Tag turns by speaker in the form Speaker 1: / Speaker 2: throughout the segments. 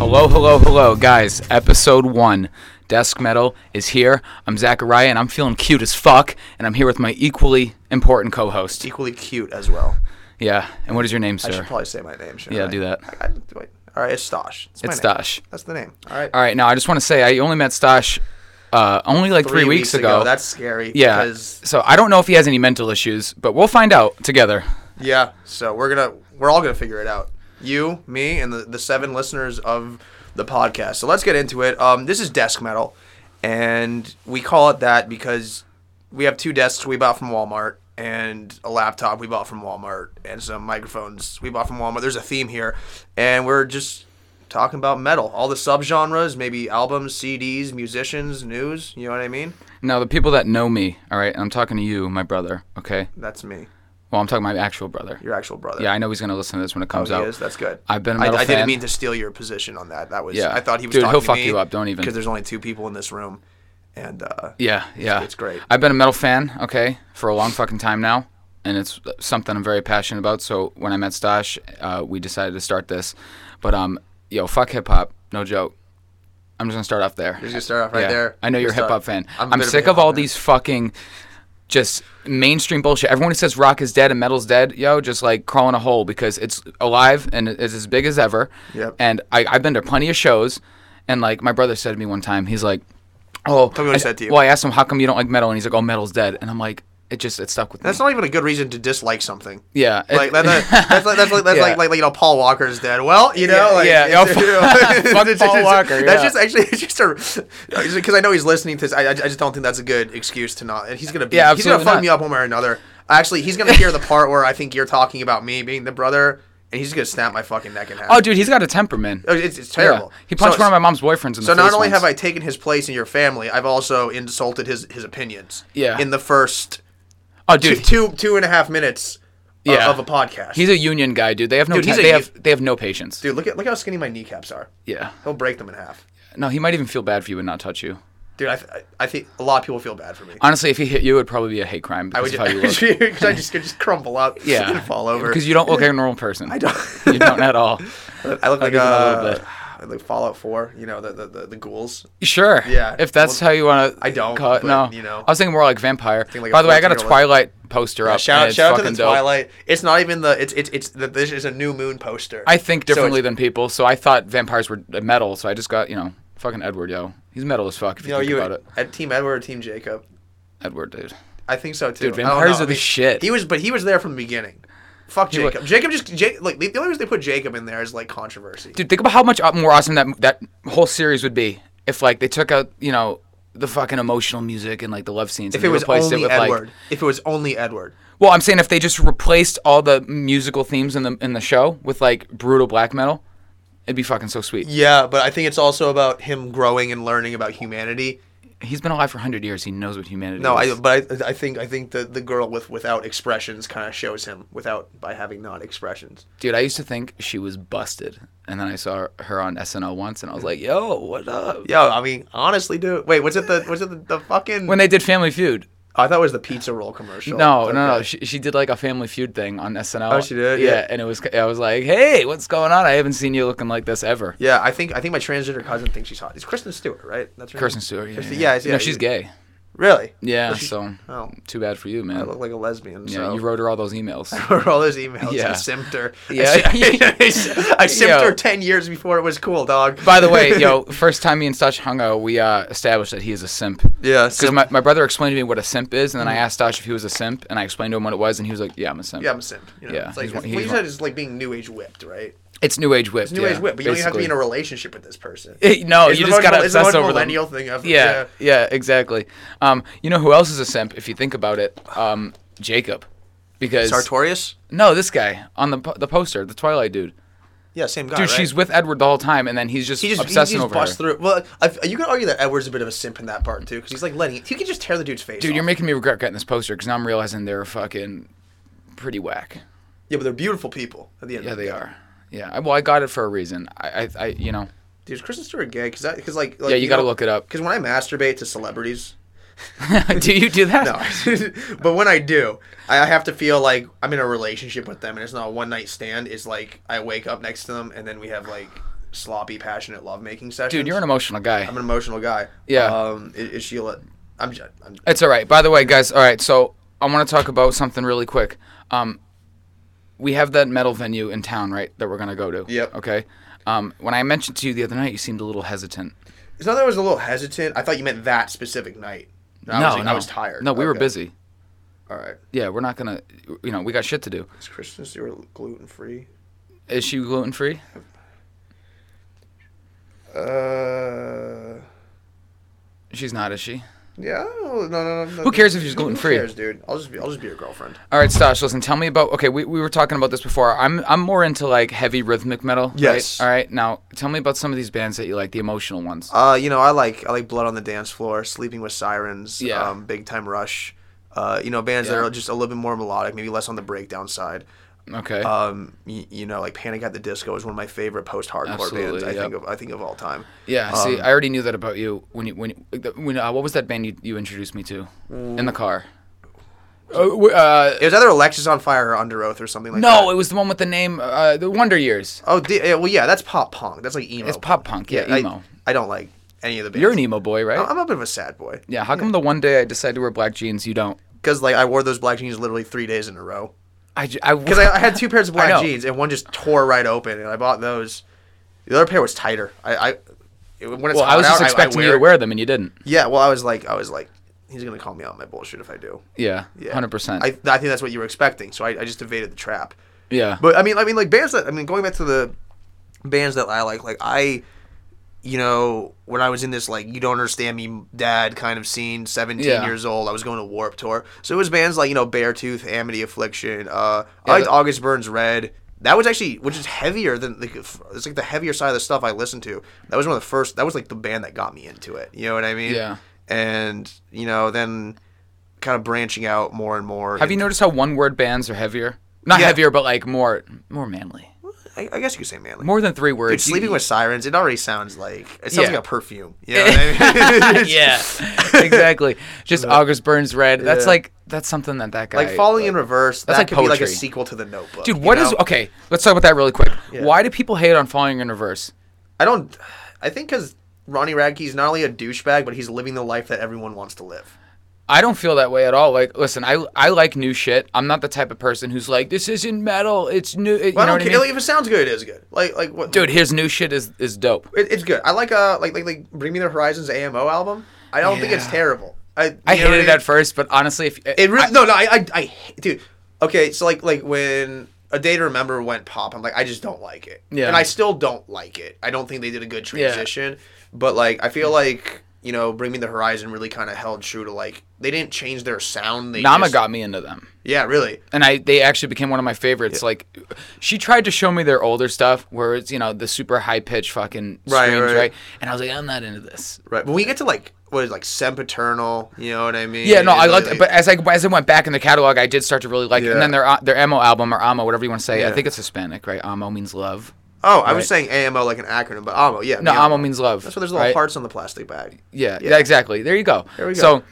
Speaker 1: Hello, hello, hello, guys. Episode one, Desk Metal is here. I'm Zachariah, and I'm feeling cute as fuck. And I'm here with my equally important co-host.
Speaker 2: equally cute as well.
Speaker 1: Yeah. And what is your name, sir?
Speaker 2: I should probably say my name. Shouldn't
Speaker 1: Yeah,
Speaker 2: I?
Speaker 1: do that.
Speaker 2: I, I, do I- all right, it's Stosh. It's, my
Speaker 1: It's
Speaker 2: name.
Speaker 1: Stosh.
Speaker 2: That's the name. All right.
Speaker 1: All right. Now, I just want to say I only met Stash uh, only like three, weeks, ago.
Speaker 2: That's scary.
Speaker 1: yeah.
Speaker 2: Because,
Speaker 1: So I don't know if he has any mental issues, but we'll find out together.
Speaker 2: yeah. So we're gonna we're all gonna figure it out. You, me, and the, the seven listeners of the podcast. So let's get into it. Um, this is desk metal, and we call it that because we have two desks we bought from Walmart and a laptop we bought from Walmart and some microphones we bought from Walmart. There's a theme here, and we're just talking about metal, all the subgenres, maybe albums, CDs, musicians, news. You know what I mean?
Speaker 1: Now, the people that know me, all right, and I'm talking to you, my brother. Okay.
Speaker 2: That's me,
Speaker 1: Well, I'm talking my actual brother.
Speaker 2: your actual brother.
Speaker 1: Yeah, I know he's gonna listen to this when it comes
Speaker 2: Oh, He
Speaker 1: out.
Speaker 2: is. That's good.
Speaker 1: I've been a
Speaker 2: I,
Speaker 1: metal
Speaker 2: I
Speaker 1: fan.
Speaker 2: didn't mean to steal your position on that. That was.
Speaker 1: Yeah.
Speaker 2: I thought he was
Speaker 1: Dude,
Speaker 2: talking
Speaker 1: he'll
Speaker 2: to
Speaker 1: fuck
Speaker 2: me
Speaker 1: you up. Don't even.
Speaker 2: Because there's only two people in this room, and uh,
Speaker 1: Yeah, yeah.
Speaker 2: it's great.
Speaker 1: I've been a metal fan, okay, for a long fucking time now, and it's something I'm very passionate about. So when I met Stash, uh, we decided to start this. But um, yo, fuck hip hop, no joke. I'm just gonna start off there.
Speaker 2: just gonna start off right
Speaker 1: Yeah.
Speaker 2: there.
Speaker 1: I know you're a
Speaker 2: Just
Speaker 1: hip hop
Speaker 2: start-
Speaker 1: fan.
Speaker 2: I'm
Speaker 1: I'm,
Speaker 2: a bit of a
Speaker 1: sick
Speaker 2: hip
Speaker 1: of
Speaker 2: hop
Speaker 1: all
Speaker 2: fan.
Speaker 1: these fucking just mainstream bullshit. Everyone who says rock is dead and metal's dead, yo, just like crawling a hole because it's alive and it's as big as ever.
Speaker 2: Yep.
Speaker 1: And I, I've been to plenty of shows, and like my brother said to me one time, he's like, "Oh,
Speaker 2: Tell me what he
Speaker 1: I-
Speaker 2: said to you.
Speaker 1: Well, I asked him how come you don't like metal, and he's like, "Oh, metal's dead," and I'm like, it just it stuck with
Speaker 2: that's
Speaker 1: me.
Speaker 2: not even a good reason to dislike something.
Speaker 1: yeah, it-
Speaker 2: Like that, that, that's like that's like that's
Speaker 1: Yeah.
Speaker 2: like, like you know Paul Walker's dead. Well, you know,
Speaker 1: Yeah,
Speaker 2: like,
Speaker 1: yeah.
Speaker 2: it's-
Speaker 1: Oh,
Speaker 2: you know,
Speaker 1: fuck
Speaker 2: it's
Speaker 1: Paul
Speaker 2: just-
Speaker 1: Walker, yeah.
Speaker 2: That's just actually it's just a because I know he's listening to this. I, I just don't think that's a good excuse to not. And he's gonna be
Speaker 1: Yeah,
Speaker 2: he's gonna
Speaker 1: absolutely
Speaker 2: fuck
Speaker 1: not.
Speaker 2: me up one way or another. Actually, he's gonna hear the part where I think you're talking about me being the brother, and he's gonna snap my fucking neck in half.
Speaker 1: Oh, dude, he's got a temperament.
Speaker 2: Oh, it's, it's terrible.
Speaker 1: Yeah. He punched
Speaker 2: So-
Speaker 1: one of my mom's boyfriends in the
Speaker 2: So
Speaker 1: face.
Speaker 2: not only have
Speaker 1: once.
Speaker 2: I taken his place in your family, I've also insulted his his opinions.
Speaker 1: Yeah.
Speaker 2: In the first
Speaker 1: oh,
Speaker 2: two,
Speaker 1: dude,
Speaker 2: two two and a half minutes o-
Speaker 1: Yeah.
Speaker 2: of a podcast.
Speaker 1: he's a union guy, dude. They have no,
Speaker 2: Dude,
Speaker 1: ta-
Speaker 2: he's a
Speaker 1: they
Speaker 2: u-
Speaker 1: have they have no patience.
Speaker 2: Dude, look at look how skinny my kneecaps are.
Speaker 1: Yeah,
Speaker 2: He'll break them in half.
Speaker 1: no, he might even feel bad for you and not touch you.
Speaker 2: Dude, I, th- I think a lot of people feel bad for me.
Speaker 1: Honestly, if he hit you, it'd probably be a hate crime
Speaker 2: I
Speaker 1: because
Speaker 2: would
Speaker 1: of
Speaker 2: just,
Speaker 1: how you look.
Speaker 2: I just could just crumple up
Speaker 1: Yeah,
Speaker 2: and fall over.
Speaker 1: because you don't look like a normal person. I
Speaker 2: don't.
Speaker 1: you don't at all.
Speaker 2: I look like
Speaker 1: give him a little
Speaker 2: uh,
Speaker 1: bit.
Speaker 2: I look Fallout Four. You know the the, the, the ghouls.
Speaker 1: Sure.
Speaker 2: Yeah.
Speaker 1: If that's how you want to.
Speaker 2: I don't,
Speaker 1: Call it,
Speaker 2: but,
Speaker 1: no.
Speaker 2: you know.
Speaker 1: I was thinking more like vampire.
Speaker 2: like a
Speaker 1: By the way, I got a
Speaker 2: 14-year-old.
Speaker 1: Twilight poster up. and
Speaker 2: Shout out
Speaker 1: it's
Speaker 2: shout out to the
Speaker 1: fucking dope.
Speaker 2: Twilight. It's not even the it's it's it's the, this is a new moon poster.
Speaker 1: I think
Speaker 2: So it's-
Speaker 1: differently than people, so I thought vampires were metal. So I just got you know fucking Edward, yo. He's metal as fuck. If you,
Speaker 2: you know
Speaker 1: think
Speaker 2: you
Speaker 1: about it,
Speaker 2: at Team Edward or Team Jacob.
Speaker 1: Edward, dude.
Speaker 2: I think so too.
Speaker 1: Dude,
Speaker 2: I don't
Speaker 1: vampires
Speaker 2: know.
Speaker 1: are the shit.
Speaker 2: He was, but he was there from the beginning. Fuck
Speaker 1: wa-
Speaker 2: Jacob. Jacob just Ja- like the only reason they put Jacob in there is like controversy.
Speaker 1: Dude, think about how much more awesome that that whole series would be if like they took out you know the fucking emotional music and like the love scenes.
Speaker 2: if it was
Speaker 1: replaced
Speaker 2: only
Speaker 1: it with
Speaker 2: Edward,
Speaker 1: like
Speaker 2: if it was only Edward,
Speaker 1: well, I'm saying if they just replaced all the musical themes in the in the show with like brutal black metal, it'd be fucking so sweet.
Speaker 2: yeah. But I think it's also about him growing and learning about humanity.
Speaker 1: He's been alive for 100 years. He knows what humanity
Speaker 2: No,
Speaker 1: is.
Speaker 2: I but I, I think I think the the girl with without expressions kind of shows him without by having not expressions.
Speaker 1: Dude, I used to think she was busted. And then I saw her on SNL once and I was like, yo, what up?
Speaker 2: Yo, I mean, honestly, dude. Wait, was it the was it the, the fucking?
Speaker 1: When they did Family Feud.
Speaker 2: I thought it was the pizza roll commercial.
Speaker 1: No,
Speaker 2: Okay.
Speaker 1: no, no. She, she did like a Family Feud thing on SNL.
Speaker 2: Oh, she did?
Speaker 1: Yeah.
Speaker 2: Yeah.
Speaker 1: And it was, I was like, hey, what's going on? I haven't seen you looking like this ever.
Speaker 2: Yeah, I think I think my transgender cousin thinks she's hot. It's Kristen Stewart, right? That's her name?
Speaker 1: Kirsten Stewart. Yeah.
Speaker 2: Kristen-
Speaker 1: yeah.
Speaker 2: yeah, yeah,
Speaker 1: no, she's gay.
Speaker 2: Really?
Speaker 1: Yeah.
Speaker 2: Well, she-
Speaker 1: so
Speaker 2: Oh,
Speaker 1: too bad for you,
Speaker 2: I
Speaker 1: man.
Speaker 2: look like a lesbian.
Speaker 1: yeah.
Speaker 2: so.
Speaker 1: You wrote her all those emails.
Speaker 2: for all those emails.
Speaker 1: Yeah.
Speaker 2: I simped her.
Speaker 1: Yeah.
Speaker 2: I, I simped
Speaker 1: Yo.
Speaker 2: her ten years before it was cool, dog.
Speaker 1: By the way, yo, first time me and Stash hung out, we uh, established that he is a simp.
Speaker 2: yeah,
Speaker 1: Because my, my brother explained to me what a simp is, and then I asked Dash if he was a simp, and I explained to him what it was, and he was like, "Yeah, I'm a simp."
Speaker 2: Mm-hmm. yeah, I'm a simp. You know?
Speaker 1: Yeah,
Speaker 2: it's like
Speaker 1: he's one-
Speaker 2: it's- what
Speaker 1: he's
Speaker 2: you
Speaker 1: one-
Speaker 2: said is like being new age whipped, right?
Speaker 1: It's new age whipped.
Speaker 2: It's new
Speaker 1: yeah,
Speaker 2: age whipped, but you don't even have to be in a relationship with this person.
Speaker 1: basically. no,
Speaker 2: It's
Speaker 1: you
Speaker 2: the
Speaker 1: just
Speaker 2: most-
Speaker 1: gotta
Speaker 2: it's the
Speaker 1: obsess
Speaker 2: most
Speaker 1: over them.
Speaker 2: millennial thing ever.
Speaker 1: Yeah, yeah, exactly. Um, you know who else is a simp if you think about it? Um, Jacob, because
Speaker 2: Sartorius.
Speaker 1: no, this guy on the po- the poster, the Twilight dude.
Speaker 2: Yeah, same guy.
Speaker 1: Dude,
Speaker 2: Ah, right?
Speaker 1: she's with Edward the whole time, and then he's just,
Speaker 2: He just, he
Speaker 1: obsessing
Speaker 2: just
Speaker 1: over her.
Speaker 2: busts through. Well, I, you could argue that Edward's a bit of a simp in that part too, because he's like letting it. He could just tear the dude's face.
Speaker 1: Dude,
Speaker 2: off.
Speaker 1: you're making me regret getting this poster because now I'm realizing they're fucking pretty whack.
Speaker 2: Yeah, but they're beautiful people at the end.
Speaker 1: Yeah,
Speaker 2: of the
Speaker 1: they
Speaker 2: day.
Speaker 1: are. Yeah, I, well, I got it for a reason. I, I, I you know.
Speaker 2: Dude, is Kristen Stewart gay? Because because like, like
Speaker 1: Yeah, you gotta look it up.
Speaker 2: Because when I masturbate to celebrities,
Speaker 1: do you do that?
Speaker 2: no, but when I do, I I have to feel like I'm in a relationship with them, and it's not a one night stand. It's like I wake up next to them, and then we have like sloppy, passionate lovemaking sessions.
Speaker 1: Dude, you're an emotional guy.
Speaker 2: I'm an emotional guy.
Speaker 1: Yeah.
Speaker 2: Um, is, is Sheila? I'm. ju- I'm
Speaker 1: It's all right. By the way, guys. All right. So I want to talk about something really quick. Um, we have that metal venue in town, right? That we're gonna go to.
Speaker 2: Yep.
Speaker 1: Okay. Um, when I mentioned to you the other night, you seemed a little hesitant.
Speaker 2: it's not that I was a little hesitant. I thought you meant that specific night. I was, I was tired.
Speaker 1: No, we were
Speaker 2: Okay.
Speaker 1: busy.
Speaker 2: All right.
Speaker 1: Yeah, we're not gonna. You know, we got shit to do.
Speaker 2: Is Kristen Stewart gluten free?
Speaker 1: Is she gluten free?
Speaker 2: Uh.
Speaker 1: She's not, is she?
Speaker 2: Yeah. No. No. no, no
Speaker 1: Who cares if she's gluten-free?
Speaker 2: Who cares, dude? I'll just be. I'll just be your girlfriend.
Speaker 1: All right, Stash, listen, tell me about okay, we, we were talking about this before. I'm I'm more into like heavy rhythmic metal.
Speaker 2: Yes.
Speaker 1: Right? All right. Now tell me about some of these bands that you like, the emotional ones.
Speaker 2: Uh, you know, I like I like Blood on the Dance Floor, Sleeping with Sirens,
Speaker 1: Yeah.
Speaker 2: um, Big Time Rush. Uh, you know, bands that
Speaker 1: Yeah.
Speaker 2: are just a little bit more melodic, maybe less on the breakdown side.
Speaker 1: Okay.
Speaker 2: Um, y- you know, like Panic at the Disco is one of my favorite post-hardcore bands.
Speaker 1: Absolutely,
Speaker 2: I
Speaker 1: yep.
Speaker 2: think of I think of all time.
Speaker 1: yeah,
Speaker 2: um,
Speaker 1: see, I already knew that about you when you when you- when uh, what was that band you, you introduced me to in the car?
Speaker 2: Mm.
Speaker 1: Uh, w- uh,
Speaker 2: It was either Alexis on Fire or Under Oath or something like that.
Speaker 1: no, it was the one with the name uh, the Wonder Years.
Speaker 2: Oh, di- yeah, well, yeah, that's pop punk. That's like emo.
Speaker 1: It's pop punk, yeah,
Speaker 2: Oh, I-
Speaker 1: emo.
Speaker 2: I, don't like any of the bands.
Speaker 1: You're an emo boy, right?
Speaker 2: I'm a bit of a sad boy.
Speaker 1: yeah, how come the one day I decide to wear black jeans, you don't?
Speaker 2: Because like I wore those black jeans literally three days in a row.
Speaker 1: I, j- I,
Speaker 2: Because I, I had two pairs of black
Speaker 1: know.
Speaker 2: jeans, and one just tore right open, and I bought those. The other pair was tighter. I, I it- when it's
Speaker 1: well, I
Speaker 2: hot
Speaker 1: was just
Speaker 2: out,
Speaker 1: expecting
Speaker 2: I, I
Speaker 1: you
Speaker 2: wear
Speaker 1: to
Speaker 2: it.
Speaker 1: wear them and you didn't.
Speaker 2: Yeah, well, I was like, I was like, he's gonna call me out on my bullshit if I do.
Speaker 1: Yeah,
Speaker 2: Yeah,
Speaker 1: hundred percent.
Speaker 2: I, I think that's what you were expecting, so I, I just evaded the trap.
Speaker 1: Yeah,
Speaker 2: But I mean, I mean, like bands that I mean, going back to the bands that I like, like I, you know, when I was in this like you don't understand me, dad kind of scene, seventeen
Speaker 1: Yeah.
Speaker 2: years old, I was going to Warp Tour, so it was bands like you know Beartooth, Amity Affliction, uh, I
Speaker 1: Yeah,
Speaker 2: liked
Speaker 1: that-
Speaker 2: August Burns Red. That was actually, which is heavier than the, it's like the heavier side of the stuff I listened to. That was one of the first. That was like the band that got me into it. You know what I mean?
Speaker 1: Yeah.
Speaker 2: And you know, then kind of branching out more and more.
Speaker 1: Have you noticed how one word bands are heavier? Not
Speaker 2: Yeah.
Speaker 1: heavier, but like more more manly.
Speaker 2: I, I guess you could say manly.
Speaker 1: More than three
Speaker 2: Dude,
Speaker 1: words. You- e
Speaker 2: sleeping with sirens, it already sounds like it sounds
Speaker 1: Yeah.
Speaker 2: like a perfume. You know what I mean?
Speaker 1: Yeah. exactly. Just August Burns Red. That's
Speaker 2: Yeah.
Speaker 1: like that's something that that guy
Speaker 2: Like falling in reverse, that
Speaker 1: That's like
Speaker 2: could be like a
Speaker 1: poetry.
Speaker 2: sequel to the notebook.
Speaker 1: Dude, what
Speaker 2: you
Speaker 1: is
Speaker 2: know?
Speaker 1: okay? Let's talk about that really quick.
Speaker 2: Yeah.
Speaker 1: Why do people hate on falling in reverse?
Speaker 2: I don't I think cuz Ronnie Radke's not only a douchebag, but he's living the life that everyone wants to live.
Speaker 1: I don't feel that way at all. Like, listen, I I like new shit. I'm not the type of person who's like, this isn't metal. It's new. It, you know what
Speaker 2: But I don't
Speaker 1: I
Speaker 2: care.
Speaker 1: mean?
Speaker 2: Like, if it sounds good, it is good. Like like what
Speaker 1: Dude, his new shit is is dope.
Speaker 2: it, it's good. I like uh like like like Bring Me the Horizons AMO album. I don't think it's
Speaker 1: Yeah.
Speaker 2: terrible. I you
Speaker 1: I
Speaker 2: know what
Speaker 1: hated it
Speaker 2: mean?
Speaker 1: at first, but honestly, if
Speaker 2: It really no no I, I I dude. Okay, so like like when A Day to Remember went pop, I'm like I just don't like it.
Speaker 1: Yeah.
Speaker 2: And I still don't like it. I don't think they did a good
Speaker 1: Yeah.
Speaker 2: transition. But like I feel like you know, Bring Me the Horizon really kind of held true to like they didn't change their sound. They
Speaker 1: Nama
Speaker 2: just-
Speaker 1: got me into them.
Speaker 2: Yeah, really.
Speaker 1: and I they actually became one of my favorites. Like, she tried to show me their older stuff, where it's you know the super high pitched fucking
Speaker 2: Right,
Speaker 1: screams,
Speaker 2: right.
Speaker 1: right. And I was like, I'm not into this.
Speaker 2: Right. When we get to like what is like Sempaternal, you know what I mean?
Speaker 1: Yeah, no, I
Speaker 2: And,
Speaker 1: loved
Speaker 2: like-
Speaker 1: it. But as I as I went back in the catalog, I did start to really like. it.
Speaker 2: Yeah.
Speaker 1: And then their uh, their amo album or amo, whatever you want to say.
Speaker 2: Yeah.
Speaker 1: I think it's Hispanic, right? Amo means love.
Speaker 2: oh, I was
Speaker 1: right.
Speaker 2: saying AMO like an acronym, but AMO, yeah.
Speaker 1: No,
Speaker 2: yeah.
Speaker 1: amo means love.
Speaker 2: That's why there's little
Speaker 1: right?
Speaker 2: hearts on the plastic bag.
Speaker 1: Yeah,
Speaker 2: Yeah.
Speaker 1: yeah, exactly. There you go. There
Speaker 2: we go.
Speaker 1: So,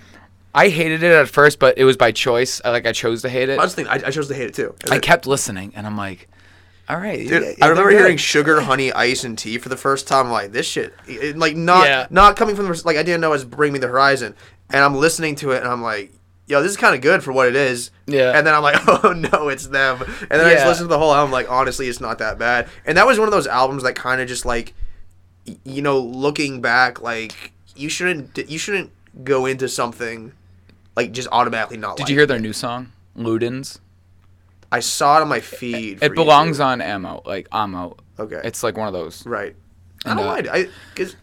Speaker 1: I hated it at first, but it was by choice. I like I chose to hate it.
Speaker 2: I was thinking I, I chose to hate it too.
Speaker 1: I kept listening, and I'm like, all right.
Speaker 2: Dude,
Speaker 1: yeah,
Speaker 2: I remember
Speaker 1: they're
Speaker 2: hearing
Speaker 1: good.
Speaker 2: sugar, honey, ice, and tea for the first time. I'm like this shit, it- like not
Speaker 1: Yeah.
Speaker 2: not coming from the, like I didn't know it was Bring Me the Horizon, and I'm listening to it and I'm like, yo, this is kind of good for what it is.
Speaker 1: Yeah.
Speaker 2: And then I'm like, oh no, it's them. And then I just
Speaker 1: Yeah.
Speaker 2: listened to the whole album. Like honestly, it's not that bad. And that was one of those albums that kind of just like, y- you know, looking back, like you shouldn't d- you shouldn't go into something like just automatically not.
Speaker 1: Did you hear their new song, Ludens?
Speaker 2: I saw it on my feed.
Speaker 1: It belongs on ammo, like ammo.
Speaker 2: Okay.
Speaker 1: It's like one of those.
Speaker 2: Right. I
Speaker 1: And,
Speaker 2: don't
Speaker 1: uh,
Speaker 2: mind. I cause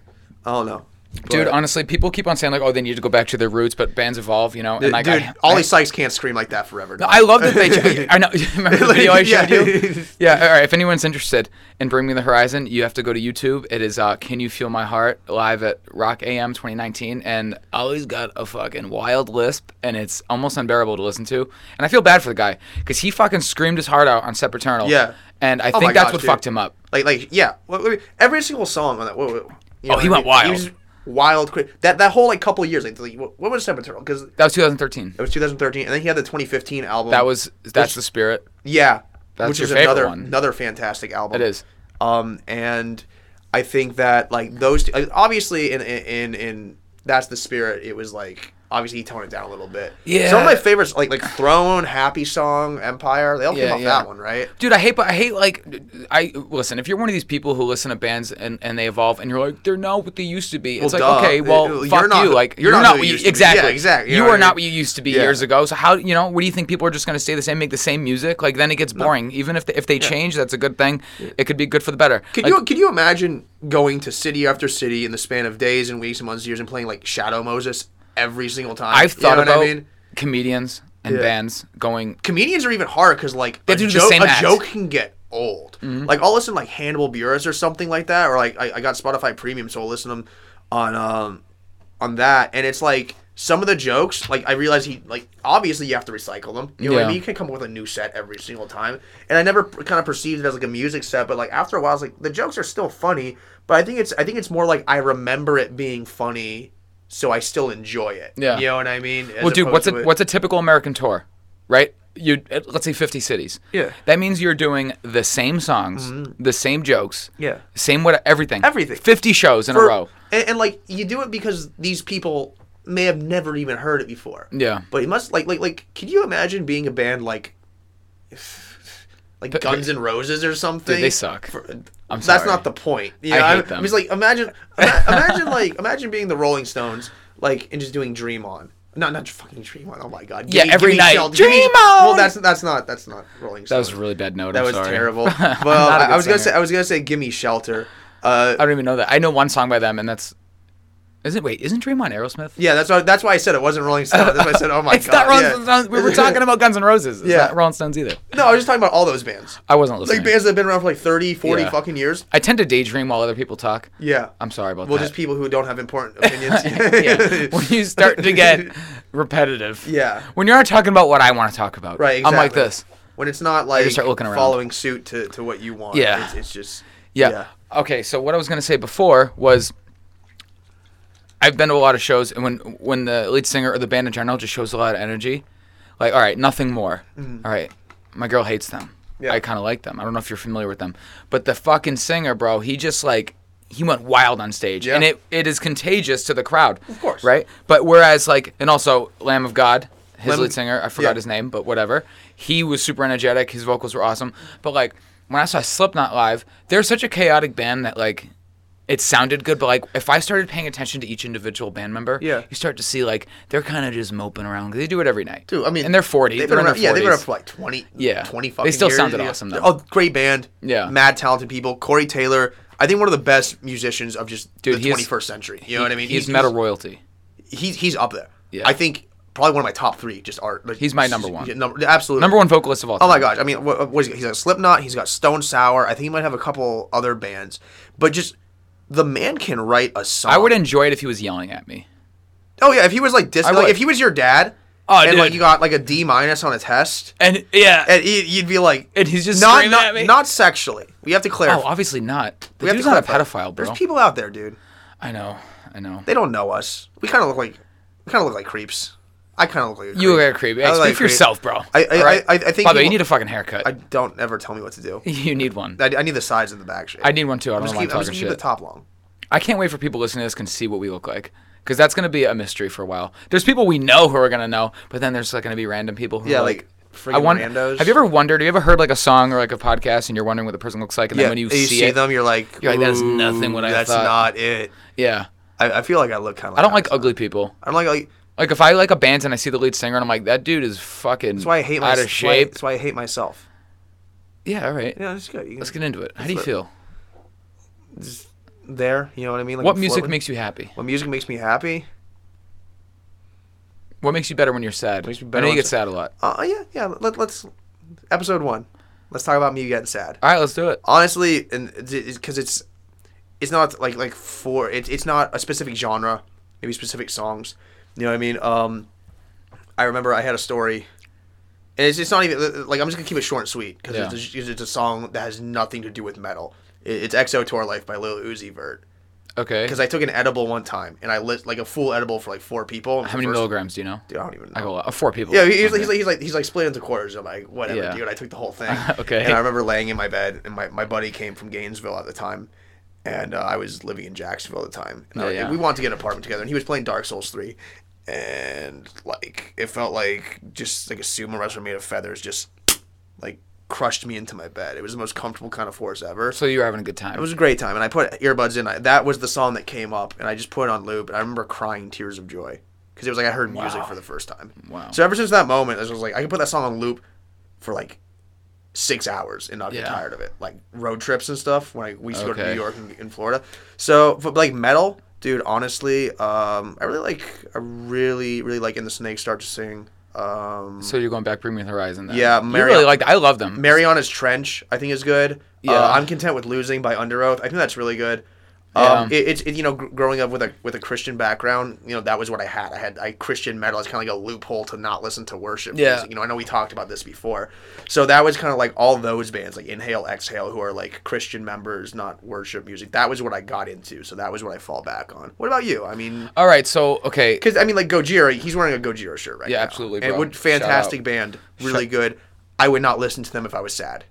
Speaker 2: I don't know.
Speaker 1: Dude,
Speaker 2: But-
Speaker 1: honestly, people keep on saying like, "Oh, they need to go back to their roots," but bands evolve, you know. And like,
Speaker 2: dude,
Speaker 1: I,
Speaker 2: Ollie
Speaker 1: I,
Speaker 2: Sykes can't scream like that forever.
Speaker 1: I love that they. I know. Remember the video I showed
Speaker 2: Yeah.
Speaker 1: you? Yeah. All right. If anyone's interested in Bring Me the Horizon, you have to go to YouTube. It is uh, "Can You Feel My Heart" live at Rock AM 2019, and Ollie's got a fucking wild lisp, and it's almost unbearable to listen to. And I feel bad for the guy because he fucking screamed his heart out on Sepaternal.
Speaker 2: Yeah.
Speaker 1: And I
Speaker 2: Oh my
Speaker 1: think that's
Speaker 2: gosh,
Speaker 1: what
Speaker 2: dude.
Speaker 1: fucked him up.
Speaker 2: like like yeah. Well, I mean, Every single song on that. Whoa, whoa, you
Speaker 1: Oh, he
Speaker 2: what
Speaker 1: went
Speaker 2: I mean?
Speaker 1: wild.
Speaker 2: was wild quick. That that whole like couple of years. Like, like what what was Step Eternal? Because it
Speaker 1: That was 2013.
Speaker 2: was 2013, and then he had the 2015 album.
Speaker 1: That was that's the spirit.
Speaker 2: yeah.
Speaker 1: That's
Speaker 2: which
Speaker 1: your
Speaker 2: is
Speaker 1: favorite
Speaker 2: another
Speaker 1: one.
Speaker 2: another fantastic album.
Speaker 1: It is.
Speaker 2: Um and. I think that like those two, like, obviously in in in that's the spirit. It was like obviously he toned it down a little bit.
Speaker 1: Yeah.
Speaker 2: Some of my favorites like like Throne, Happy Song, Empire. They all came
Speaker 1: Yeah,
Speaker 2: off
Speaker 1: yeah.
Speaker 2: that one, right?
Speaker 1: Dude, I hate, but I hate like, I listen. If you're one of these people who listen to bands and, and they evolve, and you're like, they're not what they used to be. It's
Speaker 2: Well,
Speaker 1: like,
Speaker 2: duh.
Speaker 1: okay, well,
Speaker 2: You're
Speaker 1: fuck
Speaker 2: not-
Speaker 1: you. Like,
Speaker 2: you're
Speaker 1: you're,
Speaker 2: not
Speaker 1: not
Speaker 2: who
Speaker 1: what
Speaker 2: you
Speaker 1: you
Speaker 2: used to be.
Speaker 1: exactly,
Speaker 2: Yeah, exactly. You
Speaker 1: You
Speaker 2: know what I
Speaker 1: are
Speaker 2: mean?
Speaker 1: not what you used to be
Speaker 2: Yeah.
Speaker 1: years ago. So how you know? What do you think people are just going to stay the same, make the same music? Like then it gets boring. Even if they, if they change, that's a good thing. It could be good for the better.
Speaker 2: Could
Speaker 1: Like,
Speaker 2: you could you imagine going to city after city in the span of days and weeks and months, years, and playing like Shadow Moses every single time?
Speaker 1: I've
Speaker 2: You know
Speaker 1: thought
Speaker 2: what
Speaker 1: about
Speaker 2: I mean,
Speaker 1: comedians and
Speaker 2: Yeah.
Speaker 1: bands going.
Speaker 2: comedians are even hard because like a,
Speaker 1: have to do the
Speaker 2: joke,
Speaker 1: same
Speaker 2: a
Speaker 1: act. Mm-hmm.
Speaker 2: joke can get old. Like I'll listen to, like Hannibal Buress or something like that, or like I, I got Spotify Premium, so I'll listen to them on um on that, and it's like some of the jokes like I realize he like obviously you have to recycle them. You know what I
Speaker 1: Yeah.
Speaker 2: mean? You can come up with a new set every single time, and I never kind of perceived it as like a music set, but like after a while, it's like the jokes are still funny, but I think it's I think it's more like I remember it being funny. So I still enjoy it.
Speaker 1: Yeah.
Speaker 2: you know what I mean. As
Speaker 1: Well, dude,
Speaker 2: opposed
Speaker 1: what's a
Speaker 2: to it-
Speaker 1: what's a typical American tour, right? You uh, let's say fifty cities.
Speaker 2: Yeah. Mm-hmm.
Speaker 1: That means you're doing the same songs, the same jokes.
Speaker 2: Yeah.
Speaker 1: Same what everything.
Speaker 2: Everything.
Speaker 1: Fifty shows in a
Speaker 2: for-
Speaker 1: row.
Speaker 2: And, and like you do it because these people may have never even heard it before.
Speaker 1: Yeah.
Speaker 2: But it must like like like can you imagine being a band like like Guns N' Roses or something?
Speaker 1: they suck. I'm
Speaker 2: that's
Speaker 1: sorry.
Speaker 2: not the point. You
Speaker 1: I
Speaker 2: know,
Speaker 1: hate
Speaker 2: I'm-
Speaker 1: them.
Speaker 2: I'm just like imagine ima- imagine like imagine being the Rolling Stones like and just doing Dream On. No, not fucking Dream On. Oh my god.
Speaker 1: Yeah, every night,
Speaker 2: shelter, give me-
Speaker 1: "Dream
Speaker 2: Well,
Speaker 1: On!"
Speaker 2: that's that's not that's not Rolling Stones.
Speaker 1: That was a really bad note.
Speaker 2: that
Speaker 1: I'm
Speaker 2: was
Speaker 1: sorry.
Speaker 2: terrible. Well,
Speaker 1: not a
Speaker 2: I,
Speaker 1: good
Speaker 2: I was gonna say
Speaker 1: singer.
Speaker 2: I was gonna say Gimme Shelter. Uh,
Speaker 1: I don't even know that. I know one song by them, and that's. Isn't wait? Isn't Dream on Aerosmith?
Speaker 2: Yeah, that's why, that's why I said it wasn't Rolling Stone. That's why I said, oh my
Speaker 1: It's
Speaker 2: god.
Speaker 1: not Rolling
Speaker 2: yeah.
Speaker 1: Stones. We were talking about Guns N' Roses. It's
Speaker 2: Yeah.
Speaker 1: not Rolling Stones either.
Speaker 2: No, I was just talking about all those bands.
Speaker 1: I wasn't
Speaker 2: Like
Speaker 1: listening.
Speaker 2: bands that have been around for like 30, 40
Speaker 1: Yeah.
Speaker 2: fucking years.
Speaker 1: I tend to daydream while other people talk.
Speaker 2: Yeah.
Speaker 1: I'm sorry about
Speaker 2: well,
Speaker 1: that.
Speaker 2: just people who don't have important opinions.
Speaker 1: yeah. When you start to get repetitive.
Speaker 2: Yeah.
Speaker 1: When you're not talking about what I want to talk about.
Speaker 2: Right,
Speaker 1: I'm
Speaker 2: exactly.
Speaker 1: like this.
Speaker 2: When it's not like
Speaker 1: start looking around.
Speaker 2: following suit to, to what you want.
Speaker 1: Yeah.
Speaker 2: It's, it's just.
Speaker 1: Yeah. Okay, so what I was gonna say before was I've been to a lot of shows and when when the lead singer or the band in general just shows a lot of energy, like, all right, nothing more. All right. My girl hates them.
Speaker 2: Mm-hmm. Yeah.
Speaker 1: I kinda like them. I don't know if you're familiar with them. But the fucking singer, bro, he just like he went wild on stage.
Speaker 2: Yeah.
Speaker 1: And it, it is contagious to the crowd. Of
Speaker 2: course.
Speaker 1: Right? But whereas like and also Lamb of God, his
Speaker 2: Lamb-
Speaker 1: lead singer, I forgot
Speaker 2: yeah.
Speaker 1: his name, but whatever. He was super energetic. His vocals were awesome. But like when I saw Slipknot live, they're such a chaotic band that like it sounded good, but like if I started paying attention to each individual band member,
Speaker 2: Yeah.
Speaker 1: you start to see like they're kind of just moping around 'cause they do it every night.
Speaker 2: Dude, I mean.
Speaker 1: and they're forty.
Speaker 2: They've
Speaker 1: They're in
Speaker 2: been around,
Speaker 1: their
Speaker 2: yeah, they've
Speaker 1: 40s.
Speaker 2: been around for like 20,
Speaker 1: Yeah.
Speaker 2: 20
Speaker 1: They
Speaker 2: fucking
Speaker 1: still
Speaker 2: years.
Speaker 1: sounded
Speaker 2: Yeah.
Speaker 1: awesome, though.
Speaker 2: Oh, great band.
Speaker 1: Yeah.
Speaker 2: Mad talented people. Corey Taylor. I think one of the best musicians of just
Speaker 1: Dude,
Speaker 2: the
Speaker 1: he is-
Speaker 2: 21st century. You know what I mean?
Speaker 1: He's, metal royalty.
Speaker 2: he's he's up there.
Speaker 1: Yeah.
Speaker 2: I think probably one of my top three. Just art. Like,
Speaker 1: He's my
Speaker 2: s-
Speaker 1: number one.
Speaker 2: yeah, Number, absolutely.
Speaker 1: Number one vocalist of all time.
Speaker 2: Oh my gosh! I mean, what, what is he? He's got Slipknot. He's got Stone Sour. I think he might have a couple other bands, but just the man can write a song.
Speaker 1: I would enjoy it if he was yelling at me.
Speaker 2: Oh yeah, if he was like dis- like,
Speaker 1: would.
Speaker 2: if he was your dad,
Speaker 1: Oh,
Speaker 2: and like
Speaker 1: dude.
Speaker 2: you got like a D minus on a test,
Speaker 1: And yeah,
Speaker 2: and he, you'd be like,
Speaker 1: And he's just
Speaker 2: not
Speaker 1: screaming
Speaker 2: not,
Speaker 1: at me?
Speaker 2: not sexually. We have to clarify.
Speaker 1: oh, obviously not. The
Speaker 2: we have
Speaker 1: dude's
Speaker 2: to
Speaker 1: not a
Speaker 2: clarify.
Speaker 1: pedophile, bro.
Speaker 2: There's people out there, dude.
Speaker 1: I know. I know.
Speaker 2: They don't know us. We kind of look like we kind of look like creeps. I kind of look like a creep.
Speaker 1: You look like a creep. Hey,
Speaker 2: I look
Speaker 1: speak
Speaker 2: like a
Speaker 1: for
Speaker 2: creep.
Speaker 1: yourself, bro.
Speaker 2: I- I-
Speaker 1: All
Speaker 2: I- I think
Speaker 1: By the way,
Speaker 2: people-
Speaker 1: you need a fucking haircut.
Speaker 2: I don't ever tell me what to do.
Speaker 1: you need one.
Speaker 2: I, I need the sides and the back shape.
Speaker 1: I need one too. I
Speaker 2: I'm
Speaker 1: don't
Speaker 2: just
Speaker 1: know why I'm
Speaker 2: keep, I'm just
Speaker 1: talking
Speaker 2: keep the
Speaker 1: shit.
Speaker 2: top long.
Speaker 1: I can't wait for people listening to this can see what we look like. Because that's going to be a mystery for a while. There's people we know who are going to know, but then there's like going to be random people who
Speaker 2: Yeah,
Speaker 1: are
Speaker 2: like,
Speaker 1: like,
Speaker 2: friggin'
Speaker 1: won-
Speaker 2: randos.
Speaker 1: Have you ever wondered, have you ever heard like a song or like a podcast and you're wondering what the person looks like and then when you, see, it,
Speaker 2: them, you're like,
Speaker 1: you're like, that is
Speaker 2: "Ooh,
Speaker 1: nothing what I
Speaker 2: That's
Speaker 1: thought."
Speaker 2: not it.
Speaker 1: Yeah.
Speaker 2: I, I feel like I look kind of.
Speaker 1: I don't like ugly people.
Speaker 2: I don't like. like
Speaker 1: Like if I like a band and I see the lead singer and I'm like, that dude is fucking
Speaker 2: that's why I hate
Speaker 1: out
Speaker 2: myself.
Speaker 1: of shape.
Speaker 2: That's why I hate myself.
Speaker 1: Yeah, all right.
Speaker 2: Yeah, that's good. You
Speaker 1: Let's
Speaker 2: can,
Speaker 1: get into it. How do you
Speaker 2: what-
Speaker 1: feel?
Speaker 2: there. You know what I mean? Like
Speaker 1: What
Speaker 2: I'm
Speaker 1: music
Speaker 2: floating.
Speaker 1: makes you happy?
Speaker 2: What music makes me happy?
Speaker 1: What makes you better when you're sad?
Speaker 2: Makes me
Speaker 1: I
Speaker 2: better
Speaker 1: know you
Speaker 2: when
Speaker 1: get
Speaker 2: I'm
Speaker 1: sad a lot.
Speaker 2: Uh, yeah, yeah. Let, let's episode one. Let's talk about me getting sad.
Speaker 1: All right, let's do it.
Speaker 2: honestly and because it's it's not like like for it, it's not a specific genre maybe specific songs you know what i mean um i remember i had a story and it's, it's not even uh, like i'm just gonna keep it short and sweet because
Speaker 1: Yeah.
Speaker 2: it's, it's a song that has nothing to do with metal It- it's exo tour life by lil uzi vert
Speaker 1: Okay.
Speaker 2: because i took an edible one time and i lit like a full edible for like four people
Speaker 1: How many
Speaker 2: First-
Speaker 1: milligrams do you know?
Speaker 2: dude i don't even know
Speaker 1: I go a lot. Oh, four people.
Speaker 2: yeah, he-
Speaker 1: Okay.
Speaker 2: he's like, he's like he's like he's like split into quarters. I'm like, whatever,
Speaker 1: Yeah.
Speaker 2: dude. I took the whole thing.
Speaker 1: Okay.
Speaker 2: And I remember laying in my bed, and my, my buddy came from Gainesville at the time, and uh, I was living in Jacksonville at the time. And I-
Speaker 1: Yeah, yeah.
Speaker 2: We wanted to get an apartment together, and he was playing Dark Souls three, and like it felt like just like a sumo wrestler made of feathers just like crushed me into my bed. It was the most comfortable kind of force ever.
Speaker 1: So you were having a good time.
Speaker 2: It was a great time, and I put earbuds in. I, that was the song that came up, and I just put it on loop. And I remember crying tears of joy because it was like I heard music
Speaker 1: Wow.
Speaker 2: for the first time.
Speaker 1: Wow.
Speaker 2: So ever since that moment, I was like, I could put that song on loop for like six hours and not get
Speaker 1: Yeah.
Speaker 2: tired of it. Like road trips and stuff. When I, we used to go to
Speaker 1: Okay.
Speaker 2: New York and, and Florida. So, but like metal, dude. Honestly, um, I really like. I really, really like. And the Snakes start to sing. Um,
Speaker 1: so you're going back Premium Horizon. Then.
Speaker 2: Yeah,
Speaker 1: You
Speaker 2: Mary-
Speaker 1: really liked. I love them.
Speaker 2: Mariana's Trench, I think, is good. Yeah.
Speaker 1: Yeah.
Speaker 2: I'm content with losing by Under Oath. I think that's really good. Um, it, it's it, you know gr- growing up with a with a Christian background, you know that was what I had. I had I Christian metal as kind of like a loophole to not listen to worship.
Speaker 1: Yeah.
Speaker 2: music. you know I know we talked about this before, so that was kind of like all those bands like Inhale, Exhale, who are like Christian members, not worship music. That was what I got into, so that was what I fall back on. What about you? I mean,
Speaker 1: All right. So okay.
Speaker 2: because I mean, like Gojira, he's wearing a Gojira shirt right
Speaker 1: Yeah,
Speaker 2: now.
Speaker 1: absolutely,
Speaker 2: And
Speaker 1: bro. Shout
Speaker 2: would
Speaker 1: out.
Speaker 2: fantastic band, really good. I would not listen to them if I was sad.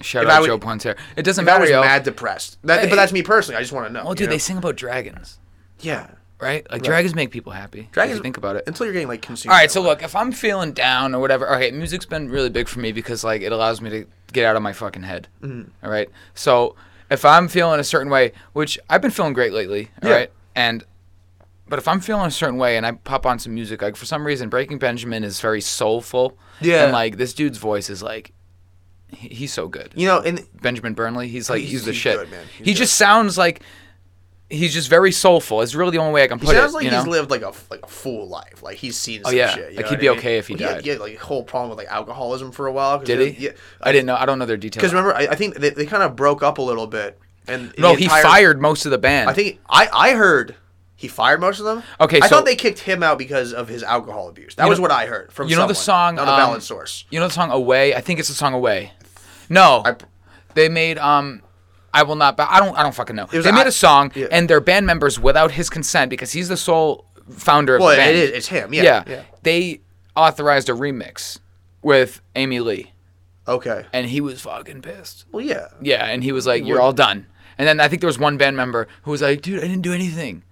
Speaker 1: Shout
Speaker 2: if I
Speaker 1: out
Speaker 2: would-
Speaker 1: Joe Ponter. It doesn't
Speaker 2: If I
Speaker 1: matter,
Speaker 2: was
Speaker 1: yo.
Speaker 2: mad depressed. That, but
Speaker 1: Hey.
Speaker 2: that's me personally. I just want to know.
Speaker 1: Oh,
Speaker 2: you
Speaker 1: dude,
Speaker 2: know?
Speaker 1: they sing about dragons,
Speaker 2: yeah.
Speaker 1: right? Like dragons make people happy. Dragons. If
Speaker 2: Dragons.
Speaker 1: you think about it.
Speaker 2: Until you're getting like consumed.
Speaker 1: All right,
Speaker 2: by
Speaker 1: so
Speaker 2: one.
Speaker 1: look, if I'm feeling down or whatever, all right, music's been really big for me because like it allows me to get out of my fucking head.
Speaker 2: Mm-hmm.
Speaker 1: all right, so if I'm feeling a certain way, which I've been feeling great lately, all right,
Speaker 2: Yeah.
Speaker 1: and but if I'm feeling a certain way and I pop on some music, like for some reason, Breaking Benjamin is very soulful.
Speaker 2: Yeah.
Speaker 1: and like this dude's voice is like, he, he's so good.
Speaker 2: you know, and
Speaker 1: Benjamin Burnley. He's like
Speaker 2: He's-
Speaker 1: he's, the
Speaker 2: he's
Speaker 1: shit.
Speaker 2: good, man. He's
Speaker 1: he just sounds like he's just very soulful. It's really the only way I can put
Speaker 2: sounds
Speaker 1: it.
Speaker 2: like
Speaker 1: you
Speaker 2: he's
Speaker 1: know? Oh,
Speaker 2: lived like a like a full life. Like he's seen. Some
Speaker 1: yeah.
Speaker 2: Shit, you
Speaker 1: Like,
Speaker 2: know
Speaker 1: he'd
Speaker 2: what
Speaker 1: be
Speaker 2: I mean?
Speaker 1: okay if he
Speaker 2: Well,
Speaker 1: died.
Speaker 2: He had, like whole problem with like alcoholism for a while. 'cause
Speaker 1: Did he?
Speaker 2: Yeah.
Speaker 1: I didn't know. I don't know their details.
Speaker 2: Because remember, I, I think they, they kind of broke up a little bit. And
Speaker 1: no,
Speaker 2: the
Speaker 1: he
Speaker 2: entire-
Speaker 1: fired most of the band.
Speaker 2: I think I I heard he fired most of them.
Speaker 1: Okay,
Speaker 2: I
Speaker 1: so-
Speaker 2: thought they kicked him out because of his alcohol abuse. That
Speaker 1: You
Speaker 2: was
Speaker 1: know-
Speaker 2: what I heard from
Speaker 1: you know the song,
Speaker 2: someone, not a
Speaker 1: um,
Speaker 2: valid source.
Speaker 1: you know the song "Away." I think it's the song "Away." No, they made um. I will not. Bow. I don't. I don't fucking know.
Speaker 2: was-
Speaker 1: They made
Speaker 2: I-
Speaker 1: a song,
Speaker 2: yeah.
Speaker 1: and their band members, without his consent, because he's the sole founder of
Speaker 2: Well,
Speaker 1: the
Speaker 2: it
Speaker 1: band.
Speaker 2: is. It's him. Yeah.
Speaker 1: yeah, they authorized a remix with Amy Lee,
Speaker 2: Okay.
Speaker 1: and he was fucking pissed.
Speaker 2: Well, yeah.
Speaker 1: Yeah, and he was like, "You're all done." And then I think there was one band member who was like, "Dude, I didn't do anything,"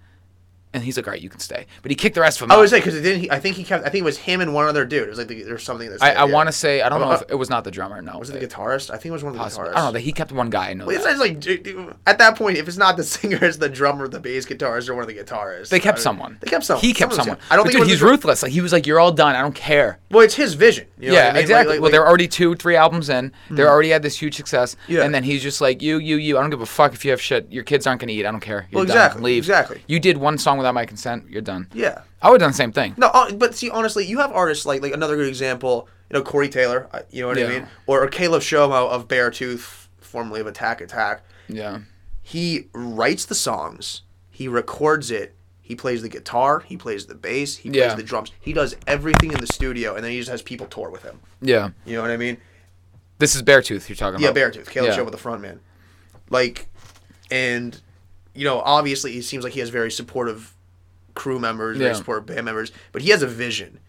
Speaker 1: and he's like, "All right, you can stay," but he kicked the rest of them.
Speaker 2: I
Speaker 1: out.
Speaker 2: was saying because it didn't. He, I think he kept. I think it was him and one other dude. It was like the, there was something that.
Speaker 1: I,
Speaker 2: said,
Speaker 1: I
Speaker 2: yeah.
Speaker 1: want to say I don't know
Speaker 2: Uh,
Speaker 1: if it was not the drummer. No,
Speaker 2: Was it the guitarist? I think it was one of the
Speaker 1: I
Speaker 2: guitarists.
Speaker 1: don't know. that He kept one guy. I know.
Speaker 2: It's
Speaker 1: that.
Speaker 2: not like dude, dude, at that point, if it's not the singer, it's the drummer, the bass guitarist, or one of the guitarists.
Speaker 1: They kept
Speaker 2: I mean,
Speaker 1: someone.
Speaker 2: uh, They kept someone.
Speaker 1: He kept
Speaker 2: Someone's
Speaker 1: someone.
Speaker 2: got- I don't
Speaker 1: But
Speaker 2: think it
Speaker 1: dude,
Speaker 2: was
Speaker 1: he's
Speaker 2: the-
Speaker 1: ruthless. Like he was like, "You're all done. I don't care."
Speaker 2: Well, it's his vision. you know what
Speaker 1: yeah,
Speaker 2: I mean? Like-
Speaker 1: exactly.
Speaker 2: like-
Speaker 1: well, they're
Speaker 2: like-
Speaker 1: already two, three albums in. They already had this huge success.
Speaker 2: Yeah.
Speaker 1: And then he's just like, "You, you, you. I don't give a fuck if you have shit. Your kids aren't gonna eat. I don't care. You're
Speaker 2: Well,
Speaker 1: done.
Speaker 2: exactly,
Speaker 1: Leave.
Speaker 2: exactly.
Speaker 1: You did one song without my consent. You're done.
Speaker 2: Yeah.
Speaker 1: I would have done the same thing.
Speaker 2: No, uh, but see, honestly, you have artists like like another good example, you know, Corey Taylor, uh, you know what I
Speaker 1: Yeah.
Speaker 2: mean, or, or Caleb Shomo of Beartooth, formerly of Attack Attack.
Speaker 1: Yeah.
Speaker 2: He writes the songs, he records it, he plays the guitar, he plays the bass, he
Speaker 1: Yeah.
Speaker 2: plays the drums, he does everything in the studio, and then he just has people tour with him.
Speaker 1: Yeah.
Speaker 2: You know what I mean?
Speaker 1: This is Beartooth you're talking
Speaker 2: Yeah,
Speaker 1: about.
Speaker 2: Beartooth, Caleb
Speaker 1: Yeah.
Speaker 2: Show with the front man. Like, and you know, obviously, he seems like he has very supportive crew members, very
Speaker 1: Yeah.
Speaker 2: supportive band members, but he has a vision.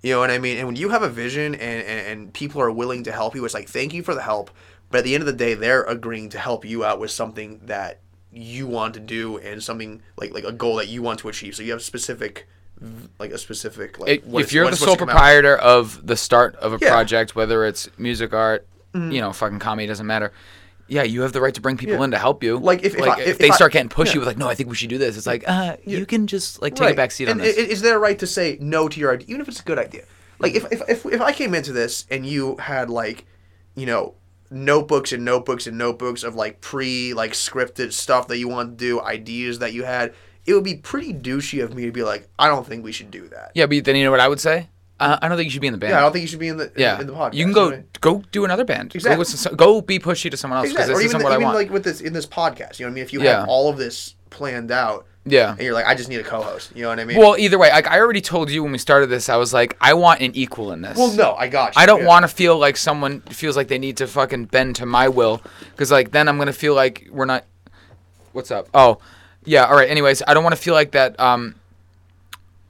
Speaker 2: You know what I mean? And when you have a vision and, and, and people are willing to help you, it's like, thank you for the help. But at the end of the day, they're agreeing to help you out with something that you want to do and something like like a goal that you want to achieve. So you have specific, like a specific like.
Speaker 1: It-
Speaker 2: what
Speaker 1: if
Speaker 2: it's-
Speaker 1: you're
Speaker 2: when
Speaker 1: the
Speaker 2: it's
Speaker 1: sole
Speaker 2: supposed to come out.
Speaker 1: proprietor of the start of a
Speaker 2: Yeah. Mm-hmm.
Speaker 1: project, whether it's music, art, you know, fucking comedy, doesn't matter. Yeah, you have the right to bring people
Speaker 2: Yeah.
Speaker 1: in to help you.
Speaker 2: Like, if- if I- if-
Speaker 1: they
Speaker 2: if I-
Speaker 1: start getting pushy
Speaker 2: yeah.
Speaker 1: with like, no, I think we should do this. It's like, uh, you can just like take a back seat on
Speaker 2: and
Speaker 1: this.
Speaker 2: i- Is there a right to say no to your idea, even if it's a good idea? Like, if, if, if, if I came into this and you had, like, you know, notebooks and notebooks and notebooks of, like, pre, like, scripted stuff that you want to do, ideas that you had, it would be pretty douchey of me to be like, I don't think we should do that.
Speaker 1: yeah, but then you know what I would say? Uh, I don't think you should be in the band.
Speaker 2: Yeah, I don't think you should be in the, in-
Speaker 1: Yeah.
Speaker 2: in the podcast.
Speaker 1: you can
Speaker 2: know
Speaker 1: go
Speaker 2: what I mean?
Speaker 1: go do another band.
Speaker 2: Exactly.
Speaker 1: Go, with some, go be pushy to someone else because
Speaker 2: Exactly. Or
Speaker 1: this
Speaker 2: even,
Speaker 1: isn't
Speaker 2: the-
Speaker 1: what I
Speaker 2: even
Speaker 1: want.
Speaker 2: like with this in this podcast, you know what I mean? If you
Speaker 1: Yeah.
Speaker 2: have all of this planned out,
Speaker 1: Yeah.
Speaker 2: and you're like, I just need a co-host, you know what I mean?
Speaker 1: well, either way, like I already told you when we started this, I was like, I want an equal in this.
Speaker 2: Well, no, I got you.
Speaker 1: I don't
Speaker 2: Yeah.
Speaker 1: want to feel like someone feels like they need to fucking bend to my will, because like then I'm gonna feel like we're not. What's up? Oh, yeah. All right. Anyways, I don't want to feel like that. Um,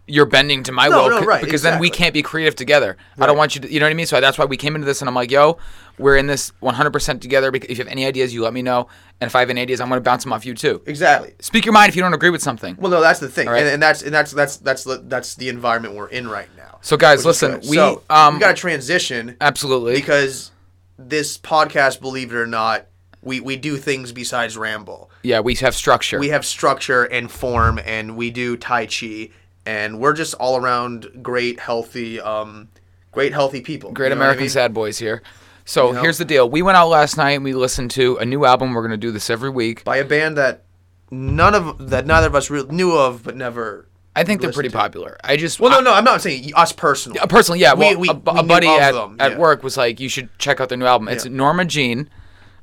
Speaker 1: you're bending to my
Speaker 2: No,
Speaker 1: will
Speaker 2: no,
Speaker 1: c-
Speaker 2: right,
Speaker 1: because then we
Speaker 2: exactly.
Speaker 1: can't be creative together. I don't want you to, you know what I mean? So that's why we came into this and I'm like, yo, we're in this 100% together. Because if you have any ideas, you let me know. And if I have any ideas, I'm going to bounce them off you too.
Speaker 2: Exactly.
Speaker 1: Speak your mind if you don't agree with something.
Speaker 2: Well, no, that's the thing,
Speaker 1: right.
Speaker 2: and, and that's and that's that's that's the, that's the environment we're in right now.
Speaker 1: So, guys,
Speaker 2: which is
Speaker 1: listen,
Speaker 2: good.
Speaker 1: we,
Speaker 2: so,
Speaker 1: um,
Speaker 2: we got to transition
Speaker 1: Absolutely.
Speaker 2: because this podcast, believe it or not, we we do things besides ramble.
Speaker 1: yeah, we have structure.
Speaker 2: We have structure and form, and we do tai chi, and we're just all around great, healthy, um, great healthy people.
Speaker 1: Great
Speaker 2: You know what I
Speaker 1: American
Speaker 2: mean?
Speaker 1: Sad Boys here. So here's the deal. We went out last night and we listened to a new album. We're going to do this every week.
Speaker 2: by a band that none of that neither of us re- knew of, but never.
Speaker 1: I think they're
Speaker 2: listened
Speaker 1: pretty
Speaker 2: to.
Speaker 1: popular. I just
Speaker 2: Well, no, no, I'm not saying us personally.
Speaker 1: Uh, personally, yeah. Well,
Speaker 2: we,
Speaker 1: a, bu- a
Speaker 2: knew
Speaker 1: buddy
Speaker 2: of
Speaker 1: at,
Speaker 2: them,
Speaker 1: at
Speaker 2: yeah.
Speaker 1: work was like, "You should check out their new album. It's
Speaker 2: Yeah.
Speaker 1: Norma Jean."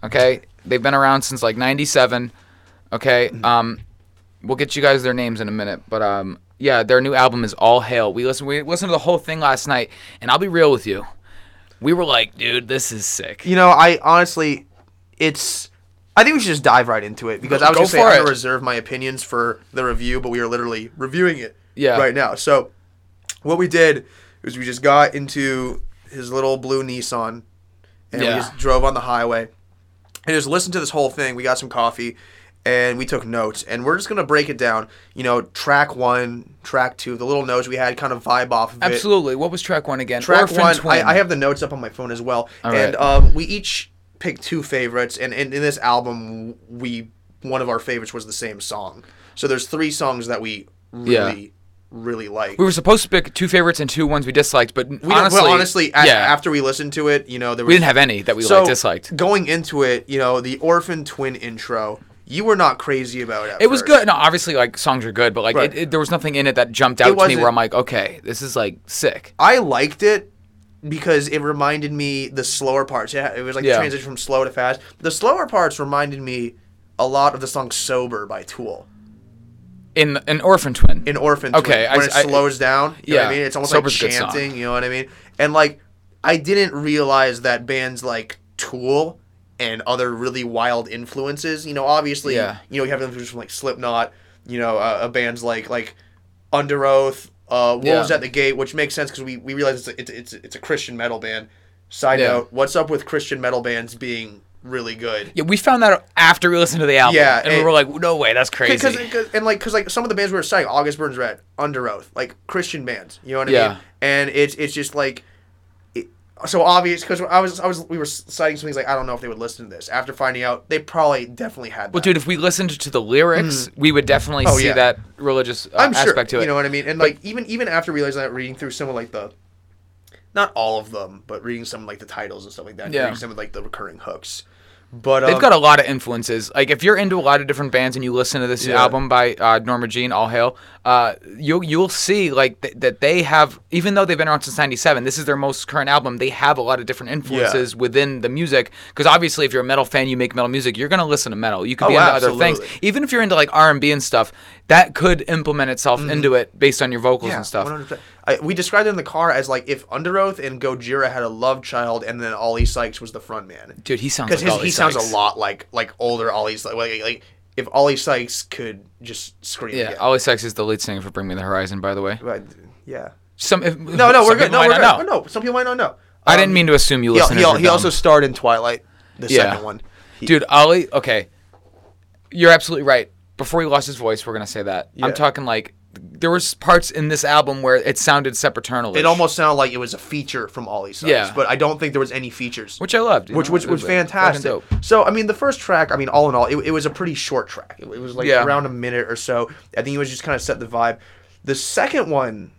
Speaker 1: Okay, they've been around since like '97. Okay,
Speaker 2: Mm-hmm.
Speaker 1: um, we'll get you guys their names in a minute, but um, yeah, their new album is All Hail. We listened. We listened to the whole thing last night, and I'll be real with you. We were like, dude, this is sick.
Speaker 2: You know, I honestly, it's. I think we should just dive right into it because I was
Speaker 1: Go
Speaker 2: going to say
Speaker 1: for
Speaker 2: I'm going
Speaker 1: it.
Speaker 2: to reserve my opinions for the review, but we are literally reviewing it
Speaker 1: Yeah.
Speaker 2: right now. So, what we did is we just got into his little blue Nissan and
Speaker 1: Yeah.
Speaker 2: we just drove on the highway and just listened to this whole thing. We got some coffee and we took notes and we're just going to break it down. You know, track one, track two, the little notes we had kind of vibe off of it
Speaker 1: Absolutely. What was track one again?
Speaker 2: track
Speaker 1: Orphan
Speaker 2: one.
Speaker 1: Twin.
Speaker 2: I, I have the notes up on my phone as well,
Speaker 1: right.
Speaker 2: and um, we each picked two favorites, and, and in this album, we one of our favorites was the same song. So there's three songs that we
Speaker 1: Yeah.
Speaker 2: really, really like.
Speaker 1: We were supposed to pick two favorites and two ones we disliked, but
Speaker 2: We don't-
Speaker 1: honestly,
Speaker 2: well, honestly, a-
Speaker 1: yeah,
Speaker 2: after we listened to it, you know, there was
Speaker 1: we didn't have any that we
Speaker 2: so
Speaker 1: like disliked.
Speaker 2: Going into it, you know, the orphan twin intro, you were not crazy about at
Speaker 1: It was
Speaker 2: first.
Speaker 1: good. No, obviously, like songs are good, but like
Speaker 2: Right.
Speaker 1: it, it, there was nothing in it that jumped out to me
Speaker 2: wasn't-
Speaker 1: where I'm like, okay, this is like sick.
Speaker 2: I liked it because it reminded me the slower parts. Yeah, it was like the
Speaker 1: Yeah.
Speaker 2: transition from slow to fast. The slower parts reminded me a lot of the song "Sober" by Tool
Speaker 1: In an orphan twin.
Speaker 2: in Orphan.
Speaker 1: Okay,
Speaker 2: Twin, when
Speaker 1: I- I-
Speaker 2: it slows down. You know what I
Speaker 1: Yeah,
Speaker 2: mean, it's almost
Speaker 1: Sober's a
Speaker 2: like
Speaker 1: good song.
Speaker 2: chanting. You know what I mean? And like, I didn't realize that bands like Tool and other really wild influences. You know, obviously,
Speaker 1: Yeah.
Speaker 2: you know, you have influences from like Slipknot. You know, uh, uh, bands like like Under Oath, uh, Wolves
Speaker 1: Yeah.
Speaker 2: at the Gate, which makes sense because we, we realize it's a, it's, it's it's a Christian metal band. Side
Speaker 1: Yeah.
Speaker 2: note: What's up with Christian metal bands being really good?
Speaker 1: yeah, we found that out after we listened to the album.
Speaker 2: Yeah,
Speaker 1: and we
Speaker 2: it-
Speaker 1: were like, no way, that's crazy.
Speaker 2: Because and like because like some of the bands we were citing, August Burns Red, Under Oath, like Christian bands, you know what I
Speaker 1: Yeah.
Speaker 2: mean? And it's it's just like. it- So obvious because I was I was we were citing some things like I don't know if they would listen to this after finding out they probably definitely had.
Speaker 1: well,
Speaker 2: that.
Speaker 1: dude, if we listened to the lyrics, we would definitely see
Speaker 2: Mm. Oh, yeah.
Speaker 1: that religious uh,
Speaker 2: I'm sure.
Speaker 1: aspect to it.
Speaker 2: You know what I mean? And like even even after realizing that, reading through some of like the, not all of them, but reading some like the titles and stuff like that.
Speaker 1: Yeah.
Speaker 2: Reading some of like the recurring hooks. But um,
Speaker 1: They've got a lot of influences. Like if you're into a lot of different bands and you listen to this
Speaker 2: Yeah.
Speaker 1: album by uh, Norma Jean, All Hail, uh, you'll you'll see like th- that they have, even though they've been around since '97, this is their most current album. They have a lot of different influences within the music. Because obviously, if you're a metal fan, you make metal music, you're gonna listen to metal. You could be
Speaker 2: Oh,
Speaker 1: into other things.
Speaker 2: absolutely.
Speaker 1: Even if you're into like R and B and stuff, that could implement itself
Speaker 2: Mm-hmm.
Speaker 1: into it based on your vocals and stuff.
Speaker 2: 100%. I, we described it in the car as like if Under Oath and Gojira had a love child, and then Ollie Sykes was the front man.
Speaker 1: Dude, he sounds
Speaker 2: Because
Speaker 1: like
Speaker 2: his
Speaker 1: Ollie
Speaker 2: he sounds
Speaker 1: Sykes.
Speaker 2: a lot like like older Ollie Sykes. Like, like if Ollie Sykes could just scream.
Speaker 1: Yeah,
Speaker 2: again.
Speaker 1: Ollie Sykes is the lead singer for Bring Me the Horizon, by the way.
Speaker 2: But, yeah.
Speaker 1: Some if,
Speaker 2: No, no,
Speaker 1: some
Speaker 2: we're good.
Speaker 1: people
Speaker 2: No,
Speaker 1: might
Speaker 2: we're
Speaker 1: not
Speaker 2: good.
Speaker 1: know.
Speaker 2: Oh, no, some people might not know.
Speaker 1: I didn't
Speaker 2: Um,
Speaker 1: mean to assume you
Speaker 2: He,
Speaker 1: listened.
Speaker 2: he, he also starred in Twilight, the
Speaker 1: Yeah.
Speaker 2: second one. He-
Speaker 1: Dude, Ollie, okay. You're absolutely right. Before he lost his voice, we're going to say that.
Speaker 2: Yeah.
Speaker 1: I'm talking like there was parts in this album where it sounded sepaternal.
Speaker 2: It almost sounded like it was a feature from Ollie Sykes,
Speaker 1: Yeah.
Speaker 2: but I don't think there was any features.
Speaker 1: which I loved, you
Speaker 2: which
Speaker 1: know,
Speaker 2: which
Speaker 1: it
Speaker 2: was
Speaker 1: was fucking
Speaker 2: fantastic.
Speaker 1: dope.
Speaker 2: So I mean, the first track, I mean, all in all, it, it was a pretty short track. It, it was like
Speaker 1: Yeah.
Speaker 2: around a minute or so. I think it was just kind of set the vibe. The second one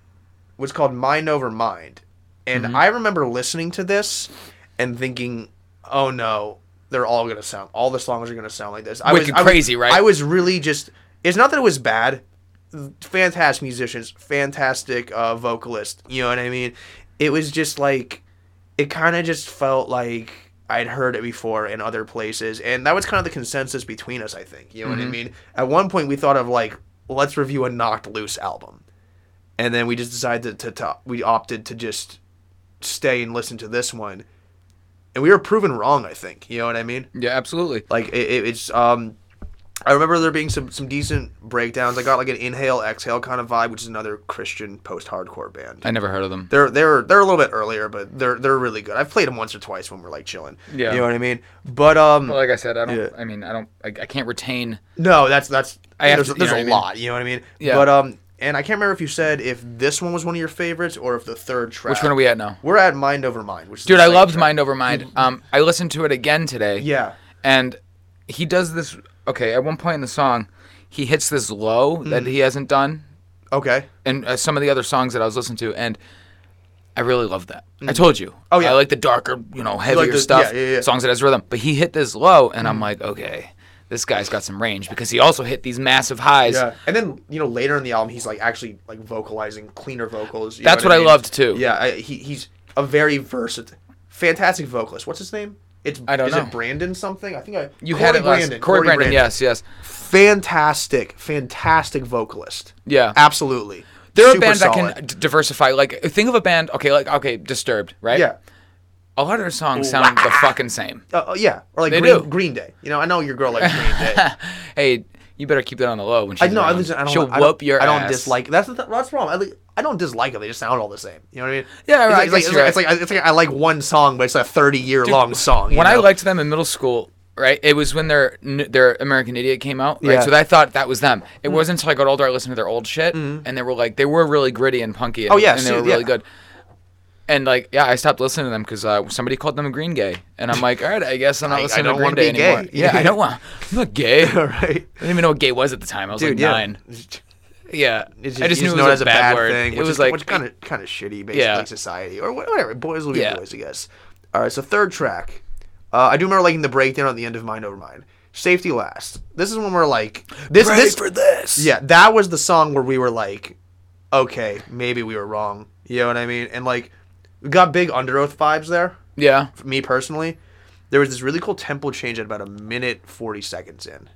Speaker 2: was called Mind Over Mind, and
Speaker 1: Mm-hmm.
Speaker 2: I remember listening to this and thinking, "Oh no, they're all gonna sound. All the songs are gonna sound like this." I
Speaker 1: Wicked
Speaker 2: I
Speaker 1: crazy, right?
Speaker 2: I was really just. It's not that it was bad. Fantastic musicians, fantastic uh, vocalist. You know what I mean? It was just like it kind of just felt like I'd heard it before in other places, and that was kind of the consensus between us. I think you know
Speaker 1: Mm-hmm.
Speaker 2: what I mean. At one point, we thought of like let's review a Knocked Loose album, and then we just decided to, to we opted to just stay and listen to this one, and we were proven wrong. I think you know what I mean.
Speaker 1: yeah, absolutely.
Speaker 2: Like it, it, it's um, I remember there being some some decent breakdowns. I got like an inhale exhale kind of vibe, which is another Christian post hardcore band.
Speaker 1: I never heard of them.
Speaker 2: They're they're they're a little bit earlier, but they're they're really good. I've played them once or twice when we're like chilling.
Speaker 1: Yeah.
Speaker 2: you know what I mean. But um,
Speaker 1: Well, like I said, I don't.
Speaker 2: Yeah. Uh,
Speaker 1: I mean, I don't. I, I can't retain.
Speaker 2: no, that's that's
Speaker 1: I have
Speaker 2: there's,
Speaker 1: to- you
Speaker 2: there's
Speaker 1: know
Speaker 2: a
Speaker 1: what I mean?
Speaker 2: lot. You know what I mean.
Speaker 1: Yeah.
Speaker 2: But um, and I can't remember if you said if this one was one of your favorites or if the third track.
Speaker 1: Which one are we at now?
Speaker 2: We're at Mind Over Mind, which is
Speaker 1: Dude,
Speaker 2: the
Speaker 1: I
Speaker 2: second
Speaker 1: loved
Speaker 2: track.
Speaker 1: Mind Over Mind. Um, I listened to it again today.
Speaker 2: Mm-hmm. Yeah,
Speaker 1: and he does this. Okay, at one point in the song, he hits this low that
Speaker 2: Mm-hmm.
Speaker 1: he hasn't done,
Speaker 2: okay.
Speaker 1: and uh, some of the other songs that I was listening to, and I really love that. I told you.
Speaker 2: Oh, yeah.
Speaker 1: I like the darker, you know, heavier
Speaker 2: the-
Speaker 1: stuff.
Speaker 2: yeah, Mm-hmm. yeah, yeah.
Speaker 1: Songs that has rhythm, but he hit this low, and I'm like, okay, this guy's got some range because he also hit these massive highs.
Speaker 2: Yeah, and then you know later in the album he's like actually like vocalizing cleaner vocals. you
Speaker 1: That's
Speaker 2: know
Speaker 1: what I
Speaker 2: mean?
Speaker 1: loved, too.
Speaker 2: Yeah, I, he he's a very versatile, fantastic vocalist. What's his name? It's
Speaker 1: I don't
Speaker 2: is
Speaker 1: know.
Speaker 2: it Brandon something? I think I
Speaker 1: You had it last. Corey, Brandon, Yes, yes.
Speaker 2: Fantastic, fantastic vocalist.
Speaker 1: Yeah.
Speaker 2: absolutely.
Speaker 1: They're
Speaker 2: Super
Speaker 1: a band that
Speaker 2: solid.
Speaker 1: can d- diversify. Like, think of a band. Okay, like okay, Disturbed, right?
Speaker 2: Yeah.
Speaker 1: A lot of their songs sound the fucking same.
Speaker 2: Uh, uh, yeah, or like
Speaker 1: They
Speaker 2: Green,
Speaker 1: do.
Speaker 2: Green Day. You know, I know your girl likes Green Day.
Speaker 1: hey, you better keep that on the low when she's
Speaker 2: I know. I,
Speaker 1: around.
Speaker 2: listen, I don't.
Speaker 1: She'll
Speaker 2: I
Speaker 1: whoop
Speaker 2: don't,
Speaker 1: your
Speaker 2: I don't
Speaker 1: ass.
Speaker 2: dislike. That's the th- that's the problem. I, li- I don't dislike them. They just sound all the same. You know what I mean?
Speaker 1: Yeah, right, I
Speaker 2: It's like,
Speaker 1: guess
Speaker 2: it's,
Speaker 1: you're
Speaker 2: like, it's, like, it's, like, I like one song, but it's a thirty-year-long song. you
Speaker 1: When I
Speaker 2: know?
Speaker 1: liked them in middle school, right? It was when their n- their American Idiot came out, right?
Speaker 2: Yeah. Mm.
Speaker 1: So I thought that was them. It wasn't until I got older I listened to their old shit, and they were like they were really gritty and punky. And,
Speaker 2: Mm-hmm. Oh, yeah,
Speaker 1: and they
Speaker 2: see,
Speaker 1: were really
Speaker 2: yeah.
Speaker 1: good. And like, yeah, I stopped listening to them because uh, somebody called them a green gay, and I'm like, all right, I guess I'm not
Speaker 2: I- I
Speaker 1: listening
Speaker 2: don't
Speaker 1: to Green
Speaker 2: wanna
Speaker 1: Day
Speaker 2: be
Speaker 1: anymore.
Speaker 2: gay.
Speaker 1: Yeah, I don't want. I'm not gay. I
Speaker 2: All right,
Speaker 1: didn't even know what gay was at the time. I was like
Speaker 2: dude. Yeah.
Speaker 1: nine.
Speaker 2: It's
Speaker 1: Yeah,
Speaker 2: Just,
Speaker 1: I just knew
Speaker 2: you just
Speaker 1: it
Speaker 2: know
Speaker 1: was
Speaker 2: that's
Speaker 1: a bad, word.
Speaker 2: thing.
Speaker 1: it
Speaker 2: which
Speaker 1: was
Speaker 2: is,
Speaker 1: like
Speaker 2: which kind of kind of shitty, basically
Speaker 1: Yeah.
Speaker 2: society or wha- whatever. Boys will be
Speaker 1: Yeah.
Speaker 2: boys, I guess. All right, so third track. Uh, I do remember liking the breakdown at the end of Mind Over Mind. Safety last. This is when we're like this. this
Speaker 1: this.
Speaker 2: Yeah, that was the song where we were like, okay, maybe we were wrong. You know what I mean? And like, we got big under oath vibes there.
Speaker 1: Yeah.
Speaker 2: For me personally, there was this really cool tempo change at about a minute forty seconds in.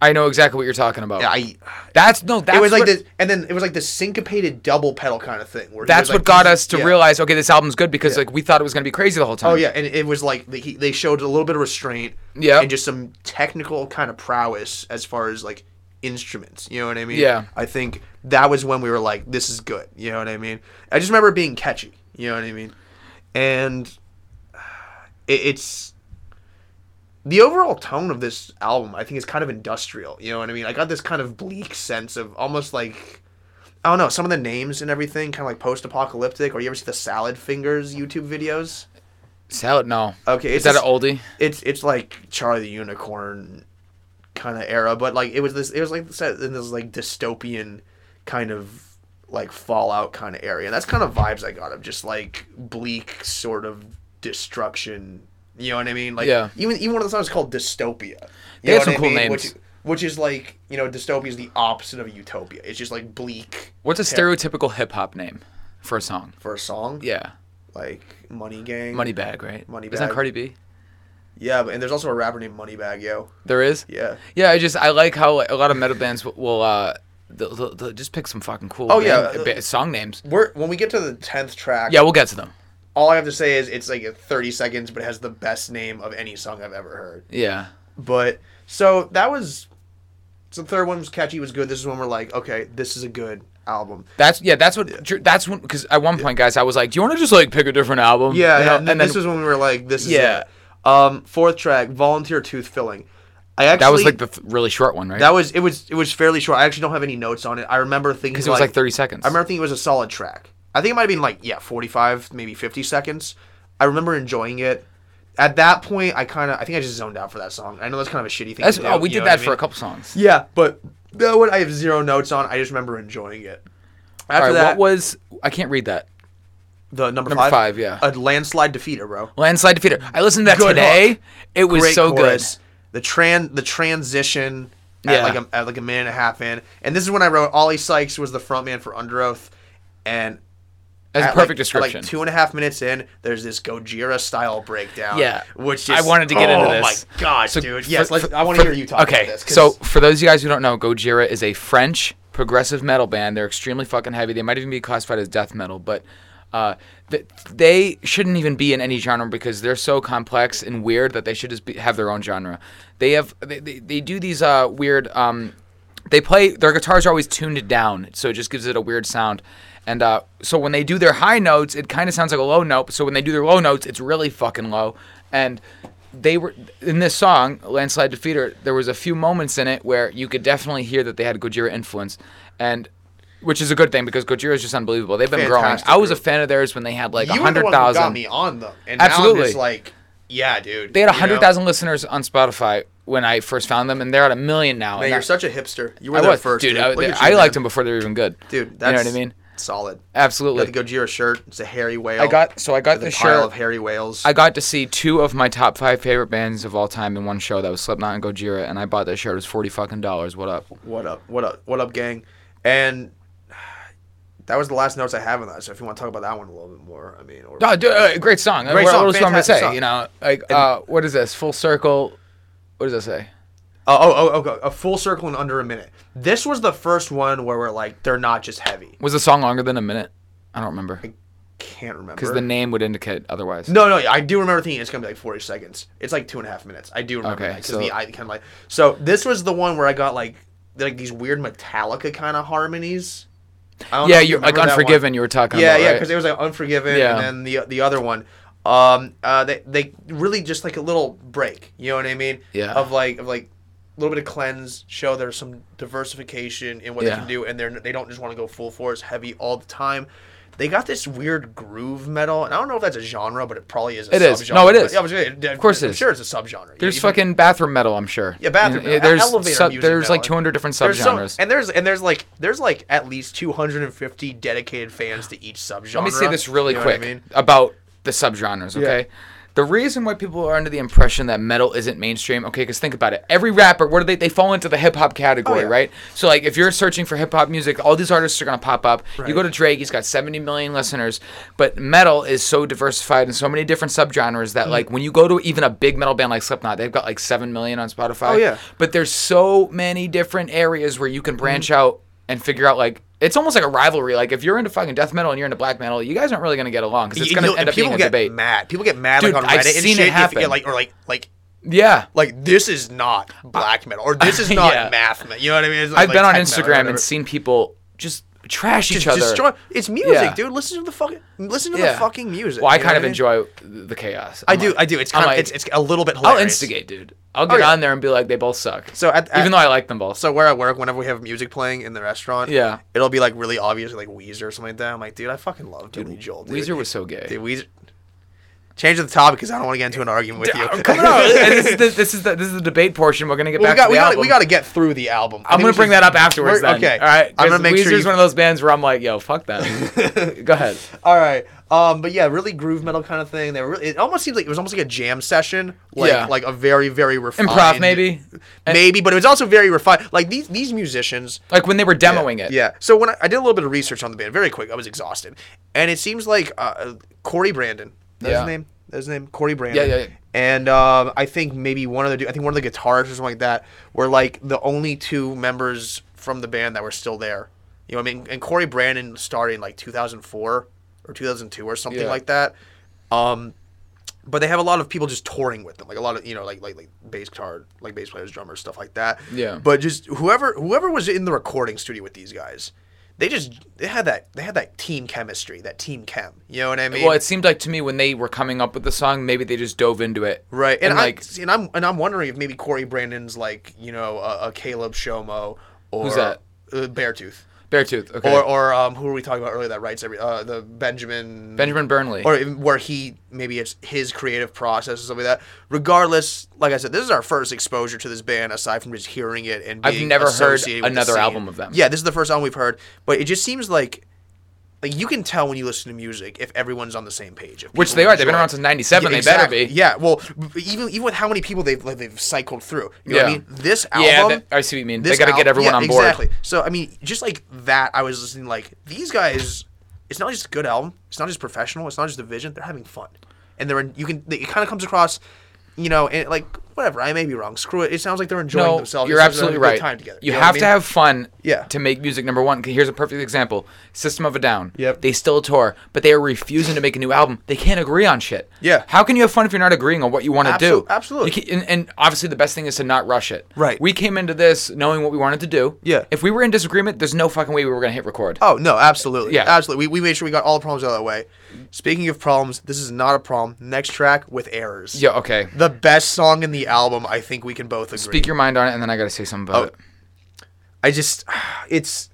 Speaker 1: I know exactly what you're talking about.
Speaker 2: I.
Speaker 1: that's no. That's
Speaker 2: it was like
Speaker 1: what,
Speaker 2: this, and then it was like this syncopated double pedal kind of thing. Where he
Speaker 1: That's
Speaker 2: was, like,
Speaker 1: what got us to
Speaker 2: yeah.
Speaker 1: realize. Okay, this album's good because like we thought it was gonna be crazy the whole time.
Speaker 2: Oh yeah, and it was like they, he, they showed a little bit of restraint.
Speaker 1: Yeah.
Speaker 2: And just some technical kind of prowess as far as like instruments. You know what I mean?
Speaker 1: Yeah.
Speaker 2: I think that was when we were like, this is good. You know what I mean? I just remember it being catchy. You know what I mean? And it, it's the overall tone of this album. I think is kind of industrial. You know what I mean? I got this kind of bleak sense of almost like. I don't know. Some of the names and everything, kind of like post-apocalyptic. Or you ever see the Salad Fingers YouTube videos?
Speaker 1: Salad? No.
Speaker 2: Okay,
Speaker 1: Is
Speaker 2: it's
Speaker 1: that
Speaker 2: just-
Speaker 1: an oldie?
Speaker 2: it's it's like Charlie the Unicorn kind of era, but like it was this it was like set in this like dystopian kind of like Fallout kind of area. And that's kind of vibes I got of just like bleak sort of destruction. You know what I mean? Like
Speaker 1: Yeah.
Speaker 2: even even one of the songs is called Dystopia. You
Speaker 1: They
Speaker 2: know
Speaker 1: had
Speaker 2: what
Speaker 1: some
Speaker 2: I
Speaker 1: cool
Speaker 2: mean?
Speaker 1: names.
Speaker 2: Which, which is like you know dystopia is the opposite of utopia. It's just like bleak.
Speaker 1: What's a
Speaker 2: ter-
Speaker 1: stereotypical hip hop name for a song?
Speaker 2: for a song?
Speaker 1: Yeah,
Speaker 2: Like Money Gang.
Speaker 1: Moneybag, right?
Speaker 2: Moneybag.
Speaker 1: Isn't that Cardi B?
Speaker 2: Yeah, but, and there's also a rapper named Moneybag Yo.
Speaker 1: There is.
Speaker 2: Yeah.
Speaker 1: Yeah, I just I like how like, a lot of metal bands will, will uh they'll, they'll, they'll just pick some fucking cool
Speaker 2: Oh,
Speaker 1: band-
Speaker 2: yeah.
Speaker 1: ba- song names.
Speaker 2: We're when we get to the tenth track.
Speaker 1: Yeah, we'll get to them.
Speaker 2: all I have to say is it's like 30 seconds, but it has the best name of any song I've ever heard.
Speaker 1: Yeah.
Speaker 2: But so that was. So the third one was catchy, was good. This is when we're like, okay, this is a good album.
Speaker 1: That's yeah. That's what. dr- That's when because at one point, guys, I was like, "Do you want to just like pick a different album?"
Speaker 2: Yeah,
Speaker 1: You
Speaker 2: and,
Speaker 1: know,
Speaker 2: and this was when we were like, this is
Speaker 1: Yeah.
Speaker 2: it. Um, fourth track, volunteer tooth filling. I actually
Speaker 1: that was like the th- really short one, right?
Speaker 2: that was it was it was fairly short. I actually don't have any notes on it. I remember thinking
Speaker 1: because it was like thirty seconds.
Speaker 2: I remember thinking it was a solid track. I think it might have been like yeah, forty five, maybe fifty seconds. I remember enjoying it. At that point, I kind of I think I just zoned out for that song. I know that's kind of a shitty thing.
Speaker 1: That's,
Speaker 2: to do,
Speaker 1: oh, we
Speaker 2: you
Speaker 1: did
Speaker 2: know
Speaker 1: that
Speaker 2: what I
Speaker 1: for a
Speaker 2: mean?
Speaker 1: couple songs.
Speaker 2: Yeah, but that one I have zero notes on. I just remember enjoying it.
Speaker 1: All
Speaker 2: After
Speaker 1: right,
Speaker 2: that,
Speaker 1: what was I can't read that.
Speaker 2: the number,
Speaker 1: number five, yeah.
Speaker 2: a landslide defeater, bro.
Speaker 1: Landslide Defeater. I listened to that
Speaker 2: Good
Speaker 1: today.
Speaker 2: hook.
Speaker 1: It was
Speaker 2: Great
Speaker 1: so
Speaker 2: chorus. The tran the transition at
Speaker 1: Yeah.
Speaker 2: like a, at like a minute and a half in, and this is when I wrote Ollie Sykes was the frontman for Under Oath, and
Speaker 1: good. That's a
Speaker 2: at, like-
Speaker 1: perfect
Speaker 2: at,
Speaker 1: description.
Speaker 2: Like two and a half minutes in, there's this Gojira style breakdown.
Speaker 1: Yeah.
Speaker 2: which
Speaker 1: I
Speaker 2: just-
Speaker 1: wanted to get
Speaker 2: oh
Speaker 1: into this.
Speaker 2: my gosh,
Speaker 1: So
Speaker 2: dude!
Speaker 1: for-
Speaker 2: Yes, let's,
Speaker 1: for-
Speaker 2: I want to
Speaker 1: for-
Speaker 2: hear you talk.
Speaker 1: Okay,
Speaker 2: about this, 'cause-
Speaker 1: so for those of you guys who don't know, Gojira is a French progressive metal band. They're extremely fucking heavy. They might even be classified as death metal, but Uh, th- they shouldn't even be in any genre because they're so complex and weird that they should just be, have their own genre. They have they, they, they do these uh, weird. Um, they play their guitars are always tuned down, so it just gives it a weird sound. And uh, so when they do their high notes, it kind of sounds like a low note. but So when they do their low notes, it's really fucking low. And they were in this song, "Landslide Defeater." There was a few moments in it where you could definitely hear that they had Gojira influence, and which is a good thing because Gojira is just unbelievable. They've been
Speaker 2: Fantastic
Speaker 1: growing. I was a
Speaker 2: group.
Speaker 1: fan of theirs when they had like
Speaker 2: you were the
Speaker 1: hundred
Speaker 2: one who got
Speaker 1: thousand.
Speaker 2: me on them, and now
Speaker 1: Absolutely.
Speaker 2: I'm just like, yeah, dude.
Speaker 1: They had
Speaker 2: you know?
Speaker 1: hundred thousand listeners on Spotify when I first found them, and they're at a million now.
Speaker 2: Man,
Speaker 1: and
Speaker 2: you're
Speaker 1: that-
Speaker 2: such a hipster. You were
Speaker 1: I
Speaker 2: there
Speaker 1: was,
Speaker 2: first,
Speaker 1: dude.
Speaker 2: dude.
Speaker 1: I,
Speaker 2: Look at
Speaker 1: I
Speaker 2: you,
Speaker 1: liked
Speaker 2: man.
Speaker 1: them before they were even good.
Speaker 2: Dude,
Speaker 1: you know
Speaker 2: that's
Speaker 1: what I mean?
Speaker 2: solid.
Speaker 1: Absolutely.
Speaker 2: Got the Gojira shirt. It's a hairy whale.
Speaker 1: I got so I got
Speaker 2: with a
Speaker 1: the
Speaker 2: pile
Speaker 1: shirt.
Speaker 2: of hairy whales.
Speaker 1: I got to see two of my top five favorite bands of all time in one show. That was Slipknot and Gojira, and I bought that shirt. It was forty fucking dollars. What up?
Speaker 2: what up? What up? What up, gang? And that was the last notes I have on that. So if you want to talk about that one a little bit more, I mean, or,
Speaker 1: Oh, dude, uh, great song.
Speaker 2: Great
Speaker 1: what
Speaker 2: song,
Speaker 1: what else do you want me to
Speaker 2: fantastic
Speaker 1: say?
Speaker 2: song.
Speaker 1: You know, like uh, what is this? Full circle. What does that say?
Speaker 2: Oh, oh, oh, okay. A full circle in under a minute. This was the first one where we're like, they're not just heavy.
Speaker 1: Was the song longer than a minute? I don't remember
Speaker 2: Can't remember.
Speaker 1: because the name would indicate otherwise.
Speaker 2: no, no, I do remember thinking it's gonna be like forty seconds. It's like two and a half minutes. I do remember
Speaker 1: Okay,
Speaker 2: that because
Speaker 1: so-
Speaker 2: the I kind of like. So this was the one where I got like like these weird Metallica kind of harmonies. I don't know
Speaker 1: Yeah,
Speaker 2: if you
Speaker 1: you're like
Speaker 2: remember that one.
Speaker 1: Unforgiven. You were talking.
Speaker 2: Yeah,
Speaker 1: about,
Speaker 2: yeah,
Speaker 1: right?
Speaker 2: because it was like Unforgiven,
Speaker 1: Yeah.
Speaker 2: and then the the other one. Um, uh, they they really just like a little break. You know what I mean?
Speaker 1: Yeah.
Speaker 2: Of like of like a little bit of cleanse, show there's some diversification in what they
Speaker 1: Yeah.
Speaker 2: can do, and they're they don't just want to go full force heavy all the time. They got this weird groove metal, and I don't know if that's a genre, but it probably is. A
Speaker 1: It is.
Speaker 2: subgenre.
Speaker 1: No, it is.
Speaker 2: But- yeah, I was gonna-
Speaker 1: Of course it
Speaker 2: I'm
Speaker 1: is.
Speaker 2: sure it's a subgenre.
Speaker 1: There's
Speaker 2: You-
Speaker 1: fucking bathroom metal, I'm sure.
Speaker 2: Yeah, bathroom
Speaker 1: You know,
Speaker 2: metal.
Speaker 1: There's
Speaker 2: Elevator
Speaker 1: sub-
Speaker 2: music
Speaker 1: there's like
Speaker 2: metal.
Speaker 1: 200 different
Speaker 2: There's so,
Speaker 1: subgenres.
Speaker 2: and there's and there's like there's like at least 250 dedicated fans to each subgenre.
Speaker 1: Let me say this really
Speaker 2: You know what I
Speaker 1: quick
Speaker 2: mean?
Speaker 1: about the subgenres, okay? The reason why people are under the impression that metal isn't mainstream, okay, because think about it. Every rapper, what do they? They fall into the hip hop category,
Speaker 2: Oh, yeah.
Speaker 1: right? So like, if you're searching for hip hop music, all these artists are gonna pop up. You go
Speaker 2: Right.
Speaker 1: to Drake, he's got 70 million listeners, but metal is so diversified in so many different subgenres
Speaker 2: Hmm.
Speaker 1: that like, when you go to even a big metal band like Slipknot, they've got like seven million on Spotify.
Speaker 2: Oh, yeah.
Speaker 1: But there's so many different areas where you can branch
Speaker 2: Mm-hmm.
Speaker 1: out and figure out like it's almost like a rivalry. Like if you're into fucking death metal and you're into black metal, you guys aren't really gonna get along because it's
Speaker 2: You
Speaker 1: gonna
Speaker 2: know,
Speaker 1: end
Speaker 2: and
Speaker 1: up being a
Speaker 2: get
Speaker 1: debate.
Speaker 2: mad. People get mad
Speaker 1: Dude,
Speaker 2: like on
Speaker 1: I've
Speaker 2: Reddit and
Speaker 1: seen it
Speaker 2: shit. if-
Speaker 1: happen.
Speaker 2: yeah, like or like like
Speaker 1: yeah.
Speaker 2: like this is not black metal or this is not
Speaker 1: Yeah.
Speaker 2: math metal. You know what I mean? It's like-
Speaker 1: I've
Speaker 2: like
Speaker 1: been on
Speaker 2: tech metal or
Speaker 1: Instagram
Speaker 2: whatever.
Speaker 1: and seen people just trash each other.
Speaker 2: Destroy. It's music,
Speaker 1: Yeah.
Speaker 2: dude. Listen to the fucking listen to the
Speaker 1: Yeah.
Speaker 2: fucking music.
Speaker 1: Well, I
Speaker 2: you know
Speaker 1: kind
Speaker 2: what
Speaker 1: of
Speaker 2: mean?
Speaker 1: enjoy the chaos.
Speaker 2: I
Speaker 1: I'm
Speaker 2: do.
Speaker 1: like-
Speaker 2: I do. It's
Speaker 1: I'm
Speaker 2: kind of
Speaker 1: like,
Speaker 2: it's, it's a little bit
Speaker 1: I'll
Speaker 2: hilarious. Oh,
Speaker 1: instigate, dude. I'll get
Speaker 2: yeah.
Speaker 1: on there and be like, they both suck.
Speaker 2: So at, at
Speaker 1: even though I like them both.
Speaker 2: so where I work, whenever we have music playing in the restaurant,
Speaker 1: Yeah.
Speaker 2: it'll be like really obvious, like Weezer or something like that. I'm like, dude, I fucking love Billy Joel. Dude.
Speaker 1: Weezer was so gay.
Speaker 2: Dude, Weezer. Change the topic because I don't want to get into an argument with you.
Speaker 1: Come on, this, is the, this is the this is the debate portion. We're gonna get
Speaker 2: Well, we
Speaker 1: back to
Speaker 2: got
Speaker 1: the
Speaker 2: we got
Speaker 1: album.
Speaker 2: we got to get through the album. I
Speaker 1: I'm
Speaker 2: think
Speaker 1: gonna
Speaker 2: we
Speaker 1: bring
Speaker 2: should-
Speaker 1: that up afterwards.
Speaker 2: we're-
Speaker 1: Then.
Speaker 2: Okay.
Speaker 1: All right.
Speaker 2: I'm gonna
Speaker 1: 'cause
Speaker 2: make
Speaker 1: Weezer's
Speaker 2: sure. You,
Speaker 1: one of those bands where I'm like, yo, fuck that. Go ahead.
Speaker 2: all right. Um. But yeah, really groove metal kind of thing. They were. Really, it almost seems like it was almost like a jam session. Like
Speaker 1: Yeah.
Speaker 2: Like a very very refined
Speaker 1: Improv, maybe. And-
Speaker 2: Maybe, but it was also very refined. Like these these musicians.
Speaker 1: like when they were demoing it.
Speaker 2: Yeah. So when I, I did a little bit of research on the band, very quick, I was exhausted, and it seems like uh, Corey Brandon. That's
Speaker 1: Yeah.
Speaker 2: his name. That's his name. Corey Brandon.
Speaker 1: Yeah, yeah, yeah.
Speaker 2: And um, I think maybe one of the du- I think one of the guitarists or something like that were like the only two members from the band that were still there. You know what I mean? And Corey Brandon started in like 2004 or 2002 or something
Speaker 1: Yeah.
Speaker 2: like that. Um, but they have a lot of people just touring with them, like a lot of you know, like like like bass guitar, like bass players, drummers, stuff like that.
Speaker 1: Yeah.
Speaker 2: But just whoever whoever was in the recording studio with these guys, they just they had that they had that team chemistry, that team chem. You know what I mean?
Speaker 1: Well, it seemed like to me when they were coming up with the song, maybe they just dove into it.
Speaker 2: right. And,
Speaker 1: And,
Speaker 2: I
Speaker 1: like-
Speaker 2: and I'm and I'm wondering if maybe Corey Brandon's like you know a, a Caleb Shomo or
Speaker 1: Who's that?
Speaker 2: Uh, Beartooth.
Speaker 1: Beartooth. Okay.
Speaker 2: Or, or um, who were we talking about earlier that writes every uh, the Benjamin
Speaker 1: Benjamin Burnley.
Speaker 2: or even where he maybe it's his creative process or something like that. Regardless, like I said, this is our first exposure to this band aside from just hearing it and
Speaker 1: I've
Speaker 2: being
Speaker 1: never heard
Speaker 2: associated with the
Speaker 1: another
Speaker 2: scene.
Speaker 1: album of them.
Speaker 2: Yeah, this is the first album we've heard, but it just seems like like you can tell when you listen to music if everyone's on the same page. if
Speaker 1: Which
Speaker 2: people
Speaker 1: they are. They've been
Speaker 2: enjoy it.
Speaker 1: around since 97.
Speaker 2: Yeah,
Speaker 1: they better
Speaker 2: exactly.
Speaker 1: be.
Speaker 2: Yeah, well, b- even even with how many people they've like, they've cycled through. You know what I
Speaker 1: Yeah.
Speaker 2: mean? This album.
Speaker 1: Yeah, that- I see what you mean. They gotta get
Speaker 2: al-
Speaker 1: everyone on board.
Speaker 2: Exactly. So I mean, just like that, I was listening. Like these guys, it's not just a good album. It's not just professional. It's not just a vision. They're having fun, and they're in, you can. It kind of comes across, you know, and like whatever. I may be wrong. Screw it. It sounds like they're enjoying themselves. It
Speaker 1: You're
Speaker 2: sounds like
Speaker 1: absolutely
Speaker 2: they're having
Speaker 1: right.
Speaker 2: a good time together.
Speaker 1: You,
Speaker 2: know what I
Speaker 1: have
Speaker 2: mean?
Speaker 1: to have fun
Speaker 2: Yeah.
Speaker 1: to make music number one. 'Kay, Here's a perfect example System of a Down.
Speaker 2: Yep.
Speaker 1: They still tour, but they are refusing to make a new album. They can't agree on shit.
Speaker 2: Yeah.
Speaker 1: How can you have fun if you're not agreeing on what you want to
Speaker 2: Absol-
Speaker 1: do?
Speaker 2: absolutely.
Speaker 1: You can, and, and obviously, the best thing is to not rush it.
Speaker 2: Right.
Speaker 1: We came into this knowing what we wanted to do.
Speaker 2: Yeah.
Speaker 1: If we were in disagreement, there's no fucking way we were going to hit record.
Speaker 2: Oh no, absolutely.
Speaker 1: Yeah.
Speaker 2: Absolutely. We, we made sure we got all the problems out of the way. Speaking of problems, this is not a problem. Next track with errors.
Speaker 1: Yeah, okay.
Speaker 2: The best song in the album, I think we can both agree.
Speaker 1: Speak your mind on it, and then I got to say something about
Speaker 2: Oh.
Speaker 1: it.
Speaker 2: I just it's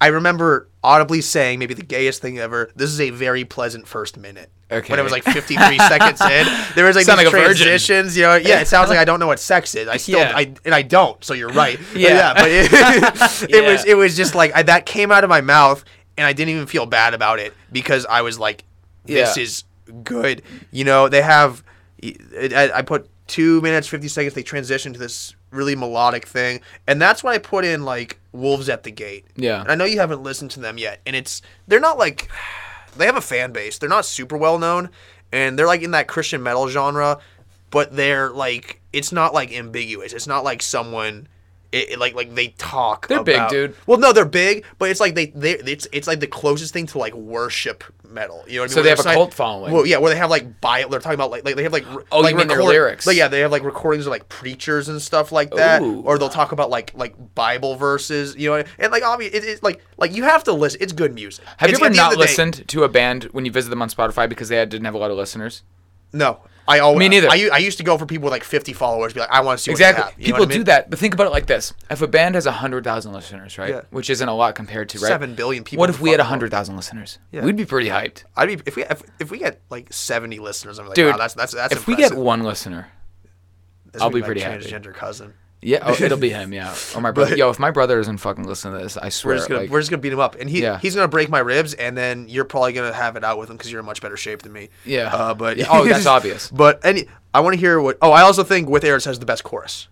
Speaker 2: I remember audibly saying maybe the gayest thing ever. This is a very pleasant first minute.
Speaker 1: Okay.
Speaker 2: When it was like 53 seconds in, there was like
Speaker 1: Sound
Speaker 2: these
Speaker 1: like a virgin.
Speaker 2: transitions. You know, yeah, it sounds like I don't know what sex is. I still,
Speaker 1: Yeah.
Speaker 2: I and I don't. So you're right. But
Speaker 1: Yeah.
Speaker 2: yeah, but it, it
Speaker 1: Yeah.
Speaker 2: was it was just like I, that came out of my mouth, and I didn't even feel bad about it because I was like, this
Speaker 1: Yeah.
Speaker 2: is good. You know, they have. I, I put two minutes fifty seconds. They transition to this really melodic thing, and that's why I put in like "Wolves at the Gate."
Speaker 1: Yeah.
Speaker 2: and I know you haven't listened to them yet, and it's they're not like they have a fan base. They're not super well known, and they're like in that Christian metal genre, but they're like it's not like ambiguous. It's not like someone. It, it- like like they talk.
Speaker 1: They're big,
Speaker 2: about-
Speaker 1: dude.
Speaker 2: Well, no, they're big, but it's like they they it's it's like the closest thing to like worship metal. You know what I mean?
Speaker 1: So they
Speaker 2: Where
Speaker 1: have
Speaker 2: it's
Speaker 1: a
Speaker 2: not-
Speaker 1: cult following.
Speaker 2: Well, yeah, where they have like bio. They're talking about like, like they have like r-
Speaker 1: Oh, you
Speaker 2: like
Speaker 1: mean their lyrics.
Speaker 2: Like, yeah, they have like recordings of like preachers and stuff like that,
Speaker 1: Ooh.
Speaker 2: or they'll talk about like like Bible verses. You know, and like obviously, it, it's like like you have to listen. It's good music.
Speaker 1: Have
Speaker 2: It's-
Speaker 1: you
Speaker 2: at
Speaker 1: ever
Speaker 2: the end
Speaker 1: not
Speaker 2: of the day-
Speaker 1: listened to a band when you visit them on Spotify because they had, didn't have a lot of listeners?
Speaker 2: No, I always
Speaker 1: Me neither.
Speaker 2: I, u- I used to go for people with like fifty followers, be like, I want to see what they
Speaker 1: Exactly.
Speaker 2: have. You know
Speaker 1: People
Speaker 2: what I
Speaker 1: do
Speaker 2: mean?
Speaker 1: that, but think about it like this: if a band has hundred thousand listeners, right,
Speaker 2: Yeah.
Speaker 1: which isn't a lot compared to right,
Speaker 2: Seven billion people
Speaker 1: What
Speaker 2: in
Speaker 1: if
Speaker 2: the
Speaker 1: we had
Speaker 2: fucking world.
Speaker 1: hundred thousand listeners? We'd be pretty hyped,
Speaker 2: I'd be if we if, if we get like seventy listeners, I'm like,
Speaker 1: dude.
Speaker 2: wow, that's that's that's
Speaker 1: if we
Speaker 2: impressive.
Speaker 1: get one listener,
Speaker 2: This
Speaker 1: I'll
Speaker 2: would
Speaker 1: be pretty
Speaker 2: my
Speaker 1: happy.
Speaker 2: transgender cousin.
Speaker 1: yeah, oh, it'll be him, yeah, or my brother.
Speaker 2: But-
Speaker 1: Yo, if my brother doesn't fucking listen to this, I swear,
Speaker 2: We're just gonna
Speaker 1: like,
Speaker 2: we're just gonna beat him up, and he
Speaker 1: Yeah.
Speaker 2: he's gonna break my ribs, and then you're probably gonna have it out with him because you're in much better shape than me.
Speaker 1: Yeah.
Speaker 2: Uh, but
Speaker 1: Yeah, oh, that's obvious.
Speaker 2: But any, I want to hear what. Oh, I also think with Ayers has the best chorus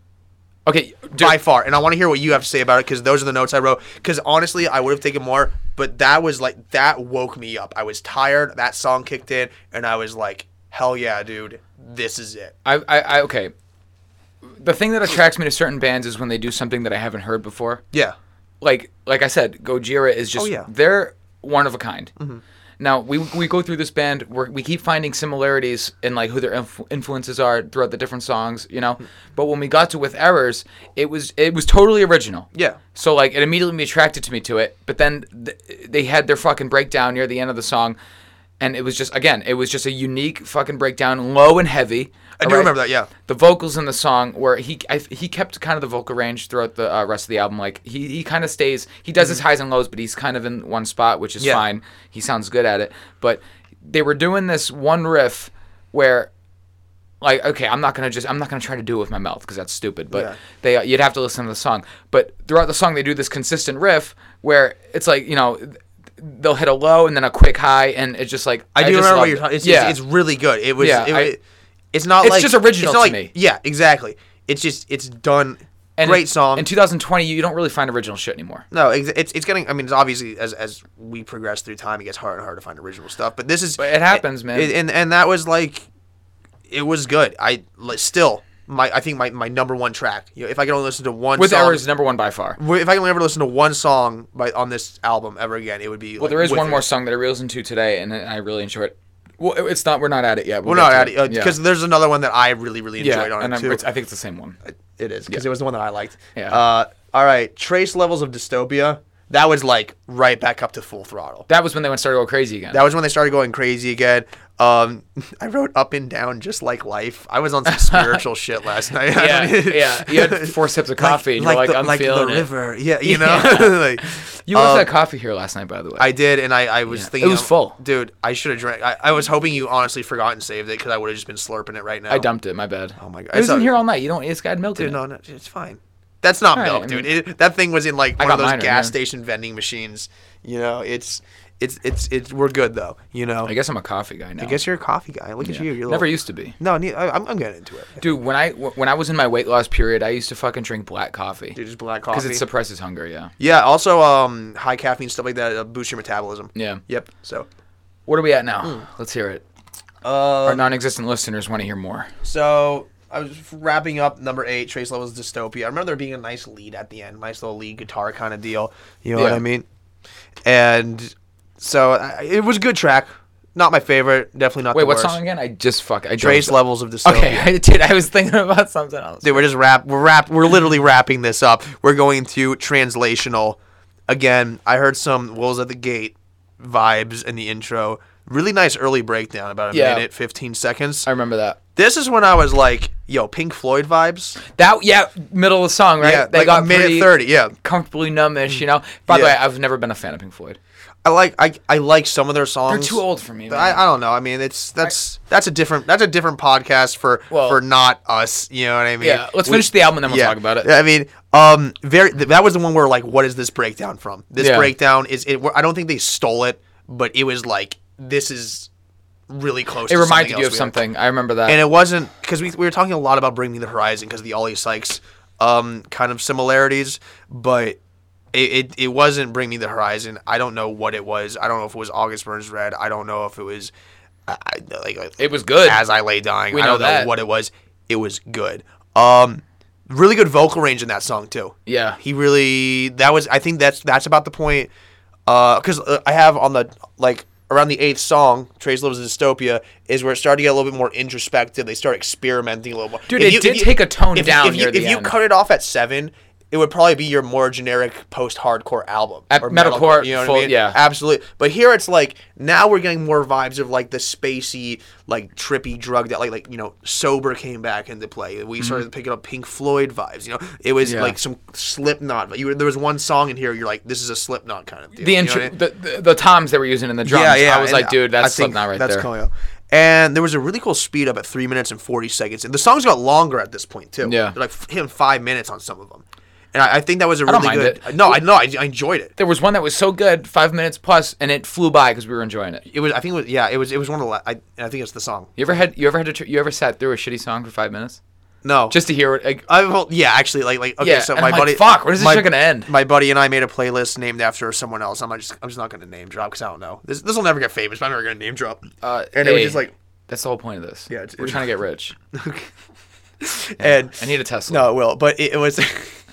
Speaker 1: okay, dude,
Speaker 2: by far, and I want to hear what you have to say about it because those are the notes I wrote. Because honestly, I would have taken more, but that was like that woke me up. I was tired. That song kicked in, and I was like, hell yeah, dude, this is it.
Speaker 1: I, I, I, okay. The thing that attracts me to certain bands is when they do something that I haven't heard before.
Speaker 2: Yeah.
Speaker 1: like like I said, Gojira is just
Speaker 2: Oh, yeah. Mm-hmm.
Speaker 1: they're one of a kind. Now we we go through this band, we're, we keep finding similarities in like who their influ- influences are throughout the different songs, you
Speaker 2: Hmm.
Speaker 1: know. But when we got to with errors, it was it was totally original.
Speaker 2: Yeah.
Speaker 1: So like it immediately attracted to me to it, but then th- they had their fucking breakdown near the end of the song. And it was just again, it was just a unique fucking breakdown, low and heavy.
Speaker 2: I do remember that, yeah.
Speaker 1: the vocals in the song where he I, he kept kind of the vocal range throughout the uh, rest of the album. Like he, he kind of stays, he does his highs and lows, but he's kind of in one spot, which is
Speaker 2: Mm. Yeah.
Speaker 1: fine. He sounds good at it. But they were doing this one riff where, like, okay, I'm not gonna just I'm not gonna try to do it with my mouth because that's stupid. But
Speaker 2: Yeah.
Speaker 1: they uh, you'd have to listen to the song. But throughout the song, they do this consistent riff where it's like you know. th- They'll hit a low and then a quick high, and it's just like
Speaker 2: I do
Speaker 1: just
Speaker 2: remember
Speaker 1: loved
Speaker 2: what you're
Speaker 1: it.
Speaker 2: talking. It's,
Speaker 1: yeah,
Speaker 2: it's, it's really good. It was.
Speaker 1: Yeah,
Speaker 2: it,
Speaker 1: I-
Speaker 2: it- it's not.
Speaker 1: It's
Speaker 2: like,
Speaker 1: just original
Speaker 2: it's not
Speaker 1: to
Speaker 2: like-
Speaker 1: me.
Speaker 2: Yeah, exactly. It's just it's done.
Speaker 1: And
Speaker 2: great
Speaker 1: in-
Speaker 2: song.
Speaker 1: In 2020, you you don't really find original shit anymore.
Speaker 2: no, ex- it's it's getting. I mean, it's obviously as as we progress through time, it gets harder and harder to find original stuff. But this is.
Speaker 1: But it happens, man.
Speaker 2: it- and and that was like, it was good. I li- still my I think my, my number one track. You know, if I could only listen to one
Speaker 1: With
Speaker 2: song,
Speaker 1: errors, number one by far.
Speaker 2: if I can only ever listen to one song by on this album ever again, it would be.
Speaker 1: Well, there is one more song that I really listened to today, and I really enjoy it. Well, it- it's not. We're not at it yet.
Speaker 2: We're not at it because uh, there's another one that I really really
Speaker 1: yeah,
Speaker 2: enjoyed on
Speaker 1: and
Speaker 2: it
Speaker 1: I'm,
Speaker 2: too.
Speaker 1: it's- I think it's the same one.
Speaker 2: It is because it was the one that I liked.
Speaker 1: Yeah.
Speaker 2: Uh, all right, Trace Levels of Dystopia. That was like right back up to full throttle.
Speaker 1: That was when they went started going crazy again.
Speaker 2: That was when they started going crazy again. Um, I wrote up and down just like life. I was on some spiritual shit last night. I
Speaker 1: yeah,
Speaker 2: don't-
Speaker 1: yeah. You had four sips of coffee, and you're like,
Speaker 2: the,
Speaker 1: I'm feeling
Speaker 2: the
Speaker 1: it.
Speaker 2: river. Yeah, you know. like, um,
Speaker 1: You left that coffee here last night, by the way.
Speaker 2: I did, and I, I was thinking
Speaker 1: It was
Speaker 2: I'm-
Speaker 1: full.
Speaker 2: dude. I should have drank. I, I was hoping you honestly forgot and saved it because I would have just been slurping it right now.
Speaker 1: I dumped it. My bad. Oh
Speaker 2: my God.
Speaker 1: It was
Speaker 2: It's
Speaker 1: in
Speaker 2: all-
Speaker 1: here all night. You don't. It's got milk in it.
Speaker 2: No, no, it's fine. That's not
Speaker 1: All right,
Speaker 2: milk,
Speaker 1: I
Speaker 2: dude. It, that thing was in like one
Speaker 1: got
Speaker 2: of those
Speaker 1: mine right
Speaker 2: gas
Speaker 1: here.
Speaker 2: station vending machines. You know, it's it's it's it's we're good though. You know,
Speaker 1: I guess I'm a coffee guy now.
Speaker 2: I guess you're a coffee guy. Look at you. You're
Speaker 1: never
Speaker 2: a little-
Speaker 1: used to be.
Speaker 2: No, ne- I, I'm, I'm getting into it.
Speaker 1: Dude, when I when I was in my weight loss period, I used to fucking drink black coffee
Speaker 2: Dude, just black
Speaker 1: because
Speaker 2: coffee.
Speaker 1: it suppresses hunger. Yeah.
Speaker 2: yeah. Also, um, high caffeine stuff like that uh, boosts your metabolism.
Speaker 1: Yeah.
Speaker 2: Yep. So,
Speaker 1: What are we at now? Let's hear it.
Speaker 2: uh,
Speaker 1: Our non-existent listeners want to hear more.
Speaker 2: so I was wrapping up number eight, Trace Levels Dystopia. I remember there being a nice lead at the end, nice little lead guitar kind of deal. You know what
Speaker 1: Yeah.
Speaker 2: I mean? And so I, it was a good track. Not my favorite. Definitely not
Speaker 1: Wait,
Speaker 2: the
Speaker 1: what
Speaker 2: worst.
Speaker 1: song again? I just fuck. I
Speaker 2: Trace
Speaker 1: dozed-
Speaker 2: Levels of Dystopia.
Speaker 1: Okay, I did. I was thinking about something else.
Speaker 2: Dude, we're just wrap. We're wrap. We're literally wrapping this up. We're going to translational. Again, I heard some Wolves at the Gate vibes in the intro. Really nice early breakdown, about a
Speaker 1: Yeah.
Speaker 2: minute, fifteen seconds.
Speaker 1: I remember that.
Speaker 2: This is when I was like, "Yo, Pink Floyd vibes."
Speaker 1: That yeah, middle of the song, right?
Speaker 2: Yeah, like a minute
Speaker 1: pretty
Speaker 2: thirty. Yeah,
Speaker 1: comfortably numbish, you know. By the
Speaker 2: Yeah.
Speaker 1: way, I've never been a fan of Pink Floyd.
Speaker 2: I like I, I like some of their
Speaker 1: They're
Speaker 2: songs.
Speaker 1: too old for me. Man.
Speaker 2: I, I don't know. I mean, it's that's that's a different that's a different podcast for
Speaker 1: Well-
Speaker 2: for not us. You know what I mean?
Speaker 1: yeah, let's
Speaker 2: We-
Speaker 1: finish the album and then we'll
Speaker 2: yeah.
Speaker 1: talk about it.
Speaker 2: I mean, um, very th- that was the one where like, what is this breakdown from? This
Speaker 1: Yeah.
Speaker 2: breakdown is it? I don't think they stole it, but it was like this is really close.
Speaker 1: It
Speaker 2: to
Speaker 1: reminded
Speaker 2: something
Speaker 1: you of
Speaker 2: else we heard.
Speaker 1: something. I remember that.
Speaker 2: and it wasn't because we, we were talking a lot about Bring Me the Horizon because the Ollie Sykes um, kind of similarities, but it, it, it wasn't Bring Me the Horizon. I don't know what it was. I don't know if it was August Burns Red. I don't know if it was I, I, like uh,
Speaker 1: It was good.
Speaker 2: As I Lay Dying.
Speaker 1: We
Speaker 2: I
Speaker 1: know
Speaker 2: don't
Speaker 1: that.
Speaker 2: know what it was. It was good. Um, really good vocal range in that song too.
Speaker 1: Yeah.
Speaker 2: he really that was. I think that's that's about the point. Because uh, I have on the like around the eighth song, Trace Lives in Dystopia, is where it started to get a little bit more introspective. They start experimenting a little more.
Speaker 1: Dude, it did take a tone
Speaker 2: if,
Speaker 1: down
Speaker 2: If, you,
Speaker 1: near the
Speaker 2: if you
Speaker 1: end.
Speaker 2: cut it off at seven. It would probably be your more generic post-hardcore album,
Speaker 1: At- metalcore, full- yeah.
Speaker 2: absolutely. But here it's like now we're getting more vibes of like the spacey, like trippy drug that like like you know sober came back into play. We started picking up Pink Floyd vibes. You know, it was
Speaker 1: Mm-hmm. Yeah.
Speaker 2: like some Slipknot. You were, there was one song in here. You're like, this is a Slipknot kind of thing.
Speaker 1: the intro, the, the the toms they were using in the drums. I was
Speaker 2: and uh,
Speaker 1: like, dude, that's
Speaker 2: I think
Speaker 1: Slipknot right
Speaker 2: that's
Speaker 1: there.
Speaker 2: Koyo. And there was a really cool speed up at three minutes and forty seconds, and the songs got longer at this point too.
Speaker 1: Yeah.
Speaker 2: They're like f- hitting five minutes on some of them, and I, I think that was a
Speaker 1: don't
Speaker 2: really
Speaker 1: mind
Speaker 2: good. No, I no, I, I enjoyed it.
Speaker 1: There was one that was so good, five minutes plus, and it flew by because we were enjoying it.
Speaker 2: It was, I think, it was, yeah, it was, it was one of the. La- I, and I think it's the song.
Speaker 1: You ever had you ever had to tr- you ever sat through a shitty song for five minutes
Speaker 2: No,
Speaker 1: just to hear it? Like,
Speaker 2: I well, yeah, actually, like, like, okay,
Speaker 1: Yeah,
Speaker 2: so
Speaker 1: and
Speaker 2: my
Speaker 1: I'm like,
Speaker 2: buddy,
Speaker 1: "Fuck, when is this
Speaker 2: my-
Speaker 1: shit gonna end?"
Speaker 2: My buddy and I made a playlist named after someone else. I'm not just, I'm just not gonna name drop because I don't know. This, this will never get famous. But I'm never gonna name drop.
Speaker 1: uh,
Speaker 2: and it was
Speaker 1: hey,
Speaker 2: just like,
Speaker 1: that's the whole point of this.
Speaker 2: Yeah, it's-
Speaker 1: we're trying to get rich.
Speaker 2: and
Speaker 1: I need a Tesla.
Speaker 2: no, it will. But it, it was,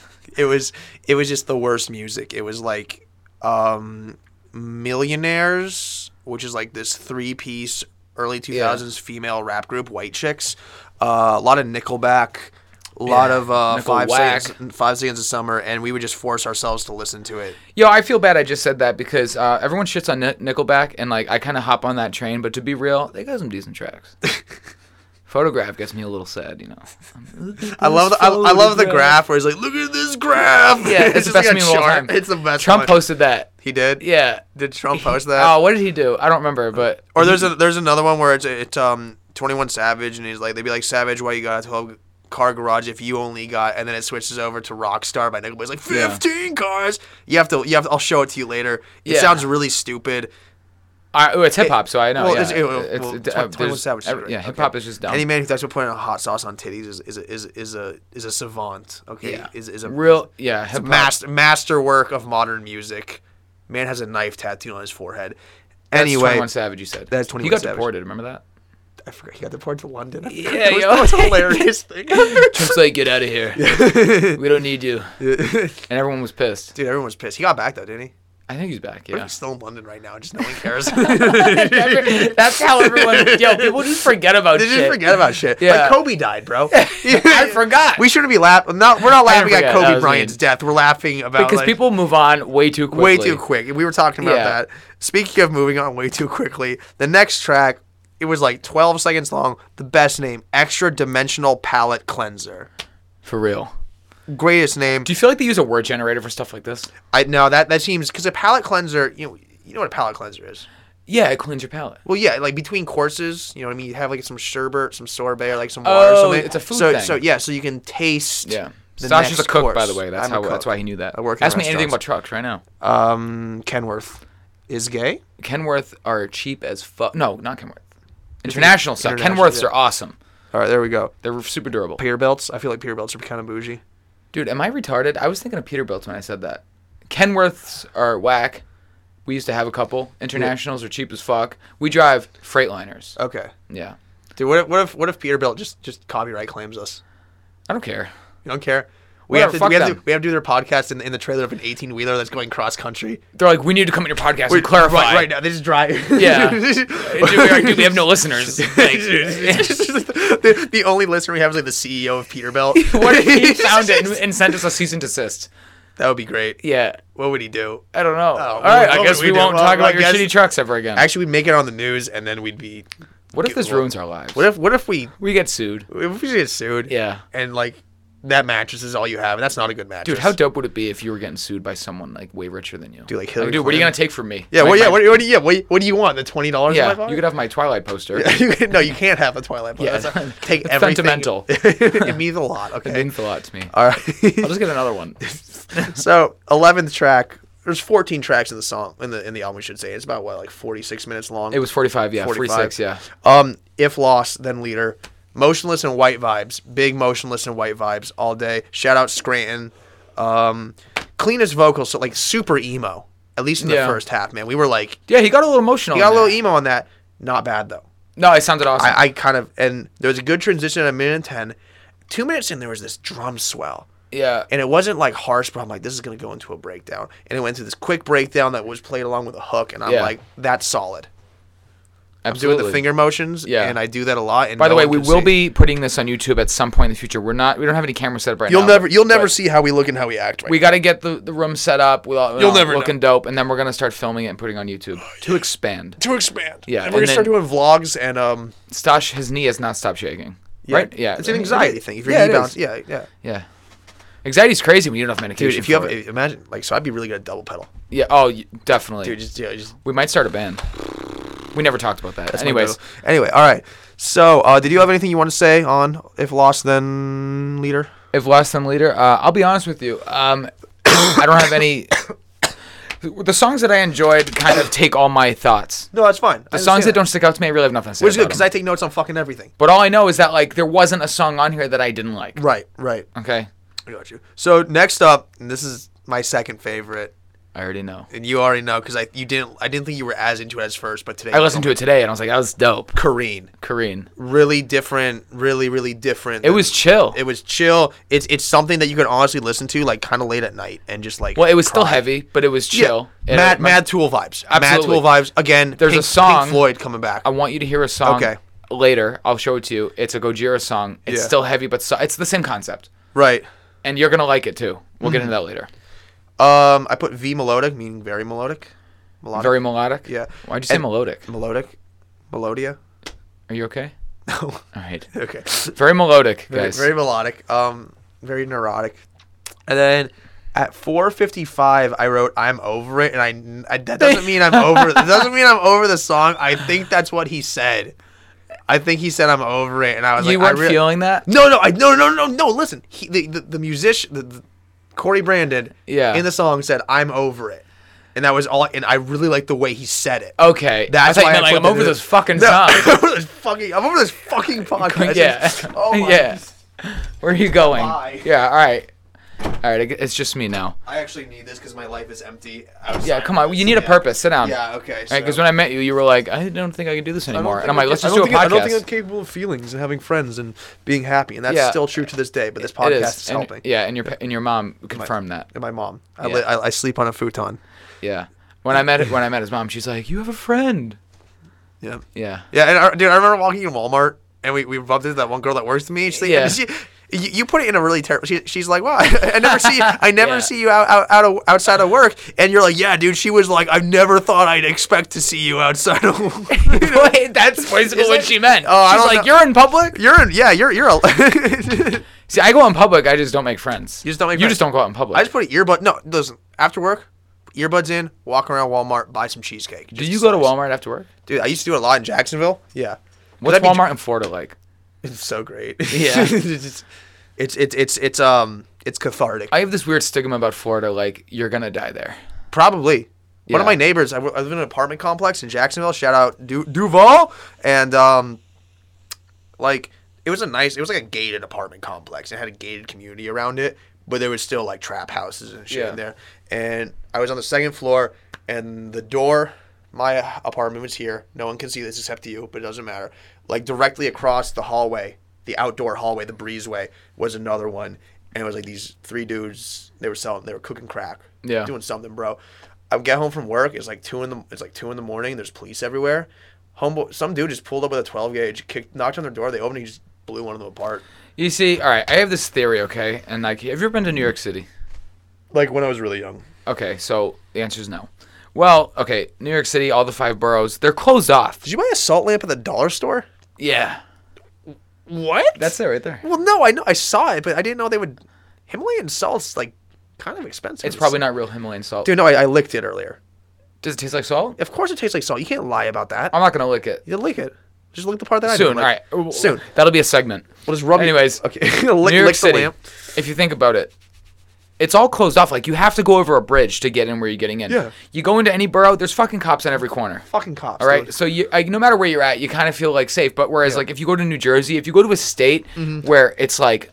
Speaker 2: it was, it was just the worst music. It was like, um, millionaires, which is like this three piece early 2000s female rap group, white chicks. Uh, a lot of Nickelback. A lot
Speaker 1: Yeah,
Speaker 2: of uh,
Speaker 1: Nickel
Speaker 2: five
Speaker 1: Whack.
Speaker 2: seconds, five seconds of summer, and we would just force ourselves to listen to it.
Speaker 1: Yo, I feel bad I just said that because uh, everyone shits on Ni- Nickelback, and like I kind of hop on that train. But to be real, they got some decent tracks. Photograph gets me a little sad, you know.
Speaker 2: I love the I, I love the graph where he's like, look at this graph.
Speaker 1: Yeah, it's, the
Speaker 2: just
Speaker 1: best
Speaker 2: like a
Speaker 1: meme of all
Speaker 2: chart.
Speaker 1: time.
Speaker 2: It's the best.
Speaker 1: Trump
Speaker 2: one.
Speaker 1: posted that.
Speaker 2: He did.
Speaker 1: Yeah.
Speaker 2: Did Trump post that?
Speaker 1: Oh, what did he do? I don't remember, but
Speaker 2: Or there's a there's another one where it's it's um 21 Savage and he's like they'd be like Savage why you got a 12 car garage if you only got and then it switches over to Rockstar by Nickelback. It's like
Speaker 1: Yeah.
Speaker 2: 15 cars. You have to you have to, I'll show it to you later. It
Speaker 1: Yeah.
Speaker 2: sounds really stupid.
Speaker 1: I, oh, it's hip hop, so I know.
Speaker 2: well,
Speaker 1: yeah.
Speaker 2: it's- it- well,
Speaker 1: it-
Speaker 2: Twen-
Speaker 1: uh,
Speaker 2: 21
Speaker 1: there's-
Speaker 2: Savage
Speaker 1: every-
Speaker 2: shit,
Speaker 1: yeah,
Speaker 2: right?
Speaker 1: hip hop is just dumb.
Speaker 2: Any man who thinks about putting a hot sauce on titties is is a, is is a is a savant. Okay,
Speaker 1: Yeah.
Speaker 2: is is a
Speaker 1: Real, yeah, hip hop.
Speaker 2: master masterwork of modern music. Man has a knife tattooed on his forehead.
Speaker 1: That's
Speaker 2: Anyway,
Speaker 1: 21 Savage, you said.
Speaker 2: That's
Speaker 1: He
Speaker 2: 21
Speaker 1: got
Speaker 2: Savage.
Speaker 1: deported. Remember that?
Speaker 2: I forgot he got deported to London.
Speaker 1: Yeah,
Speaker 2: that was,
Speaker 1: yo.
Speaker 2: that was a hilarious thing.
Speaker 1: Trump's like, get out of here. we don't need you.
Speaker 2: Dude,
Speaker 1: And everyone was pissed.
Speaker 2: everyone was pissed. He got back though, didn't he?
Speaker 1: I think he's back.
Speaker 2: But
Speaker 1: Yeah.
Speaker 2: He's still in London right now. Just no one cares.
Speaker 1: Every- That's how everyone. Yo, people just forget about
Speaker 2: They
Speaker 1: shit.
Speaker 2: just forget about shit.
Speaker 1: Yeah.
Speaker 2: Like Kobe died, bro.
Speaker 1: I forgot.
Speaker 2: We shouldn't be laughing. Not we're not laughing at
Speaker 1: forget. That
Speaker 2: Kobe
Speaker 1: was
Speaker 2: Bryant's
Speaker 1: mean.
Speaker 2: death. We're laughing about
Speaker 1: because
Speaker 2: like,
Speaker 1: people move on way too quickly.
Speaker 2: way too quick. We were talking about
Speaker 1: Yeah.
Speaker 2: that. Speaking of moving on way too quickly, the next track it was like 12 seconds long. The best name, Extra Dimensional Palette Cleanser.
Speaker 1: For real.
Speaker 2: Greatest name.
Speaker 1: Do you feel like they use a word generator for stuff like this?
Speaker 2: I know that that seems because a palette cleanser. You know, you know what a palette cleanser is.
Speaker 1: Yeah, it cleans your palate.
Speaker 2: Well, yeah, like between courses, you know what I mean. You have like some sherbet, some sorbet, or like some water. or
Speaker 1: Oh,
Speaker 2: something.
Speaker 1: it's a food
Speaker 2: so,
Speaker 1: thing.
Speaker 2: So yeah, so you can taste.
Speaker 1: Yeah.
Speaker 2: the
Speaker 1: Stash is a
Speaker 2: next
Speaker 1: cook, by
Speaker 2: course.
Speaker 1: the way. That's
Speaker 2: I'm a
Speaker 1: how. That's
Speaker 2: cook.
Speaker 1: why he knew that.
Speaker 2: I work in
Speaker 1: Ask me anything about
Speaker 2: restaurants.
Speaker 1: trucks right now.
Speaker 2: Um, Kenworth is gay.
Speaker 1: Kenworth are cheap as fuck. No, not Kenworth. International stuff.
Speaker 2: international,
Speaker 1: Kenworths
Speaker 2: yeah.
Speaker 1: are awesome.
Speaker 2: All right, there we go.
Speaker 1: They're super durable.
Speaker 2: Peterbilts. I feel like Peterbilts are kind of bougie.
Speaker 1: Dude, am I retarded? I was thinking of Peterbilt when I said that. Kenworths are whack. We used to have a couple. Internationals are cheap as fuck. We drive Freightliners.
Speaker 2: Okay.
Speaker 1: Yeah.
Speaker 2: Dude, what if, what if what if Peterbilt just just copyright claims us?
Speaker 1: I don't care.
Speaker 2: You don't care. We
Speaker 1: Whatever,
Speaker 2: have to we
Speaker 1: fuck
Speaker 2: have to,
Speaker 1: them.
Speaker 2: we have to do their podcast in, in the trailer of an eighteen wheeler that's going cross country.
Speaker 1: They're like, we need to come in your podcast and clarify.
Speaker 2: right, right now. They just drive.
Speaker 1: Yeah. Dude, we, are- dude, we have no listeners. Like,
Speaker 2: the, the only listener we have is like the CEO of Peterbilt.
Speaker 1: what if he found it and, and sent us a cease and desist?
Speaker 2: That would be great.
Speaker 1: Yeah,
Speaker 2: What would he do?
Speaker 1: I don't know. All
Speaker 2: what
Speaker 1: right,
Speaker 2: would-
Speaker 1: I
Speaker 2: what
Speaker 1: guess
Speaker 2: would
Speaker 1: we,
Speaker 2: we do?
Speaker 1: won't
Speaker 2: Oh, Well,
Speaker 1: talk
Speaker 2: I
Speaker 1: about your
Speaker 2: guess-
Speaker 1: shitty trucks ever again.
Speaker 2: Actually, we'd make it on the news, and then we'd be.
Speaker 1: what if this
Speaker 2: well,
Speaker 1: ruins our lives?
Speaker 2: What if? What if we?
Speaker 1: we get sued?
Speaker 2: If we get sued?
Speaker 1: Yeah.
Speaker 2: And like, that mattress is all you have, and that's not a good mattress.
Speaker 1: Dude, how dope would it be if you were getting sued by someone like way richer than you?
Speaker 2: Dude, like Hillary
Speaker 1: dude, what are you
Speaker 2: Clinton.
Speaker 1: gonna take from me?
Speaker 2: Yeah.
Speaker 1: Like,
Speaker 2: Well, yeah.
Speaker 1: my-
Speaker 2: What, what, do you- yeah. What, what do you want? The twenty dollars?
Speaker 1: yeah, you could have my Twilight poster.
Speaker 2: You could- no, you can't have the Twilight. Book.
Speaker 1: Yeah.
Speaker 2: That's a, take
Speaker 1: It's
Speaker 2: everything.
Speaker 1: sentimental.
Speaker 2: it means a lot. Okay.
Speaker 1: It means a lot to me.
Speaker 2: All
Speaker 1: I'll
Speaker 2: right.
Speaker 1: just get another one.
Speaker 2: so eleventh track. There's 14 tracks in the song in the in the album. We should say it's about what like 46 minutes long.
Speaker 1: It was 45, yeah,
Speaker 2: 45.
Speaker 1: 46, yeah.
Speaker 2: Um, if lost, then leader. Motionless and white vibes. Big motionless and white vibes all day. Shout out Scranton. Um, cleanest vocals, so like super emo. At least in the
Speaker 1: Yeah. Oh,
Speaker 2: first half, man. We were like,
Speaker 1: Yeah, he got a little emotional.
Speaker 2: we got a
Speaker 1: on
Speaker 2: little
Speaker 1: that.
Speaker 2: emo on that. Not bad though.
Speaker 1: no, it sounded awesome.
Speaker 2: I, I kind of and there was a good transition at a minute and ten. Two minutes in, there was this drum swell.
Speaker 1: yeah.
Speaker 2: And it wasn't like harsh, but I'm like, this is gonna go into a breakdown. And it went to this quick breakdown that was played along with a hook, and I'm
Speaker 1: Yeah.
Speaker 2: like, that's solid.
Speaker 1: absolutely.
Speaker 2: Doing the finger motions,
Speaker 1: Yeah.
Speaker 2: and I do that a lot. And
Speaker 1: By the
Speaker 2: no
Speaker 1: way,
Speaker 2: one
Speaker 1: we
Speaker 2: can
Speaker 1: will
Speaker 2: see.
Speaker 1: be putting this on YouTube at some point in the future. We're not. We don't have any cameras set up right
Speaker 2: You'll
Speaker 1: now.
Speaker 2: never,
Speaker 1: but-
Speaker 2: you'll never
Speaker 1: but
Speaker 2: see how we look and how we act. Right
Speaker 1: We got to get the, the room set up. With all, you
Speaker 2: You'll
Speaker 1: know,
Speaker 2: never know. Oh,
Speaker 1: looking dope, and then we're gonna start filming it and putting it on YouTube to expand.
Speaker 2: now. to expand.
Speaker 1: Yeah,
Speaker 2: and we're
Speaker 1: and
Speaker 2: gonna start
Speaker 1: then-
Speaker 2: doing vlogs and um,
Speaker 1: Stash, his knee has not stopped shaking.
Speaker 2: yeah,
Speaker 1: Right? Yeah.
Speaker 2: it's
Speaker 1: I
Speaker 2: an
Speaker 1: mean,
Speaker 2: anxiety thing. If you're
Speaker 1: yeah,
Speaker 2: yeah,
Speaker 1: it is.
Speaker 2: bounce, yeah, yeah.
Speaker 1: Yeah. Anxiety's crazy when you don't have medication.
Speaker 2: Dude, if you
Speaker 1: for
Speaker 2: have,
Speaker 1: it.
Speaker 2: imagine like, so I'd be really good at double pedal.
Speaker 1: yeah. Oh, y- definitely.
Speaker 2: Dude, just yeah, just
Speaker 1: we might start a band. We never talked about that.
Speaker 2: That's my
Speaker 1: Anyways,
Speaker 2: go-to. anyway, all right. So, uh, did you have anything you want to say on if lost then leader?
Speaker 1: if last time leader, uh, I'll be honest with you. Um, I don't have any. The songs that I enjoyed kind of take all my thoughts.
Speaker 2: No, that's fine.
Speaker 1: The songs that don't stick out to me, I really have nothing to say.
Speaker 2: which is good
Speaker 1: about
Speaker 2: because
Speaker 1: them.
Speaker 2: I take notes on fucking everything.
Speaker 1: But all I know is that like there wasn't a song on here that I didn't like.
Speaker 2: Right, right.
Speaker 1: Okay,
Speaker 2: I got you. So next up, and this is my second favorite,
Speaker 1: I already know.
Speaker 2: and you already know because I you didn't I didn't think you were as into it as first, but today
Speaker 1: I listened to it today and I was like, that was dope.
Speaker 2: Kareen.
Speaker 1: Kareen,
Speaker 2: Really different, really really different.
Speaker 1: it was chill.
Speaker 2: It was chill. It's it's something that you could honestly listen to like kind of late at night and just like.
Speaker 1: well, it was still
Speaker 2: cry.
Speaker 1: heavy, but it was chill.
Speaker 2: Yeah.
Speaker 1: It-
Speaker 2: Mad,
Speaker 1: my-
Speaker 2: Mad Tool vibes.
Speaker 1: Absolutely.
Speaker 2: Mad Tool vibes. Again,
Speaker 1: There's a
Speaker 2: Pink-
Speaker 1: song-
Speaker 2: Pink Floyd coming back.
Speaker 1: I want you to hear a song.
Speaker 2: Okay.
Speaker 1: Later, I'll show it to you. It's a Gojira song. It's
Speaker 2: Yeah.
Speaker 1: still heavy, but so, it's the same concept,
Speaker 2: right.
Speaker 1: and you're gonna like it too. We'll
Speaker 2: Mm-hmm.
Speaker 1: get into that later.
Speaker 2: Um, I put V melodic, meaning very melodic. Melodic.
Speaker 1: Very melodic.
Speaker 2: Yeah.
Speaker 1: Why'd you say
Speaker 2: And-
Speaker 1: melodic?
Speaker 2: melodic. Melodia.
Speaker 1: Are you okay?
Speaker 2: No.
Speaker 1: All right.
Speaker 2: okay.
Speaker 1: Very melodic,
Speaker 2: Very,
Speaker 1: guys.
Speaker 2: very melodic. Um, very neurotic. And then at 4:55, I wrote "I'm over it," and I, I that doesn't mean I'm over. It doesn't mean I'm over the song. I think that's what he said. I think he said "I'm over it," and I was
Speaker 1: you
Speaker 2: like,
Speaker 1: weren't
Speaker 2: I rea-
Speaker 1: feeling that.
Speaker 2: No, no, I no, no, no, no. Listen, he, the, the the musician, the, the Corey Brandon,
Speaker 1: Yeah.
Speaker 2: in the song said, "I'm over it," and that was all. And I really liked the way he said it.
Speaker 1: Okay.
Speaker 2: That's
Speaker 1: Oh, I thought
Speaker 2: why
Speaker 1: you meant,
Speaker 2: I
Speaker 1: like
Speaker 2: put
Speaker 1: I'm
Speaker 2: that
Speaker 1: over
Speaker 2: in.
Speaker 1: this fucking
Speaker 2: No,
Speaker 1: song.
Speaker 2: I'm over this fucking. I'm over this fucking podcast.
Speaker 1: yeah.
Speaker 2: Oh my.
Speaker 1: yeah. Where are you going?
Speaker 2: Bye.
Speaker 1: Yeah. All right. All right. I gu- It's just me now.
Speaker 2: I actually need this because my life is empty. outside
Speaker 1: Yeah.
Speaker 2: of
Speaker 1: Come on.
Speaker 2: this.
Speaker 1: You need a
Speaker 2: Yeah.
Speaker 1: purpose. Sit down.
Speaker 2: Yeah. Okay.
Speaker 1: Right. Because when I met you, you were like, I don't think I can do this anymore, and I'm like, let's just
Speaker 2: I
Speaker 1: do
Speaker 2: don't
Speaker 1: a
Speaker 2: think- I
Speaker 1: podcast.
Speaker 2: don't think I'm capable of feelings and having friends and being happy, and that's
Speaker 1: Yeah.
Speaker 2: still true to this day. But this
Speaker 1: It
Speaker 2: podcast
Speaker 1: is.
Speaker 2: is,
Speaker 1: and,
Speaker 2: helping.
Speaker 1: Yeah. And your pa- and your mom confirmed that.
Speaker 2: And my mom, I,
Speaker 1: Yeah.
Speaker 2: li- I, I sleep on a futon.
Speaker 1: Yeah. When I met when I met his mom, she's like, you have a friend.
Speaker 2: Yeah.
Speaker 1: Yeah.
Speaker 2: Yeah, and I, dude, I remember walking in Walmart and we, we bumped into that one girl that works with me. And she's like,
Speaker 1: Yeah.
Speaker 2: she, you, you put it in a really terrible. She, she's like, wow, I, never see, I never
Speaker 1: Yeah.
Speaker 2: see you out, out, out of, outside of work. And you're like, yeah, dude. She was like, I never thought I'd expect to see you outside of. work.
Speaker 1: Wait, that's basically
Speaker 2: Is
Speaker 1: what
Speaker 2: it?
Speaker 1: she meant.
Speaker 2: Oh, I
Speaker 1: she's
Speaker 2: don't
Speaker 1: like,
Speaker 2: know.
Speaker 1: you're in public.
Speaker 2: You're in, yeah, you're you're. A, I
Speaker 1: See, I go in public. I just don't make friends.
Speaker 2: You just don't make
Speaker 1: You
Speaker 2: friends.
Speaker 1: just don't go out in public.
Speaker 2: just put an earbud. No, listen. After work, earbuds in, walk around Walmart, buy some cheesecake.
Speaker 1: Did you go to Walmart after work?
Speaker 2: Dude, I used to do it a lot in Jacksonville. Yeah. 'Cause
Speaker 1: What's
Speaker 2: I'd be-
Speaker 1: Walmart in Florida like?
Speaker 2: It's so great.
Speaker 1: Yeah.
Speaker 2: it's, it's it's it's it's um it's cathartic.
Speaker 1: I have this weird stigma about Florida, like you're gonna die there.
Speaker 2: Probably. One of
Speaker 1: Yeah.
Speaker 2: my neighbors, I, w- I live in an apartment complex in Jacksonville. Shout out du- Duval, and um, like it was a nice, it was like a gated apartment complex. It had a gated community around it, but there was still like trap houses and shit
Speaker 1: Yeah.
Speaker 2: in there. And I was on the second floor, and the door, my apartment was here. No one can see this except you, but it doesn't matter. like directly across the hallway, the outdoor hallway, the breezeway was another one, and it was like these three dudes. They were selling, they were cooking crack,
Speaker 1: Yeah.
Speaker 2: doing something, bro. I would get home from work. It's like two in the it's like two in the morning. There's police everywhere. Homeboy, some dude just pulled up with a 12 gauge, kicked, knocked on their door. They opened, it, he just blew one of them apart.
Speaker 1: You see, all right, I have this theory, okay? And like, have you ever been to New York City?
Speaker 2: Like when I was really young.
Speaker 1: Okay, so the answer is no. Well, okay, New York City, all the five boroughs, they're closed off.
Speaker 2: Did you buy a salt lamp at the dollar store?
Speaker 1: Yeah,
Speaker 2: What?
Speaker 1: that's it right there.
Speaker 2: well, no, I know I saw it, but I didn't know they would. Himalayan salt's like kind of expensive.
Speaker 1: It's probably not real Himalayan salt.
Speaker 2: Dude, no, I, I licked it earlier.
Speaker 1: Does it taste like salt?
Speaker 2: Of course, it tastes like salt. You can't lie about that.
Speaker 1: I'm not gonna lick it.
Speaker 2: You lick it. Just lick the part that I
Speaker 1: Um, Soon,
Speaker 2: didn't lick.
Speaker 1: all right.
Speaker 2: Soon.
Speaker 1: That'll be a segment.
Speaker 2: We'll just rub.
Speaker 1: Anyways,
Speaker 2: okay. lick,
Speaker 1: New York
Speaker 2: lick the
Speaker 1: City.
Speaker 2: lamp.
Speaker 1: If you think about it, it's all closed off. Like you have to go over a bridge to get in where you're getting in.
Speaker 2: Yeah.
Speaker 1: You go into any borough, there's fucking cops on every corner.
Speaker 2: Fucking cops.
Speaker 1: All right.
Speaker 2: dude.
Speaker 1: So you, like, no matter where you're at, you kind of feel like safe. But whereas, like, if you go to New Jersey, if you go to a state where it's like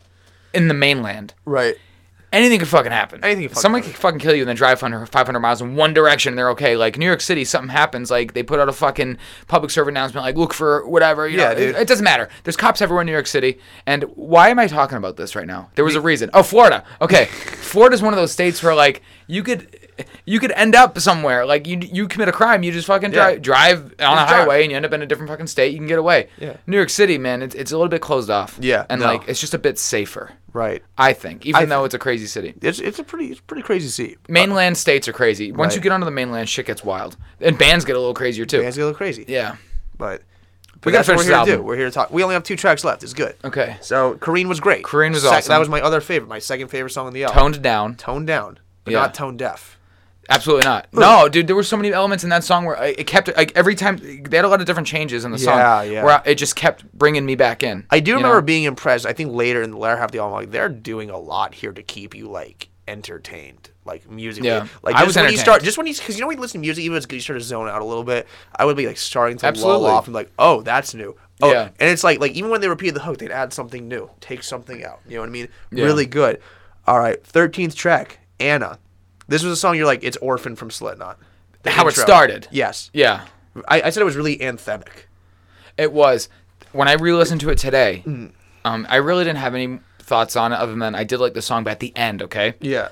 Speaker 1: in the mainland,
Speaker 2: Right.
Speaker 1: anything could fucking happen.
Speaker 2: Anything could fucking
Speaker 1: Someone
Speaker 2: happen.
Speaker 1: could fucking kill you and then drive 500, 500 miles in one direction and they're okay. Like New York City, something happens. Like they put out a fucking public servant announcement, like look for whatever. You
Speaker 2: Yeah,
Speaker 1: know,
Speaker 2: dude.
Speaker 1: It, it doesn't matter. There's cops everywhere in New York City. And why am I talking about this right now? There was a reason. Oh, Florida. Okay, Florida's one of those states where like you could. You could end up somewhere like you you commit a crime, you just fucking
Speaker 2: Yeah.
Speaker 1: drive drive on a
Speaker 2: drive.
Speaker 1: highway and you end up in a different fucking state. You can get away.
Speaker 2: Yeah.
Speaker 1: New York City, man, it's, it's a little bit closed off.
Speaker 2: Yeah,
Speaker 1: and
Speaker 2: no.
Speaker 1: like it's just a bit safer.
Speaker 2: Right.
Speaker 1: I think, even though it's a crazy city.
Speaker 2: It's it's a pretty it's a pretty crazy seat.
Speaker 1: Mainland states are crazy. Once you
Speaker 2: Right.
Speaker 1: get onto the mainland, shit gets wild, and bands get a little crazier too.
Speaker 2: Fans get a little crazy.
Speaker 1: Yeah.
Speaker 2: But, but
Speaker 1: We gotta
Speaker 2: that's
Speaker 1: finish
Speaker 2: what we're
Speaker 1: this
Speaker 2: here to do.
Speaker 1: album.
Speaker 2: We're here to talk. We only have two tracks left. It's good.
Speaker 1: Okay.
Speaker 2: So Kareen was great.
Speaker 1: Kareen was awesome.
Speaker 2: That was my other favorite. My second favorite song on the album.
Speaker 1: Toned down.
Speaker 2: Tone down, but
Speaker 1: Yeah.
Speaker 2: not tone deaf.
Speaker 1: Absolutely not. No, dude, there were so many elements in that song where I- it kept like every time they had a lot of different changes in the song.
Speaker 2: Yeah, yeah.
Speaker 1: Where I- it just kept bringing me back in.
Speaker 2: I do
Speaker 1: you know?
Speaker 2: remember being impressed. I think later in the latter half of the album, like they're doing a lot here to keep you like entertained, like musically.
Speaker 1: Yeah.
Speaker 2: like
Speaker 1: I
Speaker 2: just
Speaker 1: was
Speaker 2: when you
Speaker 1: entertained.
Speaker 2: start, just when you because you know when you listen to music, even if it's good, you start to zone out a little bit. I would be like starting to
Speaker 1: Absolutely.
Speaker 2: lull off and like, oh, that's new. Oh,
Speaker 1: Yeah.
Speaker 2: and it's like like even when they repeated the hook, they'd add something new, take something out. You know what I mean?
Speaker 1: Yeah.
Speaker 2: Really good. All right, thirteenth track, Anna. This was a song you're like, it's Orphan from Slipknot. The
Speaker 1: How it started.
Speaker 2: Yes,
Speaker 1: Yeah.
Speaker 2: I, I said it was really anthemic.
Speaker 1: It was. When I re-listened to it today,
Speaker 2: Mm.
Speaker 1: um, I really didn't have any thoughts on it other than I did like the song, but at the end, okay,
Speaker 2: Yeah,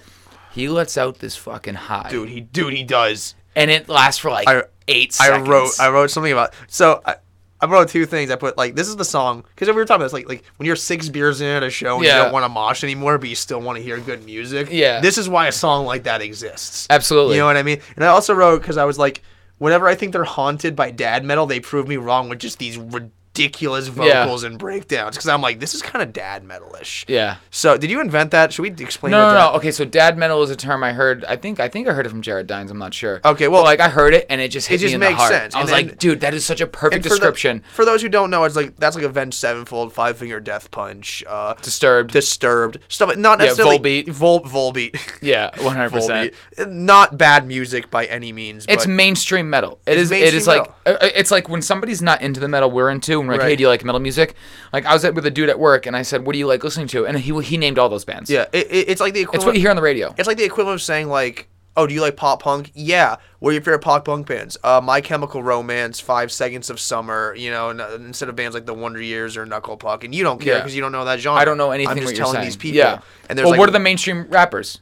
Speaker 1: he lets out this fucking high,
Speaker 2: dude, he dude he does.
Speaker 1: and it lasts for like
Speaker 2: I-
Speaker 1: eight.
Speaker 2: I
Speaker 1: seconds.
Speaker 2: wrote I wrote something about so I, I wrote two things. I put like this is the song because we were talking about this, like like when you're six beers in at a show and you
Speaker 1: Yeah.
Speaker 2: don't want to mosh anymore, but you still want to hear good music.
Speaker 1: Yeah.
Speaker 2: this is why a song like that exists.
Speaker 1: Absolutely.
Speaker 2: you know what I mean. And I also wrote because I was like, whenever I think they're haunted by dad metal, they prove me wrong with just these ridiculous
Speaker 1: Yeah.
Speaker 2: vocals and breakdowns. Because I'm like, this is kind of dad metalish.
Speaker 1: Yeah.
Speaker 2: So did you invent that? Should we explain?
Speaker 1: No,
Speaker 2: what
Speaker 1: no,
Speaker 2: that-
Speaker 1: no. Okay, so dad metal is a term I heard. I think I think I heard it from Jared Dines. I'm not sure.
Speaker 2: Okay, Oh, well-
Speaker 1: But, like I heard it and it just hit
Speaker 2: just
Speaker 1: me in the
Speaker 2: makes
Speaker 1: heart.
Speaker 2: sense,
Speaker 1: I
Speaker 2: and
Speaker 1: was
Speaker 2: then-
Speaker 1: like, dude, that is such a perfect
Speaker 2: And
Speaker 1: description.
Speaker 2: For, the, for those who don't know, it's like that's like Avenged Sevenfold, Five Finger Death Punch, uh,
Speaker 1: Disturbed.
Speaker 2: Disturbed stuff. like- Not
Speaker 1: Yeah,
Speaker 2: necessarily
Speaker 1: Volbeat.
Speaker 2: Vol, Volbeat.
Speaker 1: yeah, 100. percent
Speaker 2: Volbeat. Not bad music by any means.
Speaker 1: It's
Speaker 2: but
Speaker 1: mainstream metal. It is. It
Speaker 2: mainstream
Speaker 1: is like uh, uh, it's like when somebody's not into the metal we're into, and we're like,
Speaker 2: Right.
Speaker 1: hey, do you like metal music? Like I was at with a dude at work, and I said, what do you like listening to? And he he named all those bands.
Speaker 2: yeah, it, it- it's like the
Speaker 1: it's what
Speaker 2: equivalent.
Speaker 1: you hear on the radio.
Speaker 2: It's like the equivalent of saying like, "Oh, do you like pop punk? Yeah. What are your favorite pop punk bands? Uh, My Chemical Romance, Five Seconds of Summer. You know, and, uh, instead of bands like the Wonder Years or Knuckle Puck, and you don't care
Speaker 1: Yeah.
Speaker 2: because you don't know that genre.
Speaker 1: I don't know anything.
Speaker 2: I'm just
Speaker 1: what you're
Speaker 2: telling
Speaker 1: saying.
Speaker 2: these people.
Speaker 1: Yeah.
Speaker 2: And there's
Speaker 1: well,
Speaker 2: like,
Speaker 1: what are the mainstream rappers?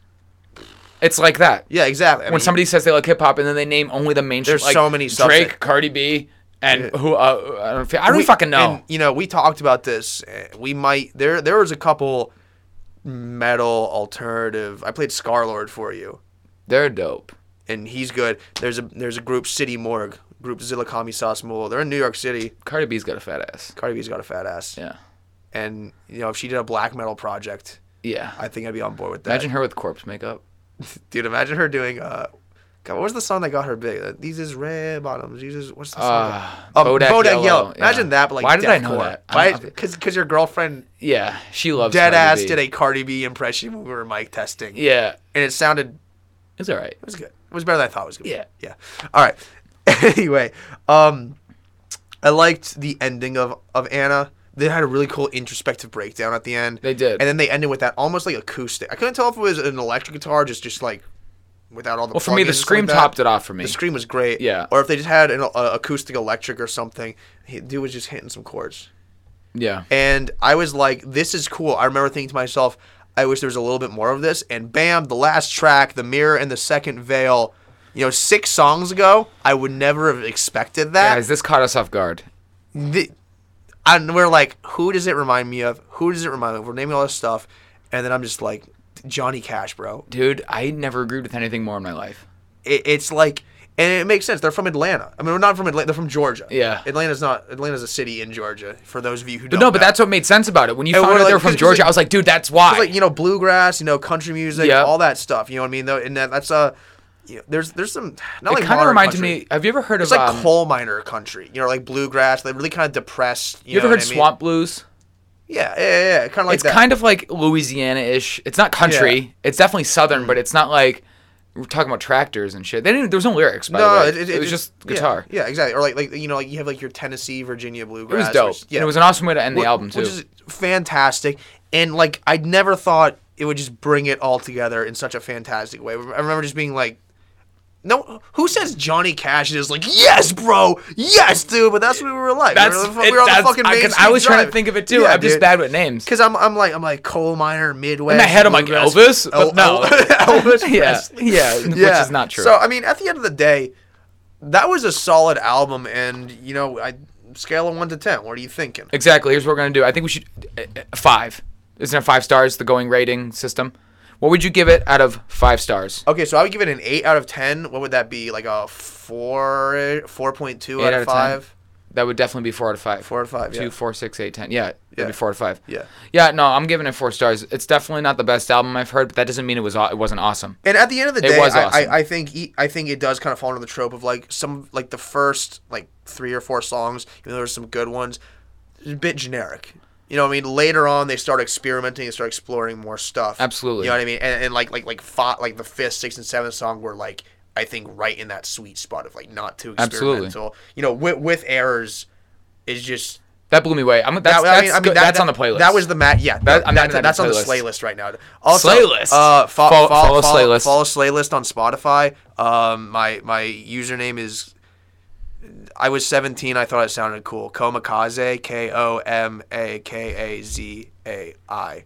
Speaker 1: It's like that.
Speaker 2: Yeah, exactly. I
Speaker 1: when
Speaker 2: mean,
Speaker 1: somebody says they like hip hop and then they name only the mainstream.
Speaker 2: There's
Speaker 1: like,
Speaker 2: so many stuff
Speaker 1: Drake,
Speaker 2: that-
Speaker 1: Cardi B, and who uh, I don't, I don't
Speaker 2: we-
Speaker 1: fucking know.
Speaker 2: And, you know, we talked about this. eh, We might there there was a couple metal alternative. I played Scarlord for you,
Speaker 1: They're dope.
Speaker 2: and he's good. There's a there's a group City Morgue, group Zilla Kami Sauce Mule. They're in New York City.
Speaker 1: Cardi B's got a fat ass.
Speaker 2: Cardi B's got a fat ass,
Speaker 1: Yeah,
Speaker 2: and you know if she did a black metal project,
Speaker 1: yeah.
Speaker 2: I think I'd be on board with that.
Speaker 1: Imagine her with corpse makeup.
Speaker 2: dude, imagine her doing uh. God, what was the song that got her big? Uh, These is red bottoms. These is what's the song?
Speaker 1: Uh,
Speaker 2: Um,
Speaker 1: Bodak Yellow, yeah.
Speaker 2: Imagine that, but like
Speaker 1: Why did I know
Speaker 2: deathcore.
Speaker 1: that? I
Speaker 2: Why?
Speaker 1: don't-
Speaker 2: Because your girlfriend
Speaker 1: Yeah, she loves
Speaker 2: dead
Speaker 1: Cardi
Speaker 2: ass
Speaker 1: B.
Speaker 2: did a Cardi B impression when we were mic testing.
Speaker 1: Yeah,
Speaker 2: And it sounded it
Speaker 1: it's all right.
Speaker 2: was good. It was better than I thought it was gonna
Speaker 1: Yeah.
Speaker 2: be. Yeah. All right. anyway, um I liked the ending of of Anna. They had a really cool introspective breakdown at the end.
Speaker 1: They did.
Speaker 2: And then they ended with that almost like acoustic. I couldn't tell if it was an electric guitar, just just like without all the.
Speaker 1: Well, for me, the
Speaker 2: plugins
Speaker 1: scream
Speaker 2: like that.
Speaker 1: topped it off for me.
Speaker 2: The scream was great.
Speaker 1: Yeah.
Speaker 2: Or if they just had an uh, acoustic electric or something, he, dude was just hitting some chords.
Speaker 1: yeah.
Speaker 2: And I was like, this is cool. I remember thinking to myself, I wish there was a little bit more of this. And bam, the last track, The Mirror and the Second Veil. You know, six songs ago, I would never have expected that.
Speaker 1: Guys, this caught us off guard.
Speaker 2: the, and we're like, who does it remind me of? Who does it remind me of? We're naming all this stuff. And then I'm just like, Johnny Cash, bro.
Speaker 1: Dude, I never agreed with anything more in my life.
Speaker 2: It, it's like, and it makes sense. They're from Atlanta. I mean, we're not from Atlanta. They're from Georgia.
Speaker 1: Yeah.
Speaker 2: Atlanta's not, Atlanta's a city in Georgia, for those of you who
Speaker 1: But
Speaker 2: don't
Speaker 1: no, but
Speaker 2: know.
Speaker 1: that's what made sense about it. When you
Speaker 2: And
Speaker 1: found
Speaker 2: we're
Speaker 1: out they
Speaker 2: like-
Speaker 1: were from
Speaker 2: 'cause- 'cause
Speaker 1: Georgia,
Speaker 2: like-
Speaker 1: I was like, dude, that's why.
Speaker 2: It's like you know bluegrass, you know country music,
Speaker 1: Yeah.
Speaker 2: all that stuff. You know what I mean? Though, and that, that's a, you know, there's there's some not
Speaker 1: it
Speaker 2: like
Speaker 1: kind of
Speaker 2: modern
Speaker 1: reminded
Speaker 2: country.
Speaker 1: me. Have you ever heard
Speaker 2: It's
Speaker 1: of?
Speaker 2: like
Speaker 1: um,
Speaker 2: coal miner country. You know, like bluegrass. They really kind of depressed. You,
Speaker 1: you ever
Speaker 2: know what
Speaker 1: heard
Speaker 2: I mean?
Speaker 1: swamp blues?
Speaker 2: Yeah, yeah, yeah. yeah. Kind of like
Speaker 1: it's
Speaker 2: that.
Speaker 1: kind of like Louisiana-ish. It's not country.
Speaker 2: Yeah.
Speaker 1: It's definitely southern, but it's not like we're talking about tractors and shit. They didn't. There was no lyrics. By
Speaker 2: no,
Speaker 1: the way.
Speaker 2: it, it, it
Speaker 1: was just
Speaker 2: yeah,
Speaker 1: guitar.
Speaker 2: Yeah, exactly. Or like like you know like you have like your Tennessee Virginia
Speaker 1: It
Speaker 2: bluegrass.
Speaker 1: was dope.
Speaker 2: which- yeah,
Speaker 1: And it was an awesome way to end the
Speaker 2: Wh-
Speaker 1: album too.
Speaker 2: which is fantastic. And like I never thought it would just bring it all together in such a fantastic way. I remember just being like, "No, who says Johnny Cash is like yes, bro, yes, dude?" But that's what we were like.
Speaker 1: that's
Speaker 2: we were, the-
Speaker 1: it,
Speaker 2: we were on
Speaker 1: that's-
Speaker 2: the fucking
Speaker 1: I,
Speaker 2: main
Speaker 1: 'cause I
Speaker 2: Street
Speaker 1: was trying to
Speaker 2: Drive.
Speaker 1: think of it too.
Speaker 2: Yeah,
Speaker 1: I'm just
Speaker 2: dude.
Speaker 1: bad with names.
Speaker 2: Cause I'm, I'm like, I'm like coal miner, Midwest.
Speaker 1: In my head, I'm like
Speaker 2: bluegrass-
Speaker 1: Elvis,
Speaker 2: El-
Speaker 1: but no,
Speaker 2: El- Elvis
Speaker 1: yeah,
Speaker 2: Presley.
Speaker 1: yeah, which is not true.
Speaker 2: So I mean, at the end of the day, that was a solid album, and you know, I scale of one to ten. What are you thinking?
Speaker 1: Exactly. Here's what we're gonna do. I think we should uh, uh, five. Isn't it five stars the going rating system? What would you give it out of five stars?
Speaker 2: Okay, so I would give it an eight out of ten. What would that be? Like a four, four point two
Speaker 1: Eight out
Speaker 2: out of
Speaker 1: of 10?
Speaker 2: five.
Speaker 1: That would definitely be four out of five.
Speaker 2: Four out of five,
Speaker 1: Two,
Speaker 2: yeah.
Speaker 1: four, six, eight, ten. Yeah,
Speaker 2: Yeah.
Speaker 1: it'd be four out of five.
Speaker 2: Yeah.
Speaker 1: Yeah. No, I'm giving it four stars. It's definitely not the best album I've heard, but that doesn't mean it was aw- it wasn't awesome.
Speaker 2: And at the end of the
Speaker 1: It
Speaker 2: day,
Speaker 1: was
Speaker 2: I,
Speaker 1: awesome.
Speaker 2: I, I think he, I think it does kind of fall into the trope of like some like the first like three or four songs. You know, there's some good ones, a bit generic. You know, what I mean, later on they start experimenting and start exploring more stuff.
Speaker 1: Absolutely.
Speaker 2: You know what I mean? And, and like like like fought, like the fifth, sixth, and seventh song were like I think right in that sweet spot of like not too experimental.
Speaker 1: Absolutely.
Speaker 2: You know, with with errors, is just
Speaker 1: That blew me away. I'm, that's
Speaker 2: that-
Speaker 1: that's, good.
Speaker 2: that-
Speaker 1: that's
Speaker 2: that-
Speaker 1: on the playlist.
Speaker 2: That was the mat. Yeah,
Speaker 1: That- I'm
Speaker 2: that-
Speaker 1: adding that to
Speaker 2: that's on the
Speaker 1: playlist.
Speaker 2: slay list right now. Also,
Speaker 1: Slay list.
Speaker 2: Uh,
Speaker 1: Fo-
Speaker 2: fo- fo- follow,
Speaker 1: follow slay
Speaker 2: follow,
Speaker 1: list.
Speaker 2: slay list on Spotify. Um, my my username is. I was 17. I thought it sounded cool. Komakaze. K O M A K A Z A I.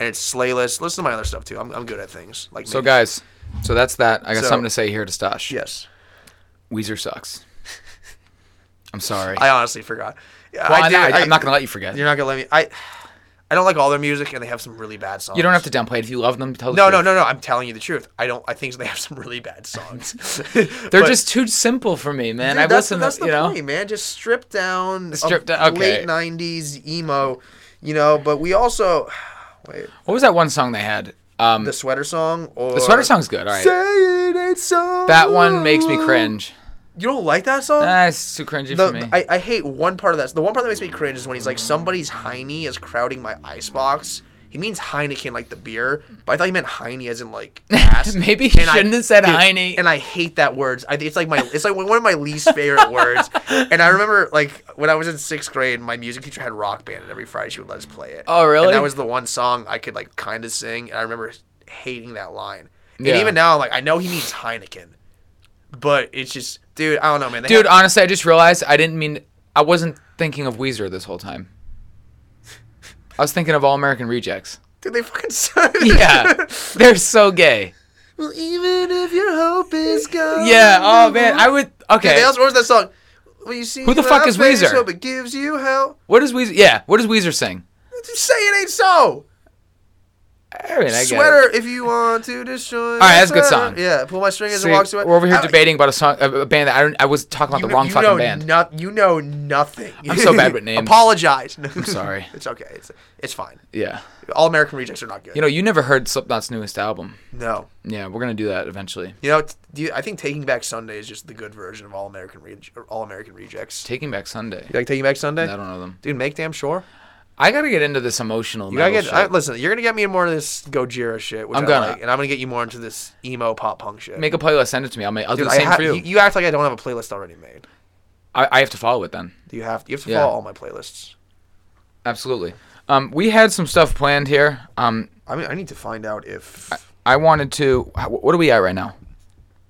Speaker 2: And it's slay list. Listen to my other stuff too. I'm, I'm good at things like
Speaker 1: so
Speaker 2: me.
Speaker 1: guys. So that's that. I got
Speaker 2: So-
Speaker 1: something to say here to Stash.
Speaker 2: Yes,
Speaker 1: Weezer sucks. I'm sorry.
Speaker 2: I honestly forgot. Yeah,
Speaker 1: Well, I
Speaker 2: did-
Speaker 1: I, am not gonna let you forget.
Speaker 2: You're not gonna let me. I. I don't like all their music, and they have some really bad songs.
Speaker 1: You don't have to downplay it if you love them. Tell the
Speaker 2: No,
Speaker 1: truth.
Speaker 2: no, no, no. I'm telling you the truth. I don't. I think they have some really bad songs.
Speaker 1: They're just too simple for me, man. I've
Speaker 2: that's,
Speaker 1: listened.
Speaker 2: that's
Speaker 1: to,
Speaker 2: the
Speaker 1: you know.
Speaker 2: point, man. Just stripped down. of
Speaker 1: Stripped down, okay.
Speaker 2: Late '90s emo, you know. But we also, wait,
Speaker 1: What was that one song they had? Um,
Speaker 2: the sweater song or
Speaker 1: the sweater song's good. All right.
Speaker 2: Say it ain't so.
Speaker 1: That one makes me cringe.
Speaker 2: You don't like that song?
Speaker 1: Ah, it's too cringy
Speaker 2: the,
Speaker 1: for me.
Speaker 2: I, I hate one part of that. The one part that makes me cringe is when he's like, somebody's Heine is crowding my icebox. He means Heineken, like the beer, but I thought he meant Heine as in like ass.
Speaker 1: Maybe he
Speaker 2: And I-
Speaker 1: shouldn't have said
Speaker 2: dude,
Speaker 1: Heine.
Speaker 2: And I hate that words. I, it's like my it's like one of my least favorite words. And I remember like when I was in sixth grade, my music teacher had rock band, and every Friday she would let us play it.
Speaker 1: Oh, really?
Speaker 2: And that was the one song I could like kind of sing, and I remember hating that line. And
Speaker 1: Yeah.
Speaker 2: even now, like I know he means Heineken, but it's just, dude, I don't know, man. They
Speaker 1: Dude,
Speaker 2: had-
Speaker 1: honestly, I just realized I didn't mean. I wasn't thinking of Weezer this whole time. I was thinking of All American Rejects.
Speaker 2: Dude, they fucking suck.
Speaker 1: Yeah, they're so gay.
Speaker 2: well, even if your hope is gone.
Speaker 1: Yeah. Oh man, I would.
Speaker 2: Dude,
Speaker 1: Okay.
Speaker 2: they also what was that song. Well, you see
Speaker 1: Who the
Speaker 2: my
Speaker 1: fuck is
Speaker 2: face,
Speaker 1: Weezer?
Speaker 2: Hope it gives you hell.
Speaker 1: What does Weezer? Yeah. What does Weezer sing?
Speaker 2: Say it ain't so.
Speaker 1: I mean, I get it.
Speaker 2: Sweater if you want to destroy. All
Speaker 1: right, that's a good song.
Speaker 2: Yeah, pull my string as
Speaker 1: See,
Speaker 2: it walks away.
Speaker 1: we're over here
Speaker 2: I-
Speaker 1: debating about a song, a a band that I don't. I was talking about
Speaker 2: you
Speaker 1: the
Speaker 2: know-
Speaker 1: wrong
Speaker 2: you
Speaker 1: fucking
Speaker 2: know
Speaker 1: band.
Speaker 2: no- you know nothing.
Speaker 1: I'm so bad with names.
Speaker 2: Apologize. I'm
Speaker 1: sorry.
Speaker 2: it's okay. It's it's fine.
Speaker 1: Yeah.
Speaker 2: All American Rejects are not good.
Speaker 1: You know, you never heard Slipknot's newest album.
Speaker 2: no.
Speaker 1: Yeah, we're gonna do that eventually.
Speaker 2: You know, t- do you, I think Taking Back Sunday is just the good version of All American Rege- All American Rejects.
Speaker 1: Taking Back Sunday.
Speaker 2: You like Taking Back Sunday?
Speaker 1: I don't know them.
Speaker 2: Dude, make damn sure.
Speaker 1: I gotta get into this emotional.
Speaker 2: You gotta
Speaker 1: metal
Speaker 2: get. I,
Speaker 1: shit.
Speaker 2: listen, you're gonna get me more of this Gojira shit. Which
Speaker 1: I'm
Speaker 2: I
Speaker 1: gonna.
Speaker 2: like, and I'm gonna get you more into this emo pop punk shit.
Speaker 1: make a playlist, send it to me. I'll make. I'll
Speaker 2: Dude,
Speaker 1: do
Speaker 2: I
Speaker 1: the same
Speaker 2: ha-
Speaker 1: for you.
Speaker 2: you. You act like I don't have a playlist already made.
Speaker 1: I, I have to follow it then.
Speaker 2: Do you have? You have to
Speaker 1: Yeah.
Speaker 2: follow all my playlists.
Speaker 1: Absolutely. Um, we had some stuff planned here. Um,
Speaker 2: I mean, I need to find out if
Speaker 1: I wanted to. how- What are we at right now?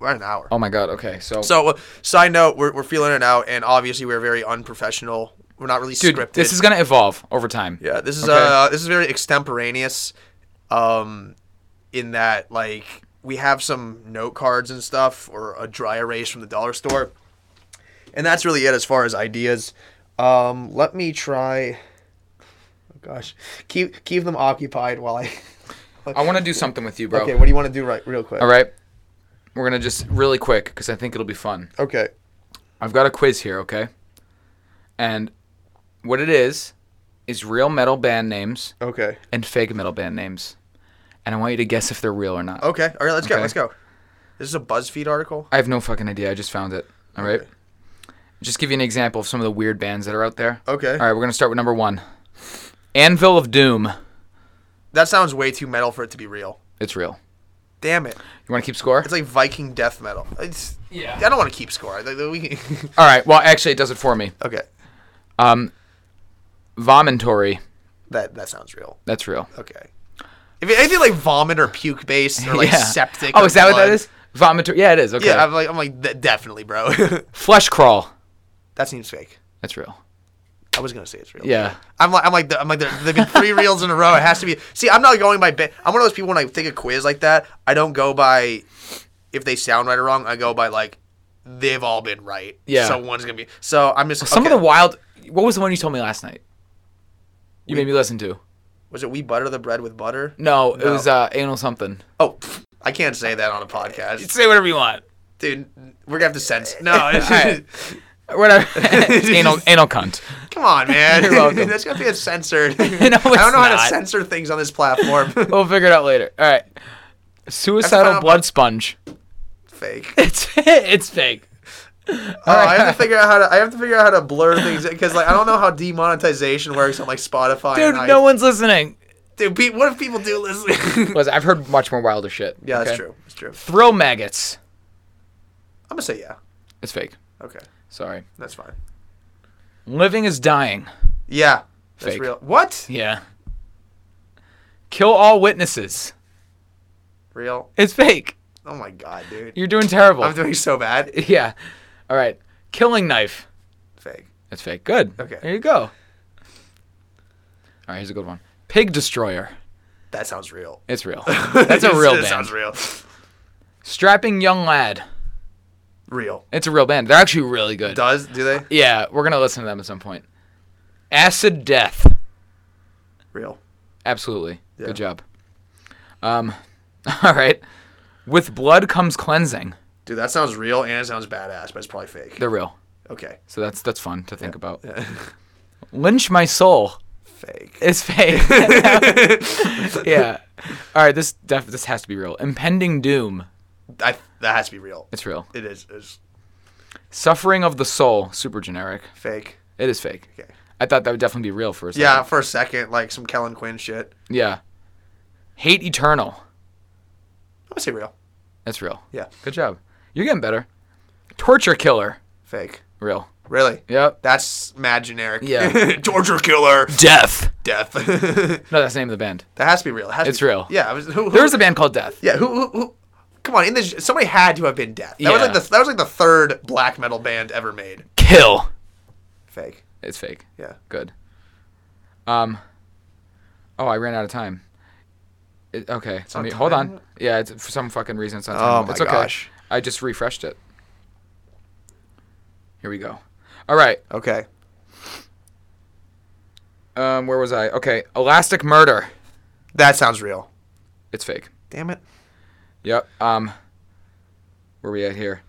Speaker 2: We're at an hour.
Speaker 1: Oh my god. Okay, so,
Speaker 2: So, uh, side note, we're, we're feeling it out, and obviously we're very unprofessional. We're not really
Speaker 1: dude,
Speaker 2: scripted.
Speaker 1: this is gonna evolve over time.
Speaker 2: yeah. This is
Speaker 1: Okay.
Speaker 2: uh this is very extemporaneous, um, in that like we have some note cards and stuff or a dry erase from the dollar store, and that's really it as far as ideas. Um, let me try. Oh gosh, keep keep them occupied while I.
Speaker 1: I want to do something with you, bro.
Speaker 2: Okay, what do you want to do right real quick?
Speaker 1: All right. We're gonna just really quick because I think it'll be fun.
Speaker 2: Okay.
Speaker 1: I've got a quiz here, okay? And what it is is real metal band names
Speaker 2: Okay.
Speaker 1: and fake metal band names, and I want you to guess if they're real or not.
Speaker 2: Okay. All right. Let's go.
Speaker 1: Okay.
Speaker 2: Let's go. This is a BuzzFeed article.
Speaker 1: I have no fucking idea. I just found it. All right.
Speaker 2: Okay.
Speaker 1: Just give you an example of some of the weird bands that are out there.
Speaker 2: Okay.
Speaker 1: All right, we're gonna start with number one, Anvil of Doom.
Speaker 2: That sounds way too metal for it to be real.
Speaker 1: It's real.
Speaker 2: Damn it.
Speaker 1: You want to keep score?
Speaker 2: It's like Viking death metal. It's,
Speaker 1: Yeah.
Speaker 2: I don't want to keep score. Like, we-
Speaker 1: All right. Well, actually, it does it for me.
Speaker 2: okay.
Speaker 1: Um, Vomitory.
Speaker 2: That that sounds real.
Speaker 1: That's real.
Speaker 2: Okay. If it- anything like vomit or puke based or like
Speaker 1: Yeah.
Speaker 2: septic.
Speaker 1: Oh,
Speaker 2: or
Speaker 1: is that what that
Speaker 2: blood-
Speaker 1: is? Vomitory. Yeah, it is. Okay.
Speaker 2: Yeah, I'm like I'm like "Th- definitely, bro.
Speaker 1: Flesh crawl.
Speaker 2: that seems fake.
Speaker 1: That's real.
Speaker 2: I was gonna say it's real.
Speaker 1: Yeah.
Speaker 2: I'm like I'm like the, I'm like there, there've been three reels in a row. It has to be. See, I'm not going by. Ba- I'm one of those people when I take a quiz like that, I don't go by if they sound right or wrong. I go by like they've all been right.
Speaker 1: Yeah.
Speaker 2: So one's gonna be. So I'm just
Speaker 1: Some
Speaker 2: okay.
Speaker 1: of the wild. What was the one you told me last night? You made me listen to.
Speaker 2: was it we butter the bread with butter?
Speaker 1: No, it
Speaker 2: No.
Speaker 1: was uh, anal something.
Speaker 2: Oh, pff, I can't say that on a podcast,
Speaker 1: Say whatever you want.
Speaker 2: dude. We're gonna have to censor. No, it's
Speaker 1: Alright. Whatever. anal, anal cunt.
Speaker 2: come on, man.
Speaker 1: You're welcome.
Speaker 2: That's gonna be censored. I
Speaker 1: it's
Speaker 2: don't know how to
Speaker 1: not.
Speaker 2: censor things on this platform.
Speaker 1: We'll figure it out later. All right. Suicidal
Speaker 2: out-
Speaker 1: blood sponge.
Speaker 2: Fake.
Speaker 1: It's it's fake.
Speaker 2: Oh, I have to figure out how to. I have to figure out how to blur things because, like, I don't know how demonetization works on like Spotify.
Speaker 1: Dude,
Speaker 2: and I-
Speaker 1: no one's listening.
Speaker 2: Dude, pe- what if people do listen?
Speaker 1: Listen, I've heard much more wilder shit.
Speaker 2: yeah, that's
Speaker 1: okay?
Speaker 2: true. That's true.
Speaker 1: Thrill maggots.
Speaker 2: I'm gonna say yeah.
Speaker 1: It's fake.
Speaker 2: Okay,
Speaker 1: Sorry.
Speaker 2: that's fine.
Speaker 1: Living is dying.
Speaker 2: Yeah, that's
Speaker 1: Fake.
Speaker 2: real. What?
Speaker 1: Yeah. Kill all witnesses.
Speaker 2: Real?
Speaker 1: It's fake.
Speaker 2: Oh my god, dude.
Speaker 1: You're doing terrible.
Speaker 2: I'm doing so bad.
Speaker 1: yeah. All right. Killing knife.
Speaker 2: Fake.
Speaker 1: That's fake. Good.
Speaker 2: Okay.
Speaker 1: There you go. All right. Here's a good one. Pig destroyer.
Speaker 2: That sounds real.
Speaker 1: It's real. That's a real
Speaker 2: That
Speaker 1: band.
Speaker 2: sounds real.
Speaker 1: Strapping young lad.
Speaker 2: Real.
Speaker 1: It's a real band. They're actually really good.
Speaker 2: Does do they?
Speaker 1: Yeah, we're gonna listen to them at some point. Acid death.
Speaker 2: Real.
Speaker 1: Absolutely.
Speaker 2: Yeah.
Speaker 1: Good job. Um. All right. With blood comes cleansing.
Speaker 2: Dude, that sounds real and it sounds badass, but it's probably fake.
Speaker 1: They're real.
Speaker 2: Okay.
Speaker 1: So that's that's fun to think about.
Speaker 2: Yeah.
Speaker 1: Lynch my soul
Speaker 2: Fake.
Speaker 1: is fake. yeah. All right. This def- this has to be real. Impending doom.
Speaker 2: I, that has to be real.
Speaker 1: It's real.
Speaker 2: It is. It's
Speaker 1: Suffering of the soul. Super generic.
Speaker 2: fake.
Speaker 1: It is fake.
Speaker 2: Okay.
Speaker 1: I thought that would definitely be real for a second.
Speaker 2: Yeah, for a second, like some Kellen Quinn shit.
Speaker 1: Yeah. Hate eternal.
Speaker 2: I'm gonna say real.
Speaker 1: That's real.
Speaker 2: Yeah.
Speaker 1: Good job. You're getting better. Torture killer.
Speaker 2: Fake.
Speaker 1: Real.
Speaker 2: Really?
Speaker 1: Yep.
Speaker 2: That's mad generic.
Speaker 1: Yeah.
Speaker 2: Torture killer.
Speaker 1: Death.
Speaker 2: Death. that
Speaker 1: No, that's the name of the band.
Speaker 2: has to be real. It has to
Speaker 1: It's
Speaker 2: be-
Speaker 1: real.
Speaker 2: Yeah. I was, who, who,
Speaker 1: There was a band called Death.
Speaker 2: yeah. Who, who, who? Come on. In this, somebody had to have been death. That was
Speaker 1: Yeah.
Speaker 2: like the that was like the third black metal band ever made.
Speaker 1: Kill.
Speaker 2: Fake.
Speaker 1: It's fake.
Speaker 2: Yeah.
Speaker 1: Good. Um. Oh, I ran out of time. It, okay. Let
Speaker 2: on
Speaker 1: me- hold
Speaker 2: time?
Speaker 1: on. Yeah, it's, for some fucking reason it's on
Speaker 2: Oh
Speaker 1: time.
Speaker 2: my
Speaker 1: it's okay.
Speaker 2: gosh.
Speaker 1: I just refreshed it. Here we go. All right.
Speaker 2: Okay.
Speaker 1: Um, where was I? Okay. Elastic Murder.
Speaker 2: That sounds real.
Speaker 1: It's fake.
Speaker 2: Damn it.
Speaker 1: Yep. Um, where we at here?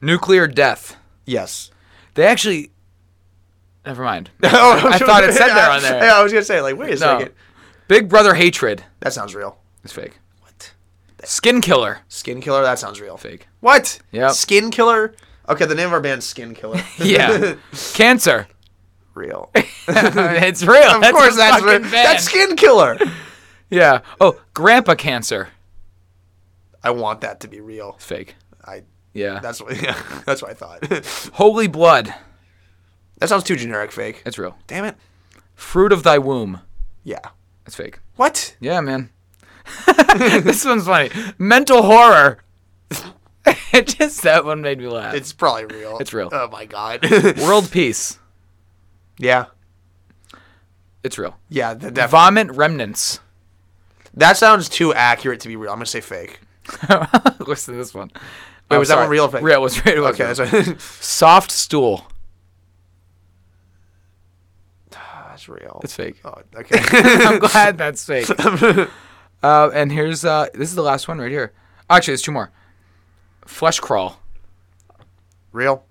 Speaker 1: Nuclear Death.
Speaker 2: Yes.
Speaker 1: They actually. Never mind. I thought it said there on there.
Speaker 2: Oh, Yeah, I was gonna say like, wait a
Speaker 1: No.
Speaker 2: second.
Speaker 1: Big Brother Hatred.
Speaker 2: That sounds real.
Speaker 1: It's fake.
Speaker 2: What?
Speaker 1: Skin Killer.
Speaker 2: Skin killer. That sounds real.
Speaker 1: Fake.
Speaker 2: What?
Speaker 1: Yep.
Speaker 2: Skin killer. Okay, the name of our band's Skin Killer.
Speaker 1: Yeah. Cancer.
Speaker 2: real.
Speaker 1: it's real.
Speaker 2: Of course, that's real.
Speaker 1: fucking bad.
Speaker 2: That's Skin Killer.
Speaker 1: Yeah. Oh, Grandpa Cancer.
Speaker 2: I want that to be real.
Speaker 1: It's fake.
Speaker 2: I.
Speaker 1: Yeah.
Speaker 2: That's what. Yeah, that's what I thought. that
Speaker 1: Holy Blood.
Speaker 2: sounds too generic. Fake.
Speaker 1: It's real.
Speaker 2: Damn it.
Speaker 1: Fruit of Thy Womb.
Speaker 2: Yeah.
Speaker 1: It's fake.
Speaker 2: What?
Speaker 1: Yeah, man. this one's funny. Mental horror. it just that one made me laugh.
Speaker 2: It's probably real.
Speaker 1: It's real.
Speaker 2: Oh my god.
Speaker 1: World peace.
Speaker 2: yeah.
Speaker 1: It's real.
Speaker 2: Yeah. That, that,
Speaker 1: Vomit remnants.
Speaker 2: that sounds too accurate to be real. I'm gonna say fake.
Speaker 1: Listen to this one.
Speaker 2: Wait,
Speaker 1: Oh,
Speaker 2: was that
Speaker 1: sorry.
Speaker 2: one real or fake?
Speaker 1: Real was real. was
Speaker 2: Okay.
Speaker 1: real.
Speaker 2: That's right.
Speaker 1: Soft stool.
Speaker 2: that's real.
Speaker 1: It's fake.
Speaker 2: Oh, okay.
Speaker 1: I'm glad that's fake. uh, and here's uh, this is the last one right here. Actually, there's two more. Flesh crawl.
Speaker 2: real.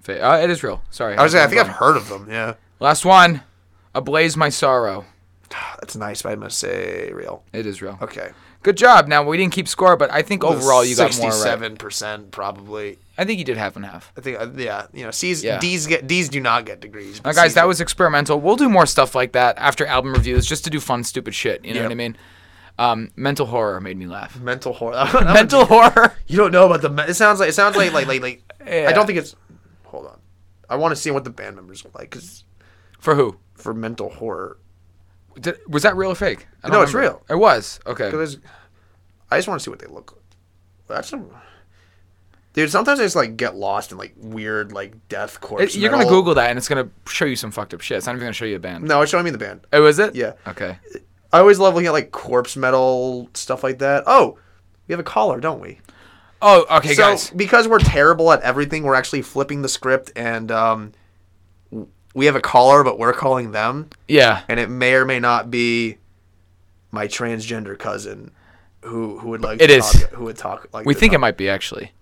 Speaker 1: Fa- uh, it is real. Sorry.
Speaker 2: I was. Gonna, I think I've heard of them. Yeah.
Speaker 1: Last one. Ablaze my sorrow.
Speaker 2: That's nice, but I'm gonna say real.
Speaker 1: It is real.
Speaker 2: Okay.
Speaker 1: Good job. Now we didn't keep score, but I think overall you got more right.
Speaker 2: Sixty-seven percent probably.
Speaker 1: I think you did half and half.
Speaker 2: I think. Uh, yeah. You know, C's
Speaker 1: Yeah.
Speaker 2: D's get D's do not get degrees.
Speaker 1: Now, guys, that was experimental. We'll do more stuff like that after album reviews, just to do fun, stupid shit. You know
Speaker 2: Yep.
Speaker 1: what I mean? Um, mental horror made me laugh.
Speaker 2: mental horror.
Speaker 1: Mental horror.
Speaker 2: You don't know about the. Me- it sounds like it sounds like like like, like I
Speaker 1: Yeah.
Speaker 2: don't think it's. Hold on, I want to see what the band members look like because
Speaker 1: For who?
Speaker 2: for mental horror,
Speaker 1: Did, was that real or fake? I
Speaker 2: No, it's
Speaker 1: It was. Okay.
Speaker 2: 'cause I just want to see what they look. like. That's a, dude. Sometimes I just like get lost in like weird like death
Speaker 1: It-
Speaker 2: corpse.
Speaker 1: you're gonna
Speaker 2: metal.
Speaker 1: Google that, and it's gonna show you some fucked up shit. It's not even gonna show you a band.
Speaker 2: No, it's showing me the band.
Speaker 1: Oh, is it?
Speaker 2: Mm. Yeah.
Speaker 1: Okay.
Speaker 2: I always love looking at like corpse metal stuff like that. Oh, we have a caller, don't we?
Speaker 1: Oh, okay,
Speaker 2: so
Speaker 1: guys.
Speaker 2: because we're terrible at everything, we're actually flipping the script and um, we have a caller, but we're calling them.
Speaker 1: Yeah.
Speaker 2: and it may or may not be my transgender cousin who who would like
Speaker 1: It
Speaker 2: to
Speaker 1: is.
Speaker 2: talk, who would talk like
Speaker 1: We
Speaker 2: this.
Speaker 1: think it might be actually.